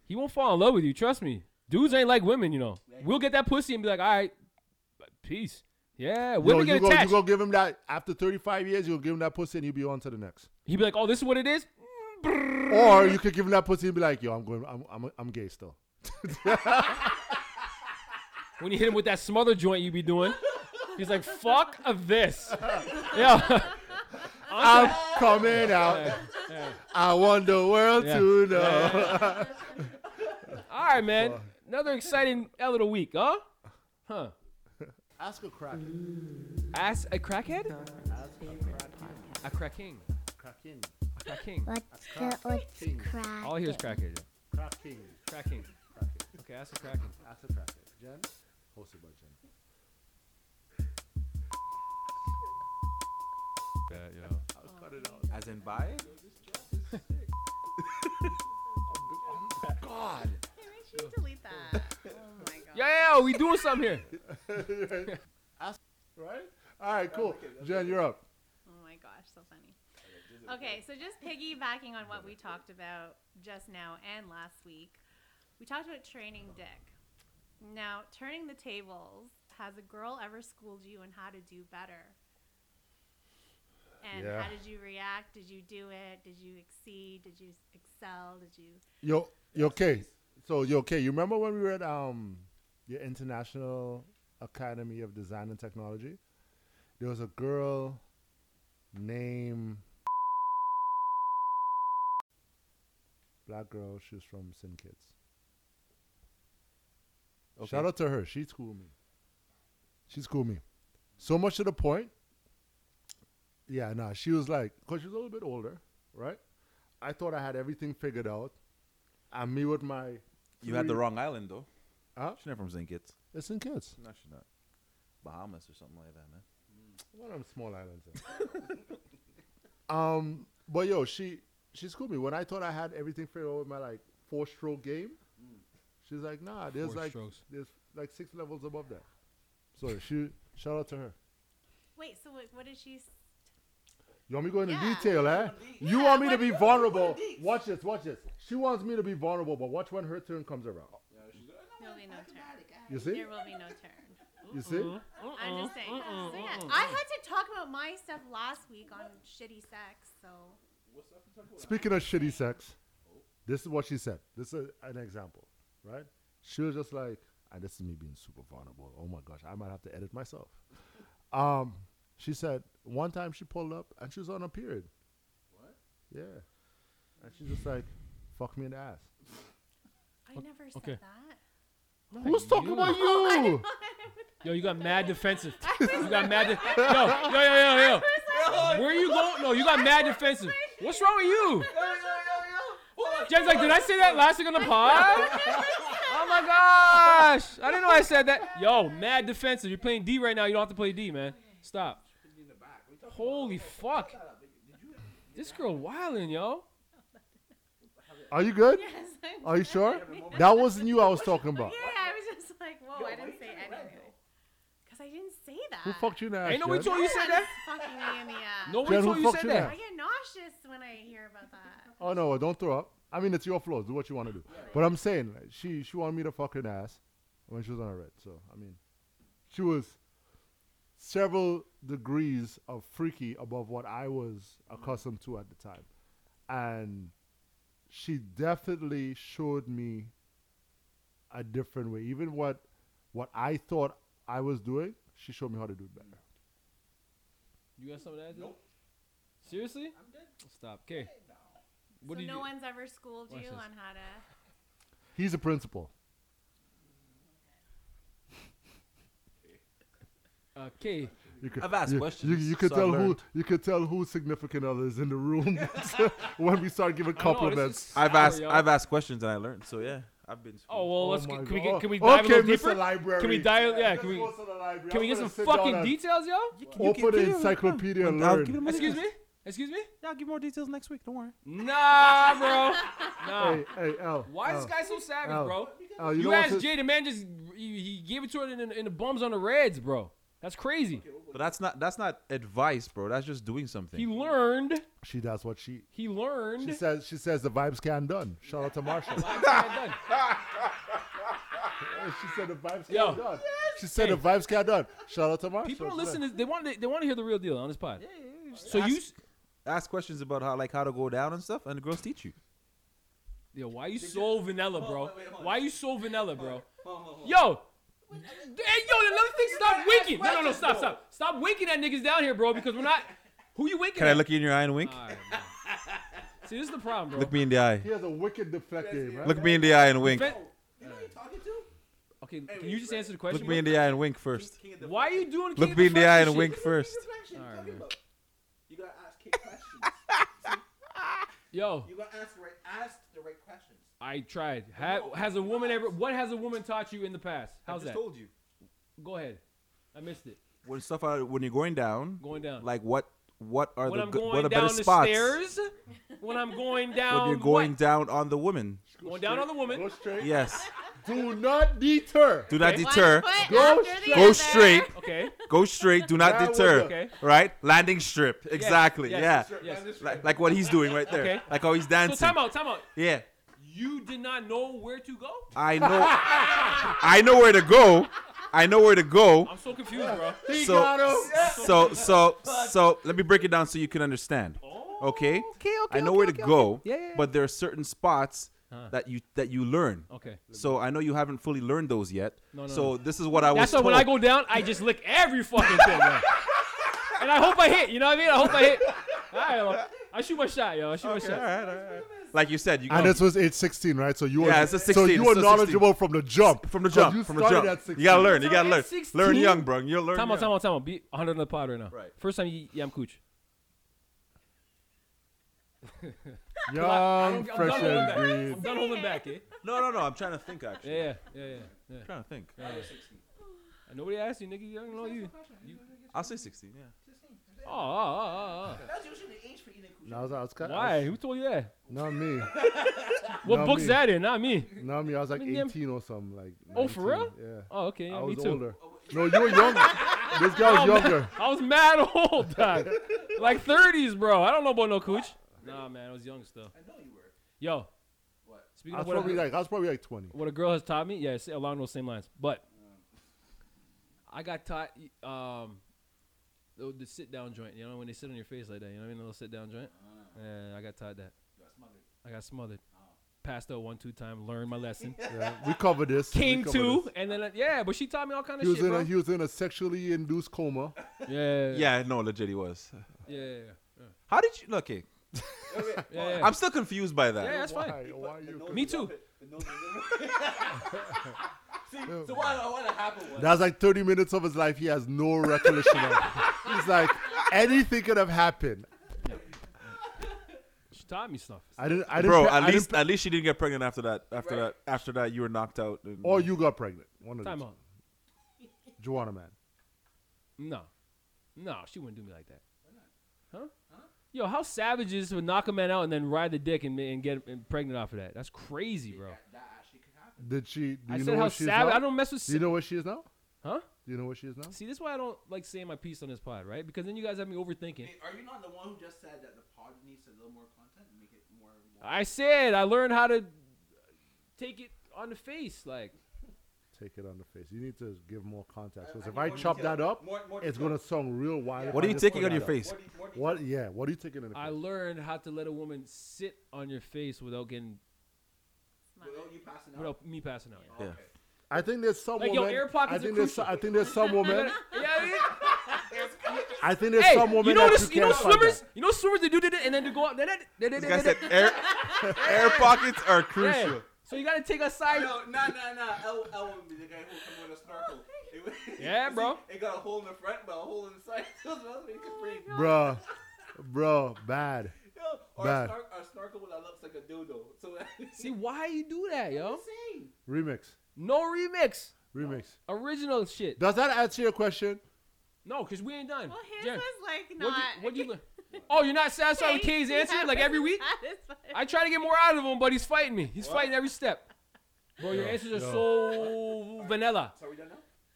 Speaker 1: He won't fall in love with you. Trust me. Dudes ain't like women, you know. We'll get that pussy and be like, all right, peace. Yeah,
Speaker 4: No,
Speaker 1: women
Speaker 4: you
Speaker 1: get
Speaker 4: go, you
Speaker 1: attached.
Speaker 4: go give him that after 35 years. You'll give him that pussy and you'll be on to the next.
Speaker 1: He'd be like, oh, this is what it is.
Speaker 4: Or you could give him that pussy and be like, "Yo, I'm going. I'm I'm, I'm gay still."
Speaker 1: When you hit him with that smother joint you be doing, he's like, fuck of this. Yeah.
Speaker 4: I'm coming out. I want the world
Speaker 1: Yeah.
Speaker 4: to know.
Speaker 1: all right, man. Another exciting L of the week, huh? Huh.
Speaker 4: Ask a crack.
Speaker 1: Ass a crackhead? A cracking.
Speaker 4: Cracking.
Speaker 1: A cracking.
Speaker 5: What's the what's crack?
Speaker 1: All I hear is crackhead. yeah.
Speaker 4: Cracking.
Speaker 1: Cracking. Okay, ass a cracking.
Speaker 4: Ask a crack. Jen, hosted by Jen.
Speaker 11: As in by?
Speaker 4: God.
Speaker 2: Hey, make sure you delete that. Oh my god.
Speaker 1: Yeah, yeah, we doing something here.
Speaker 4: Right? All right, cool. Jen, you're up.
Speaker 2: Oh my gosh, so funny. Okay, so just piggybacking on what we talked about just now and last week, we talked about training dick. Now, turning the tables, has a girl ever schooled you on how to do better? And
Speaker 4: Yeah.
Speaker 2: how did you react? Did you do it? Did you exceed? Did you excel? Did you?
Speaker 4: Yo, you okay? So you okay? You remember when we were at um the International Academy of Design and Technology? There was a girl named Black girl. She was from Sin Kids. Shout out to her. She schooled me. She schooled me. So much to the point. Yeah, nah. She was like, cause she was a little bit older, right? I thought I had everything figured out. And me with my
Speaker 11: You had the
Speaker 4: three-
Speaker 11: wrong island though.
Speaker 4: Huh?
Speaker 11: She's not from St. Kitts.
Speaker 4: It's in kids.
Speaker 11: No, she's not. Bahamas or something like that, man.
Speaker 4: One of them small islands. um, but yo, she she schooled me when I thought I had everything figured out with my like four stroke game. She's like, nah, there's
Speaker 1: Four
Speaker 4: like
Speaker 1: strokes.
Speaker 4: there's like six levels above that. So she shout out to her.
Speaker 2: Wait, so what, what did she? s-
Speaker 4: You want me to go into
Speaker 2: Yeah.
Speaker 4: detail, eh? You
Speaker 2: Yeah,
Speaker 4: want me
Speaker 2: what-
Speaker 4: to be
Speaker 2: what-
Speaker 4: vulnerable.
Speaker 2: what deets?
Speaker 4: Watch this, watch this. She wants me to be vulnerable, but watch when her turn comes around.
Speaker 2: There will be no turn.
Speaker 4: You see?
Speaker 2: There will be no turn.
Speaker 4: You see?
Speaker 1: Mm-hmm.
Speaker 2: I'm just saying.
Speaker 9: uh-uh,
Speaker 2: So yeah,
Speaker 9: uh-uh,
Speaker 2: I
Speaker 9: uh-uh.
Speaker 2: had to talk about my stuff last week on shitty sex. So
Speaker 4: Speaking of shitty sex, this is what she said. This is an example, right? She was just like, and this is me being super vulnerable. Oh my gosh, I might have to edit myself. Um, she said one time she pulled up and she was on a period. What? Yeah. And she's just like, fuck me in the ass.
Speaker 2: I
Speaker 1: Ok-
Speaker 2: never said
Speaker 1: okay.
Speaker 2: that.
Speaker 4: Who's talking about
Speaker 1: Oh,
Speaker 4: you?
Speaker 1: Yo, you got mad defensive. You got mad. De- yo, yo, yo, yo, yo. Where you going? No, you got mad defensive. What's wrong with you? Jen's like, did I say that last week on the pod? Oh my gosh! I didn't know I said that. Yo, mad defensive. You're playing D right now. You don't have to play D, man. Stop. Holy fuck! This girl wildin', yo.
Speaker 4: Are you good?
Speaker 2: Yes, I'm
Speaker 4: Are you sure?
Speaker 2: good.
Speaker 4: That wasn't you I was talking
Speaker 2: Yeah,
Speaker 4: about.
Speaker 2: I was just like, whoa,
Speaker 9: Yo,
Speaker 2: I
Speaker 9: why
Speaker 2: didn't
Speaker 9: you
Speaker 2: say
Speaker 9: turn red,
Speaker 2: anything. Cause I didn't say that.
Speaker 4: Who fucked you in the ass?
Speaker 1: Ain't nobody
Speaker 4: Jen?
Speaker 1: told you said
Speaker 2: Everyone's
Speaker 1: that?
Speaker 2: Fucking me in the ass.
Speaker 4: Nobody Jen, who told you fucked said you that?
Speaker 2: I get nauseous when I hear about that.
Speaker 4: Oh no, don't throw up. I mean, it's your floor. Do what you want to do. But I'm saying like, she she wanted me to fuck her ass when she was on her red. So I mean, she was several degrees of freaky above what I was accustomed to at the time, and she definitely showed me a different way. Even what what I thought I was doing, she showed me how to do it better.
Speaker 1: You got something to add? To nope. Seriously? I'm dead. Stop. Okay. What
Speaker 2: so
Speaker 1: do you?
Speaker 2: no one's ever schooled
Speaker 1: Watch
Speaker 2: you
Speaker 1: this.
Speaker 2: on how to.
Speaker 4: He's a principal.
Speaker 1: Okay.
Speaker 4: You could,
Speaker 11: I've asked
Speaker 4: you,
Speaker 11: questions,
Speaker 4: You, you could
Speaker 11: so I've
Speaker 4: tell who
Speaker 11: learned.
Speaker 4: you could tell who significant other is in the room when we start giving compliments.
Speaker 11: I've asked I've asked questions and I learned. So yeah, I've been.
Speaker 1: Oh well,
Speaker 4: Oh
Speaker 1: let's
Speaker 4: my
Speaker 1: get, can we
Speaker 4: God.
Speaker 1: get, can we dive
Speaker 4: Okay,
Speaker 1: a little
Speaker 4: Mr.
Speaker 1: deeper?
Speaker 4: Library.
Speaker 1: Can we dial? Yeah, can we?
Speaker 4: go to the library.
Speaker 1: Can we
Speaker 4: I'm
Speaker 1: get
Speaker 4: gonna
Speaker 1: some
Speaker 4: sit down
Speaker 1: fucking
Speaker 4: and-
Speaker 1: details, yo?
Speaker 4: Open the encyclopedia and learn.
Speaker 1: Excuse me. Excuse me.
Speaker 11: I'll give more details next week. Don't worry.
Speaker 1: Nah, bro. Nah.
Speaker 4: Hey, hey, L.
Speaker 1: Why is
Speaker 4: L,
Speaker 1: this guy so savage,
Speaker 4: L,
Speaker 1: bro?
Speaker 4: L,
Speaker 1: you
Speaker 4: Oh. you know what's
Speaker 1: asked
Speaker 4: this-
Speaker 1: Jay, the man just he, he gave it to her in, in, in the bums on the Reds, bro. That's crazy.
Speaker 11: But that's not that's not advice, bro. That's just doing something.
Speaker 1: He learned.
Speaker 4: She does what she.
Speaker 1: He learned.
Speaker 4: She says she says the vibes can done. Shout out to Marshall. she said the vibes can
Speaker 1: Yo.
Speaker 4: done. She said the vibes can done. Shout out to Marshall.
Speaker 1: People don't listen. To, they want they, they want to hear the real deal on this pod. So you, s-
Speaker 11: ask questions about how like how to go down and stuff, and the girls teach you.
Speaker 1: yo, why you so vanilla, bro? Why you so vanilla, bro?
Speaker 9: hold on.
Speaker 1: Yo, hey, yo, another thing. Stop
Speaker 9: gotta ask
Speaker 1: winking. No, no, no.
Speaker 9: questions,
Speaker 1: Stop,
Speaker 9: bro.
Speaker 1: stop, stop winking at niggas down here, bro. Because we're not. Who you winking?
Speaker 11: Can I
Speaker 1: at?
Speaker 11: look you in your eye and wink?
Speaker 1: All right, man. See, this is the problem, bro.
Speaker 11: Look me in the eye.
Speaker 4: He has a wicked deflect game, right?
Speaker 11: Look me in the eye and wink.
Speaker 1: Defen-
Speaker 9: You know who you talking to?
Speaker 1: Okay, can you just answer the question?
Speaker 11: Look me in the eye and wink first.
Speaker 1: bro? Why are you doing?
Speaker 11: Look
Speaker 1: King
Speaker 11: me
Speaker 1: of
Speaker 11: in the eye
Speaker 1: Deflection
Speaker 11: and wink
Speaker 1: shit?
Speaker 11: first.
Speaker 9: Reflection,
Speaker 1: All
Speaker 9: you
Speaker 1: right,
Speaker 9: talking
Speaker 1: man.
Speaker 9: about? You gotta ask kid questions.
Speaker 1: Yo,
Speaker 9: You gotta ask right, ask the right questions.
Speaker 1: I tried. Ha- has a woman ever? What has a woman taught you in the past? How's that?
Speaker 11: told you.
Speaker 1: Go ahead. I missed it.
Speaker 11: When stuff are, when you're going down,
Speaker 1: Going down.
Speaker 11: like what what are
Speaker 1: when
Speaker 11: the
Speaker 1: I'm
Speaker 11: good,
Speaker 1: going
Speaker 11: what are
Speaker 1: down
Speaker 11: better
Speaker 1: the
Speaker 11: spots
Speaker 1: stairs, when I'm going down,
Speaker 11: when you're going
Speaker 1: what?
Speaker 11: down on the woman?
Speaker 1: going down on the woman.
Speaker 4: Go straight.
Speaker 11: Yes.
Speaker 4: Do not deter.
Speaker 11: Do not
Speaker 1: Okay.
Speaker 11: deter.
Speaker 2: One foot
Speaker 4: Go
Speaker 2: after the
Speaker 11: Go
Speaker 2: other.
Speaker 11: straight.
Speaker 1: Okay.
Speaker 11: Go straight. Do not
Speaker 4: That was
Speaker 11: deter.
Speaker 4: a-
Speaker 1: Okay.
Speaker 11: Right? Landing strip. Exactly.
Speaker 1: Yes,
Speaker 11: yeah.
Speaker 1: Yes. yes.
Speaker 11: Like, like what he's doing right there.
Speaker 1: Okay.
Speaker 11: Like how he's
Speaker 1: So
Speaker 11: dancing.
Speaker 1: time out. Time out.
Speaker 11: Yeah.
Speaker 1: You did not know where to go.
Speaker 11: I know. I know where to go. I know where to go.
Speaker 1: I'm so confused, bro.
Speaker 4: He
Speaker 11: So
Speaker 4: got him.
Speaker 11: so so so let me break it down so you can understand. Okay.
Speaker 1: Oh, Okay.
Speaker 11: I know where to go,
Speaker 1: Yeah, yeah, yeah.
Speaker 11: but there are certain spots
Speaker 1: Huh.
Speaker 11: that you that you learn.
Speaker 1: Okay.
Speaker 11: So I know you haven't fully learned those yet.
Speaker 1: No, no,
Speaker 11: so this is what I was.
Speaker 1: That's why when I go
Speaker 11: told.
Speaker 1: down, I just lick every fucking thing, man. And I hope I hit. You know what I mean? I hope I hit. All right, well, I shoot my shot, yo. I shoot my
Speaker 11: Okay,
Speaker 1: shot.
Speaker 11: all right, all right, all right. Like you said, you
Speaker 4: And
Speaker 11: go-
Speaker 4: this was age 16, right? So you were
Speaker 11: Yeah, it's a
Speaker 4: so
Speaker 11: 16,
Speaker 4: you were
Speaker 11: so 16.
Speaker 4: knowledgeable from the jump.
Speaker 11: from the
Speaker 4: 'Cause
Speaker 11: jump.
Speaker 4: you
Speaker 11: from the
Speaker 4: started
Speaker 11: jump.
Speaker 4: at 16.
Speaker 11: You gotta learn. You
Speaker 1: So
Speaker 11: gotta learn.
Speaker 1: at
Speaker 11: Learn
Speaker 1: 16?
Speaker 11: young, bro. You'll learn.
Speaker 1: Time out,
Speaker 11: young.
Speaker 1: time out, time out. Be 100 on the pod right now.
Speaker 11: Right.
Speaker 1: First time you yam cooch.
Speaker 4: Young, fresh and green.
Speaker 1: I'm done holding back, eh?
Speaker 11: No, no, no. I'm trying to think. Actually,
Speaker 1: Yeah, yeah, yeah, yeah. yeah.
Speaker 11: I'm trying to think.
Speaker 1: Nobody asked you, nigga. I don't know you.
Speaker 11: I'll say 16. Yeah.
Speaker 1: Oh, oh, oh, oh.
Speaker 8: That's usually the age for eating coochie.
Speaker 4: No, I was, I was kind
Speaker 1: Why? Who told you that?
Speaker 4: Not me.
Speaker 1: What
Speaker 4: Not
Speaker 1: book's
Speaker 4: me.
Speaker 1: that in? Not me.
Speaker 4: Not me. I was like
Speaker 1: Me damn-
Speaker 4: 18 or something. Like.
Speaker 1: Oh, for
Speaker 4: 19,
Speaker 1: real?
Speaker 4: Yeah.
Speaker 1: Oh, okay. Yeah,
Speaker 4: I
Speaker 1: me
Speaker 4: was
Speaker 1: too.
Speaker 4: older. No, you were younger. this guy
Speaker 1: Oh, man.
Speaker 4: was younger.
Speaker 1: I was mad old, dog. like 30s, bro. I don't know about no cooch. Nah, man, I was young still. I know you were. Yo. What? Speaking
Speaker 4: I was
Speaker 1: of what,
Speaker 4: probably
Speaker 1: a,
Speaker 4: like I was probably like 20.
Speaker 1: what a girl has taught me, yeah, it's along those same lines. But I got taught um the, the sit down joint. You know when they sit on your face like that. You know what I mean? The little sit down joint.
Speaker 4: Uh-huh.
Speaker 1: Yeah, I got taught that. I got smothered. Passed out one two time. Learned my lesson.
Speaker 4: Oh. Yeah, we covered this. We
Speaker 1: King
Speaker 4: covered
Speaker 1: two,
Speaker 4: this.
Speaker 1: and then uh, yeah, but she taught me all kind of
Speaker 4: He was
Speaker 1: shit,
Speaker 4: in
Speaker 1: bro.
Speaker 4: a he was in a sexually induced coma.
Speaker 1: Yeah.
Speaker 11: Yeah, no, legit he was.
Speaker 1: Yeah, yeah, yeah.
Speaker 11: How did you? Okay,
Speaker 1: yeah, yeah.
Speaker 11: I'm still confused by that.
Speaker 1: Yeah, that's fine. Me too.
Speaker 8: See, so what, what happened was.
Speaker 4: That's like 30 minutes of his life. He has no recollection of. He's like anything could have happened.
Speaker 1: She taught me stuff.
Speaker 4: I didn't. I didn't.
Speaker 11: Bro,
Speaker 4: pre- I
Speaker 11: at
Speaker 4: didn't
Speaker 11: least at least she didn't get pregnant after that. After that, after that, you were knocked out. and-
Speaker 4: Or Oh, you got pregnant. One of
Speaker 1: Time
Speaker 4: those.
Speaker 1: out.
Speaker 4: Joanna man.
Speaker 1: No, no, she wouldn't do me like that. Huh? Yo, how savage is it to knock a man out and then ride the dick and, and get and pregnant off of that? That's crazy, bro.
Speaker 4: Did she? Do you
Speaker 1: I
Speaker 4: know
Speaker 1: said how
Speaker 4: where she is
Speaker 1: savage-
Speaker 4: now?
Speaker 1: I don't mess with
Speaker 4: Do you
Speaker 1: sa-
Speaker 4: know where she is now?
Speaker 1: Huh?
Speaker 4: Do you know where she is now?
Speaker 1: See, this is why I don't like saying my piece on this pod, right? Because then you guys have me overthinking.
Speaker 8: Are you not the one who just said that the pod needs a little more content and make it more?
Speaker 1: I said I learned how to take it on the face, like.
Speaker 4: Take it on the face. You need to give more context. Because
Speaker 8: I
Speaker 4: if
Speaker 8: need
Speaker 4: I
Speaker 8: more
Speaker 4: chop
Speaker 8: detail.
Speaker 4: that up,
Speaker 8: More- more
Speaker 4: it's
Speaker 8: detail.
Speaker 4: gonna sound real wild.
Speaker 8: Yeah.
Speaker 4: if
Speaker 11: What
Speaker 4: I
Speaker 11: are you
Speaker 4: just
Speaker 11: taking
Speaker 4: put
Speaker 11: on
Speaker 4: that
Speaker 11: your
Speaker 4: up.
Speaker 11: face? More
Speaker 4: What? Yeah. What are you taking on the
Speaker 1: I
Speaker 4: face?
Speaker 1: learned how to let a woman sit on your face without getting
Speaker 8: Without you passing out.
Speaker 1: without me passing out.
Speaker 11: Yeah.
Speaker 4: I think there's some
Speaker 1: Like, yo,
Speaker 4: woman.
Speaker 1: air
Speaker 4: I
Speaker 1: pockets
Speaker 4: think
Speaker 1: are
Speaker 4: there's.
Speaker 1: crucial.
Speaker 4: I think there's some woman.
Speaker 1: Yeah, I mean-
Speaker 4: I think there's
Speaker 1: Hey,
Speaker 4: some woman
Speaker 1: you know
Speaker 4: that
Speaker 1: this,
Speaker 4: you
Speaker 1: you know
Speaker 4: can't find that.
Speaker 1: swimmers, you know swimmers they do that and then they go up. This
Speaker 11: This guy said
Speaker 8: "Eh,
Speaker 11: air, air pockets are crucial.
Speaker 1: So you gotta take a side.
Speaker 8: No, nah, nah, nah. El, El would be the guy who would come with a snorkel. It would-
Speaker 1: Yeah, bro. Oh
Speaker 8: It got a hole in the front, but a hole in the side. It was supposed to be free.
Speaker 4: Bruh. Bro, bad.
Speaker 8: Yo, or a,
Speaker 4: Bad.
Speaker 8: snar- a snorkel that looks like a dildo. So
Speaker 1: See why you do that, yo?
Speaker 8: insane.
Speaker 4: Remix.
Speaker 1: No remix,
Speaker 4: Remix.
Speaker 1: original shit.
Speaker 4: Does that answer your question?
Speaker 1: No, cause we ain't done.
Speaker 2: Well, his
Speaker 1: Jen,
Speaker 2: was like
Speaker 1: what
Speaker 2: not.
Speaker 1: you, what you? le- Oh, you're not satisfied with K's answer? Like every week? I try to get more out of him, but he's fighting me. He's fighting every step. Bro, your
Speaker 4: Yeah,
Speaker 1: answers are
Speaker 4: yeah.
Speaker 1: so vanilla.
Speaker 8: So are we done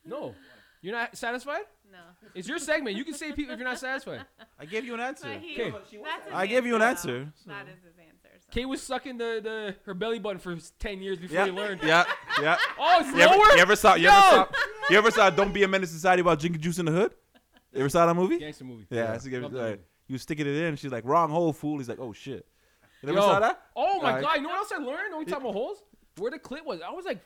Speaker 8: now?
Speaker 1: No, you're not satisfied.
Speaker 2: No.
Speaker 1: It's your segment. You can say people if you're not satisfied.
Speaker 11: I gave you an answer.
Speaker 2: But he,
Speaker 1: Okay.
Speaker 2: that's his
Speaker 11: I gave you an
Speaker 2: answer, though.
Speaker 11: answer,
Speaker 2: That is his answer. So.
Speaker 1: Kay was sucking the, the her belly button for ten years before
Speaker 11: Yeah,
Speaker 1: he learned.
Speaker 11: yeah, yeah.
Speaker 1: Oh, it's
Speaker 11: You ever,
Speaker 1: lower.
Speaker 11: you ever saw? You ever
Speaker 1: Yo!
Speaker 11: saw? You ever saw? Don't be a menace to society about drinking juice in the hood. You ever saw that movie? Yeah,
Speaker 1: Gangster movie.
Speaker 11: that's what-
Speaker 1: Love that
Speaker 11: like,
Speaker 1: movie.
Speaker 11: he was sticking it in. She's like, "Wrong hole, fool." He's like, "Oh shit." You never
Speaker 1: Yo.
Speaker 11: saw that?
Speaker 1: Oh my
Speaker 11: Alright.
Speaker 1: god! You know what else I learned? Only time of holes where the clip was. I was like,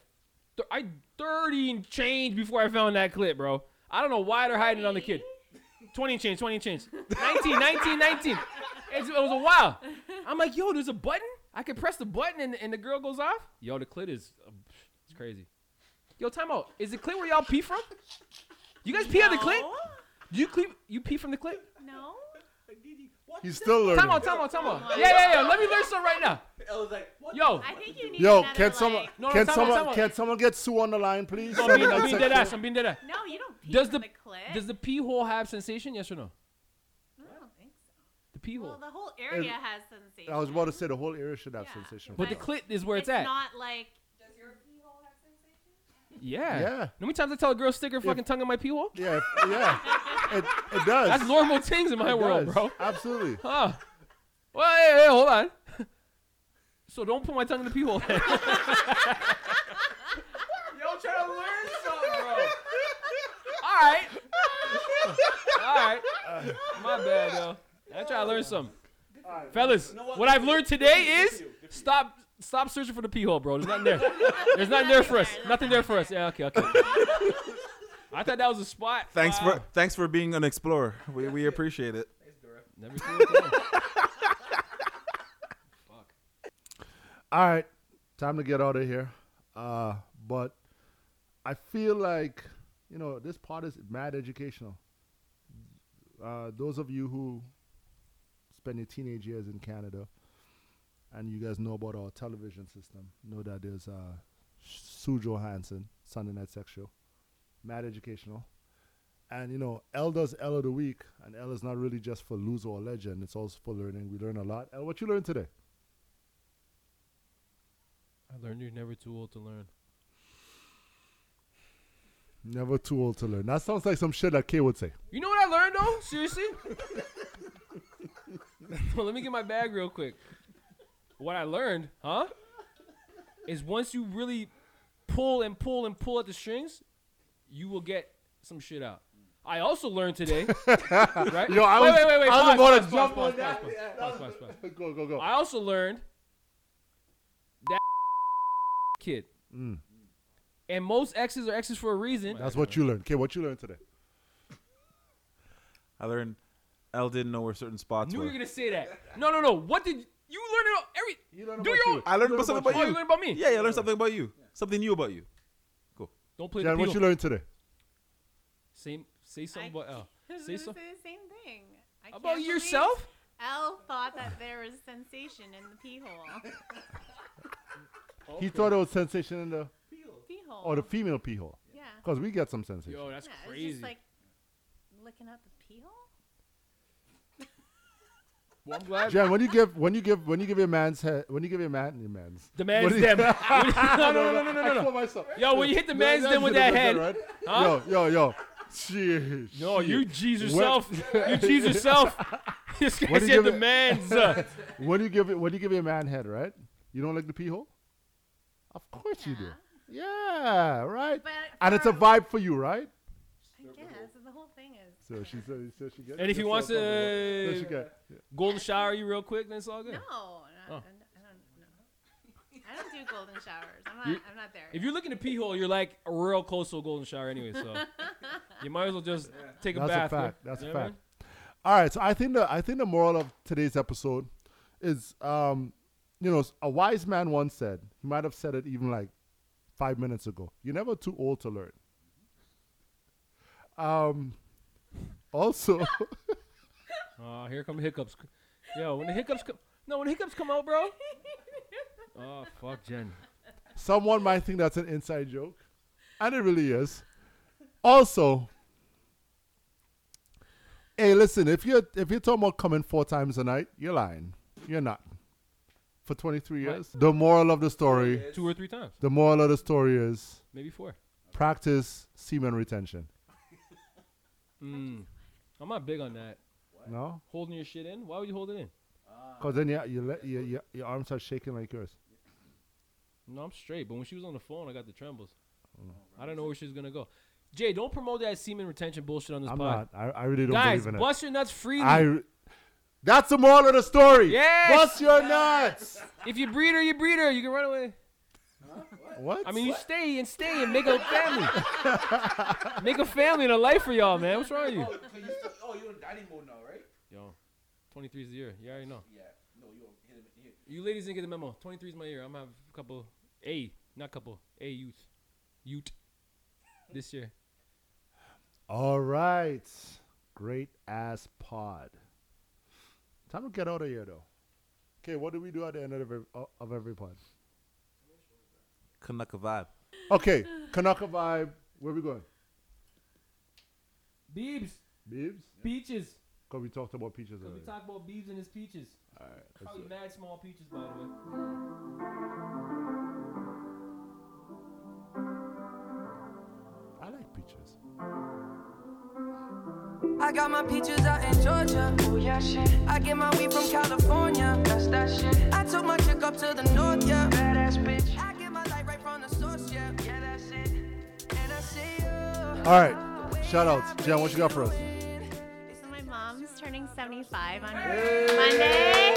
Speaker 1: th- I thirty and change before I found that clip, bro. I don't know why they're hiding it on the kid. Twenty and change, twenty and change, 19, 19, 19. It's, it was a while. I'm like, yo, there's a button. I can press the button and, and the girl goes off. Yo, the clit is, uh, it's crazy. Yo, time out. Is the clit where y'all pee from? You guys pee on the clit?
Speaker 2: No.
Speaker 1: Do you clean, you pee from the clit?
Speaker 2: No.
Speaker 4: He's still learning.
Speaker 1: Time out, time out, time out. Yeah, yeah, yeah. Let me learn some right now.
Speaker 8: El was like, what?
Speaker 1: Yo,
Speaker 2: I think you need
Speaker 4: Yo,
Speaker 2: another,
Speaker 4: can someone
Speaker 2: like-
Speaker 1: No, no,
Speaker 4: can
Speaker 1: time out, time
Speaker 4: someone
Speaker 1: out.
Speaker 4: can someone get Sue on the line, please?
Speaker 1: No, I'm being, I'm being dead ass. I'm being dead ass.
Speaker 2: No, you don't pee
Speaker 1: Does
Speaker 2: from
Speaker 1: the,
Speaker 2: the, clit.
Speaker 1: does the pee hole have sensation? Yes or no?
Speaker 2: I don't think so.
Speaker 1: The pee hole.
Speaker 2: Well, the whole area has sensation.
Speaker 4: I was about to say the whole area should have
Speaker 2: Yeah.
Speaker 4: sensation.
Speaker 1: but the
Speaker 4: for
Speaker 1: clit is where it's,
Speaker 2: it's
Speaker 1: at.
Speaker 2: not like. Does your pee hole have sensation?
Speaker 1: yeah.
Speaker 4: Yeah.
Speaker 1: You know how many times I tell a girl stick her fucking tongue in my pee hole?
Speaker 4: that. yeah, if- yeah. It, it does.
Speaker 1: That's normal things in my
Speaker 4: It
Speaker 1: world,
Speaker 4: does.
Speaker 1: bro.
Speaker 4: Absolutely.
Speaker 1: Huh. Well, hey, hey, hold on. So don't put my tongue in the pee hole. then.
Speaker 8: Yo, try to learn something, bro.
Speaker 1: All right. All right. My bad, though. I try to learn something. Fellas,
Speaker 8: know
Speaker 1: what,
Speaker 8: what?
Speaker 1: I've learned today
Speaker 8: Good for
Speaker 1: is
Speaker 8: you, good for you.
Speaker 1: stop stop searching for the pee hole, bro. There's nothing there. There's nothing there for us. Nothing there for us. Yeah, okay, okay. I thought that was a spot.
Speaker 11: Thanks
Speaker 1: Wow.
Speaker 11: for thanks for being an explorer. We we appreciate it.
Speaker 1: Never seen it again.
Speaker 4: All right, time to get out of here. Uh, but I feel like you know this part is mad educational. Uh, those of you who spend your teenage years in Canada, and you guys know about our television system, know that there's uh, Sue Johansson Sunday Night Sex Show, mad educational, And you know, Elda's El of the Week, and El is not really just for loser or legend, it's also for learning. We learn a lot. El, what you learned today?
Speaker 1: I learned you're never too old to learn.
Speaker 4: Never too old to learn. That sounds like some shit that K would say.
Speaker 1: You know what I learned though? Seriously? well, let me get my bag real quick. What I learned, huh? Is once you really pull and pull and pull at the strings, you will get some shit out. I also learned today, right?
Speaker 4: Yo, I
Speaker 1: wait,
Speaker 4: was-
Speaker 1: wait, wait, wait.
Speaker 4: I was
Speaker 1: pause,
Speaker 4: about
Speaker 1: pause,
Speaker 4: to jump
Speaker 1: pause,
Speaker 4: on
Speaker 1: pause,
Speaker 4: that.
Speaker 1: pause,
Speaker 4: Yeah,
Speaker 1: pause,
Speaker 4: that
Speaker 1: pause,
Speaker 4: was-
Speaker 1: pause, pause.
Speaker 4: Go, go, go.
Speaker 1: I also learned that kid
Speaker 4: Mm.
Speaker 1: and most X's are X's for a reason.
Speaker 4: That's what you learned. K, what you learned today?
Speaker 11: I learned L didn't know where certain spots
Speaker 1: knew you
Speaker 11: were.
Speaker 1: were gonna say that. No, no, no. What did you, you learn? About every you
Speaker 4: learned
Speaker 1: do
Speaker 11: about
Speaker 1: your
Speaker 11: you. I learned about something about
Speaker 1: Oh,
Speaker 11: you.
Speaker 1: you learned about me.
Speaker 11: Yeah, yeah, I learned something about you. Something new about you. Cool.
Speaker 1: Don't play
Speaker 4: Jan,
Speaker 1: the
Speaker 4: what you
Speaker 1: field.
Speaker 4: learned today?
Speaker 1: Same. Say something about L.
Speaker 2: I was
Speaker 1: Say
Speaker 2: gonna
Speaker 1: something.
Speaker 2: say the same thing. I
Speaker 1: About
Speaker 2: can't believe
Speaker 1: yourself?
Speaker 2: L thought that there was sensation in the pee hole.
Speaker 4: He thought it was sensation in the
Speaker 2: Pee hole.
Speaker 4: or Oh, the female pee hole.
Speaker 2: Yeah.
Speaker 4: Cause we get some sensation.
Speaker 1: Yo, that's
Speaker 2: yeah, It's
Speaker 1: crazy.
Speaker 2: just like looking up a pee hole.
Speaker 1: well, I'm glad.
Speaker 4: Jan, when you give when you give when you give your man's head when you give your man your man's
Speaker 1: The man's
Speaker 4: What do you-
Speaker 1: them. no, no, no, no, no,
Speaker 4: I
Speaker 1: no,
Speaker 4: caught
Speaker 1: no.
Speaker 4: myself.
Speaker 1: Yo, when you hit the man's them with
Speaker 4: hit
Speaker 1: that
Speaker 4: him
Speaker 1: head,
Speaker 4: right?
Speaker 1: huh?
Speaker 4: Yo, yo, yo. Jeez.
Speaker 1: No,
Speaker 4: shit.
Speaker 1: you G's
Speaker 4: When-
Speaker 1: yourself. you G's yourself. This guy
Speaker 4: When you
Speaker 1: said
Speaker 4: give
Speaker 1: the
Speaker 4: it-
Speaker 1: man's. Uh,
Speaker 4: when you give it when you give your man head, right? You don't like the pee hole? Of course you do. Yeah, right.
Speaker 2: But um,
Speaker 4: and it's a vibe for you, right?
Speaker 2: I guess the whole thing is.
Speaker 4: So she said so she gets
Speaker 1: and if he
Speaker 4: that's
Speaker 1: wants
Speaker 4: what I'm talking about. So
Speaker 1: to uh,
Speaker 4: she got-
Speaker 1: golden shower you real quick, then it's all good.
Speaker 2: No, not,
Speaker 1: Oh.
Speaker 2: I don't know. I don't do golden showers. I'm not.
Speaker 1: You-
Speaker 2: I'm not there.
Speaker 1: If you're looking at pee hole, you're like real close to a golden shower anyway, so you might as well just take a
Speaker 4: That's
Speaker 1: bath.
Speaker 4: a fact.
Speaker 1: yeah.
Speaker 4: That's
Speaker 1: You
Speaker 4: a
Speaker 1: know what I
Speaker 4: fact.
Speaker 1: mean?
Speaker 4: All right, so I think the I think the moral of today's episode is, um, you know, a wise man once said. He might have said it even like five minutes ago. You're never too old to learn. Um, also,
Speaker 1: Oh, here come the hiccups. Yo, when the hiccups come, no, when the hiccups come out, bro. Oh fuck, Jen.
Speaker 4: someone might think that's an inside joke, and it really is. Also, hey, listen, if you're if you're talking about coming four times a night, you're lying. You're not. For 23
Speaker 1: What?
Speaker 4: years, the moral of the story.
Speaker 1: Two or three times,
Speaker 4: The moral of the story is
Speaker 1: maybe four.
Speaker 4: practice semen retention.
Speaker 1: Mm. I'm not big on that.
Speaker 4: No?
Speaker 1: Holding your shit in? Why would you hold it in?
Speaker 4: Because then your, your, le- your, your, your arms are shaking like yours.
Speaker 1: No, I'm straight. But when she was on the phone, I got the trembles.
Speaker 4: Oh,
Speaker 1: I don't know where she's gonna go. Jay, don't promote that semen retention bullshit on this
Speaker 4: I'm
Speaker 1: pod.
Speaker 4: not. I, I really don't
Speaker 1: Guys,
Speaker 4: believe in
Speaker 1: bust your nuts freely.
Speaker 4: it. I, re- that's the moral of the story.
Speaker 1: Yes!
Speaker 4: Bust your nuts.
Speaker 1: if you breed her, you breed her. You can run away.
Speaker 4: What?
Speaker 1: I mean, you stay and stay and make a family. make a family and a life for y'all, man. What's wrong with you?
Speaker 6: Oh, 'cause you still, oh, you're in dining mode now, right?
Speaker 1: Yo, 23 is the year. You already know.
Speaker 6: Yeah. No, you don't hit him in here.
Speaker 1: You ladies didn't get the memo. 23 is my year. I'm gonna have a couple A, not couple A youth, youth this year.
Speaker 4: All right. Great ass pod. Time to get out of here, though. Okay, what do we do at the end of every, uh, of every pod?
Speaker 11: Kanaka vibe.
Speaker 4: Okay, Kanaka vibe. Where we going?
Speaker 1: Beebs,
Speaker 4: Beebs?
Speaker 1: peaches.
Speaker 4: Because we talked about
Speaker 1: Cause
Speaker 4: peaches
Speaker 1: we
Speaker 4: earlier.
Speaker 1: talk about Beebs and his peaches.
Speaker 4: All right. let's do
Speaker 1: Probably
Speaker 4: it.
Speaker 1: mad small peaches, by the way.
Speaker 4: I like peaches.
Speaker 12: I got my peaches out in Georgia. Oh yeah, shit. I get my weed from California. That's that shit. I took my chick up to the north, yeah. Badass bitch. I get my light right from the source, yeah. Yeah, that's it. And I see you.
Speaker 4: All right. Shout outs. Jan, what you got for us?
Speaker 2: So my mom's turning 75 on Monday.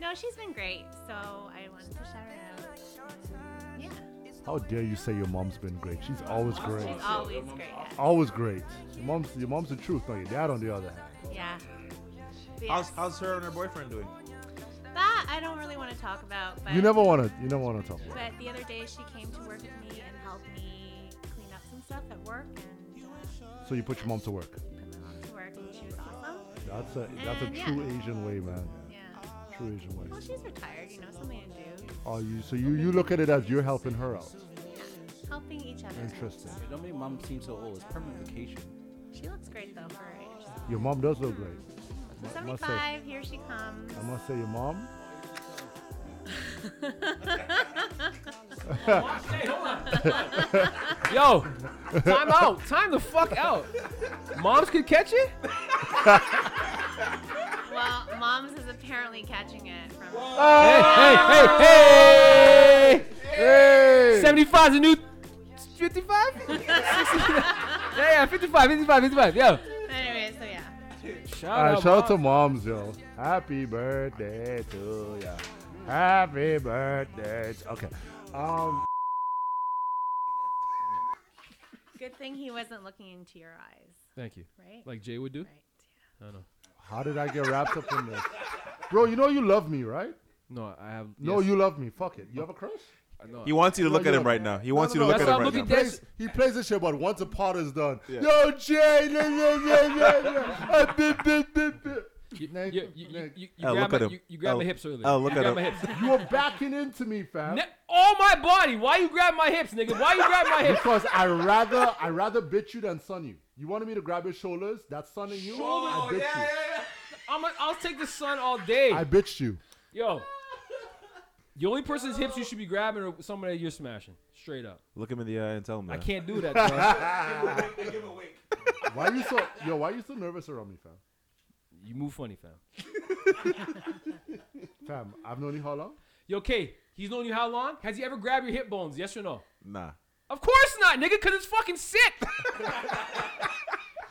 Speaker 2: No, she's been great. So I wanted to shout her out. Yeah,
Speaker 4: How dare you say your mom's been great? She's always great.
Speaker 2: she's always great. yeah.
Speaker 4: Always great. Your mom's your mom's the truth. No, your dad on the other hand.
Speaker 2: Yeah. But
Speaker 11: How's,
Speaker 2: yeah.
Speaker 11: how's her and her boyfriend doing?
Speaker 2: That I don't really want to talk about. But
Speaker 4: You never wanna you never wanna talk about it.
Speaker 2: But the other day she came to work with me and helped me clean up some stuff at work and uh,
Speaker 4: So you put your mom to work.
Speaker 2: put my mom to work and she was awesome.
Speaker 4: That's a that's a
Speaker 2: And, yeah.
Speaker 4: true Asian way, man.
Speaker 2: Yeah.
Speaker 4: True Asian way.
Speaker 2: Well, she's retired, you know, something to do.
Speaker 4: Oh you so you, you look at it as you're helping her out.
Speaker 2: Help helping each other.
Speaker 4: Interesting.
Speaker 10: You don't make mom seem so old. It's permanent vacation.
Speaker 2: She looks great though for her age.
Speaker 4: Your mom does look great.
Speaker 2: So
Speaker 4: I must say,
Speaker 2: 75, here she comes.
Speaker 4: I must say, your mom.
Speaker 1: Yo, time out. Time the fuck out. Moms could catch it?
Speaker 2: well, mom's is apparently catching it from.
Speaker 1: Hey, hey, hey, hey! hey. 75 is a new 55? yeah, yeah, 55, 55, 55. Yo.
Speaker 2: Anyway, so yeah.
Speaker 1: Shout
Speaker 4: Alright, shout out to moms, yo. Happy birthday to ya. Happy birthday. to- Okay. Um.
Speaker 2: Good thing he wasn't looking into your eyes.
Speaker 1: Thank you.
Speaker 2: Right?
Speaker 1: Like Jay would do?
Speaker 2: Right.
Speaker 1: I don't know.
Speaker 4: How did I get wrapped up in this? Bro, you know you love me, right?
Speaker 1: No, I have.
Speaker 4: No, you love me. Fuck it. You have a crush?
Speaker 1: No.
Speaker 11: He wants you to
Speaker 4: No,
Speaker 11: look at him
Speaker 4: love-
Speaker 11: right now. He
Speaker 4: No,
Speaker 11: wants
Speaker 4: no,
Speaker 11: you to
Speaker 4: no,
Speaker 11: look
Speaker 4: that's
Speaker 11: at him
Speaker 4: what
Speaker 11: right
Speaker 4: I'm
Speaker 11: now.
Speaker 4: looking- He plays, he plays this shit, but once the pot is done,
Speaker 11: Yeah.
Speaker 4: yo, Jay, yeah, yeah, yeah, yeah, yeah. Ah, bip, bip, bip, bip.
Speaker 1: You,
Speaker 4: Neg-
Speaker 1: you, you, you,
Speaker 4: neg-
Speaker 1: you,
Speaker 11: Oh,
Speaker 1: grab
Speaker 11: look
Speaker 1: my,
Speaker 11: at him.
Speaker 1: You, you grab
Speaker 11: Oh,
Speaker 1: my hips earlier.
Speaker 11: oh, look
Speaker 1: you
Speaker 11: at
Speaker 1: grab
Speaker 11: him.
Speaker 1: my hips.
Speaker 4: You were backing into me, fam.
Speaker 1: Ne- all my body. Why you grab my hips, nigga? Why you grab my hips?
Speaker 4: Because I rather I rather bitch you than sun you. You wanted me to grab your shoulders. That's sunning you.
Speaker 1: Oh,
Speaker 4: I bitch you.
Speaker 1: I'm a, I'll take the sun all day.
Speaker 4: I bitched you.
Speaker 1: Yo. The only person's hips you should be grabbing are someone that you're smashing. Straight up.
Speaker 11: Look him in the eye and tell him that.
Speaker 1: I can't do that, bro.
Speaker 4: Why are you so yo? Why are you so nervous around me, fam?
Speaker 1: you move funny, fam.
Speaker 4: Fam, I've known you how long?
Speaker 1: Yo, K, he's known you how long? Has he ever grabbed your hip bones? Yes or no?
Speaker 11: Nah.
Speaker 1: Of course not, nigga, because it's fucking sick.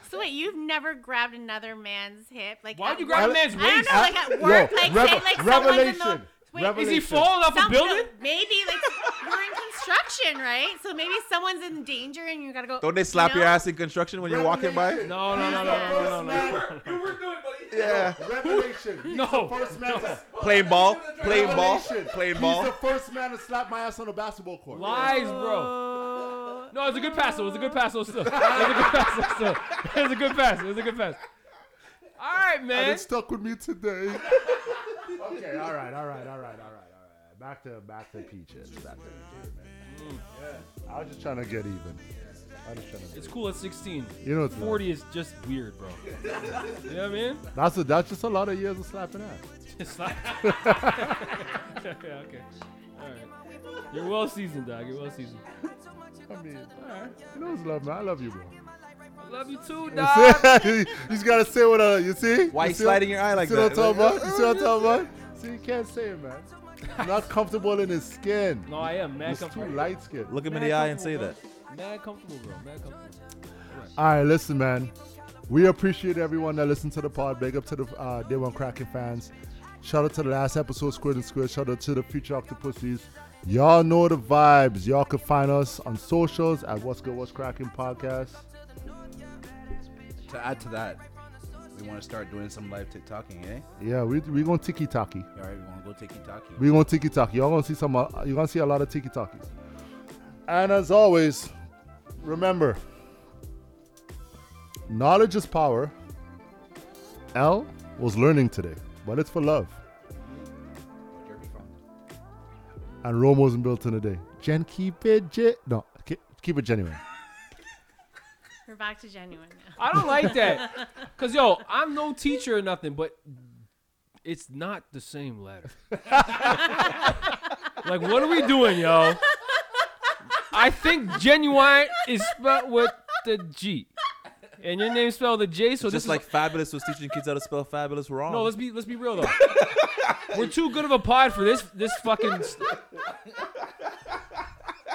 Speaker 2: So wait, you've never grabbed another man's hip? Like
Speaker 1: Why'd
Speaker 2: at
Speaker 1: you grab
Speaker 2: work-
Speaker 1: a man's
Speaker 2: I don't
Speaker 1: waist?
Speaker 2: know, like at work, like
Speaker 4: revel-
Speaker 2: say, like someone's in the.
Speaker 4: revelation.
Speaker 2: Wait,
Speaker 1: Is he
Speaker 4: Revelation.
Speaker 1: falling off a
Speaker 2: some-
Speaker 1: building?
Speaker 2: no, maybe like you're in construction, right? So maybe someone's in danger and you gotta go.
Speaker 11: Don't they slap
Speaker 2: you
Speaker 11: your
Speaker 2: know?
Speaker 11: ass in construction when you're walking by?
Speaker 1: No, no, no, no, no, no, no, no.
Speaker 11: Yeah.
Speaker 4: Revelation. He's
Speaker 1: No.
Speaker 4: the first man to
Speaker 11: Playing ball, playing ball,
Speaker 4: Revelation.
Speaker 11: playing
Speaker 4: He's
Speaker 11: ball.
Speaker 4: the first man to slap my ass on a basketball court.
Speaker 1: Lies, bro. No, it's a good pass. though. It was a good pass. though, Still, it was a good pass. though, Still, it was a good pass. It was a good pass. All right,
Speaker 4: And
Speaker 11: Eh?
Speaker 1: man.
Speaker 4: it stuck with me today. okay, all right, all right, all right, all right, all right. Back to back to peaches. Back to peaches, man.
Speaker 11: Mm.
Speaker 4: Yeah. I was just trying to get even. I was just trying to. Get
Speaker 1: It's cool at 16.
Speaker 4: You know it's not.
Speaker 1: 40 is just weird, bro. you know what I mean?
Speaker 4: That's a, that's just a lot of years of slapping ass.
Speaker 1: It's like. okay, okay. All right. You're well seasoned, dog. You're well seasoned.
Speaker 4: I mean, all right. You know it's love, man. I love you, bro.
Speaker 1: I love you too,
Speaker 4: You
Speaker 1: dog.
Speaker 4: see? you just gotta say what I. You see?
Speaker 11: Ah. Why
Speaker 4: you
Speaker 11: you
Speaker 4: see
Speaker 11: sliding your eye like
Speaker 4: see what
Speaker 11: that?
Speaker 4: I'm talking about? You see what I'm talking about? See, you can't say it, man. I'm not comfortable in his skin.
Speaker 1: No, I am. Man
Speaker 4: He's too
Speaker 1: comfortable.
Speaker 4: light skinned.
Speaker 11: Look him in the eye and say that.
Speaker 1: Man comfortable, bro. Man comfortable.
Speaker 4: All right, listen, man. We appreciate everyone that listened to the pod. Big up to the uh, Day One Cracking fans. Shout out to the last episode, Squid and Squid. Shout out to the future Octopussies. Y'all know the vibes. Y'all can find us on socials at What's Good, What's Cracking podcast.
Speaker 10: To add to that, we want to start doing some live TikToking, eh?
Speaker 4: Yeah, we we gonna tiki taki.
Speaker 10: All right, we want to go tiki talkie.
Speaker 4: We gonna tiki taki. Y'all gonna see some. Uh, you gonna see a lot of tiki takis. And as always, remember, knowledge is power. L was learning today, but it's for love. And Rome wasn't built in a day. Jen, keep it, Jen. No, ke- keep it genuine.
Speaker 2: We're back to genuine now.
Speaker 1: I don't like that. Cause yo, I'm no teacher or nothing, but it's not the same letter. like, what are we doing, yo? I think genuine is spelled with the G, and your name spelled the J. So this
Speaker 11: Just
Speaker 1: is
Speaker 11: like Fabulous was teaching kids how to spell fabulous wrong.
Speaker 1: no. Let's be let's be real though. We're too good of a pod for this this fucking. St-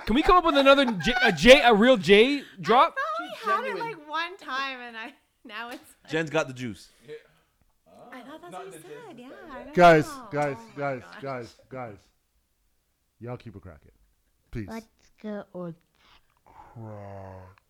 Speaker 1: Can we come up with another J, a J a real J drop?
Speaker 2: I thought we had it like one time, and I now it's.
Speaker 11: Jen's got the juice.
Speaker 2: I thought that's what you said. Yeah. I don't
Speaker 4: Guys,
Speaker 2: know.
Speaker 4: guys,
Speaker 2: Oh my
Speaker 4: guys,
Speaker 2: gosh.
Speaker 4: guys, guys. Y'all keep it cracking. Peace.
Speaker 5: What's good, what's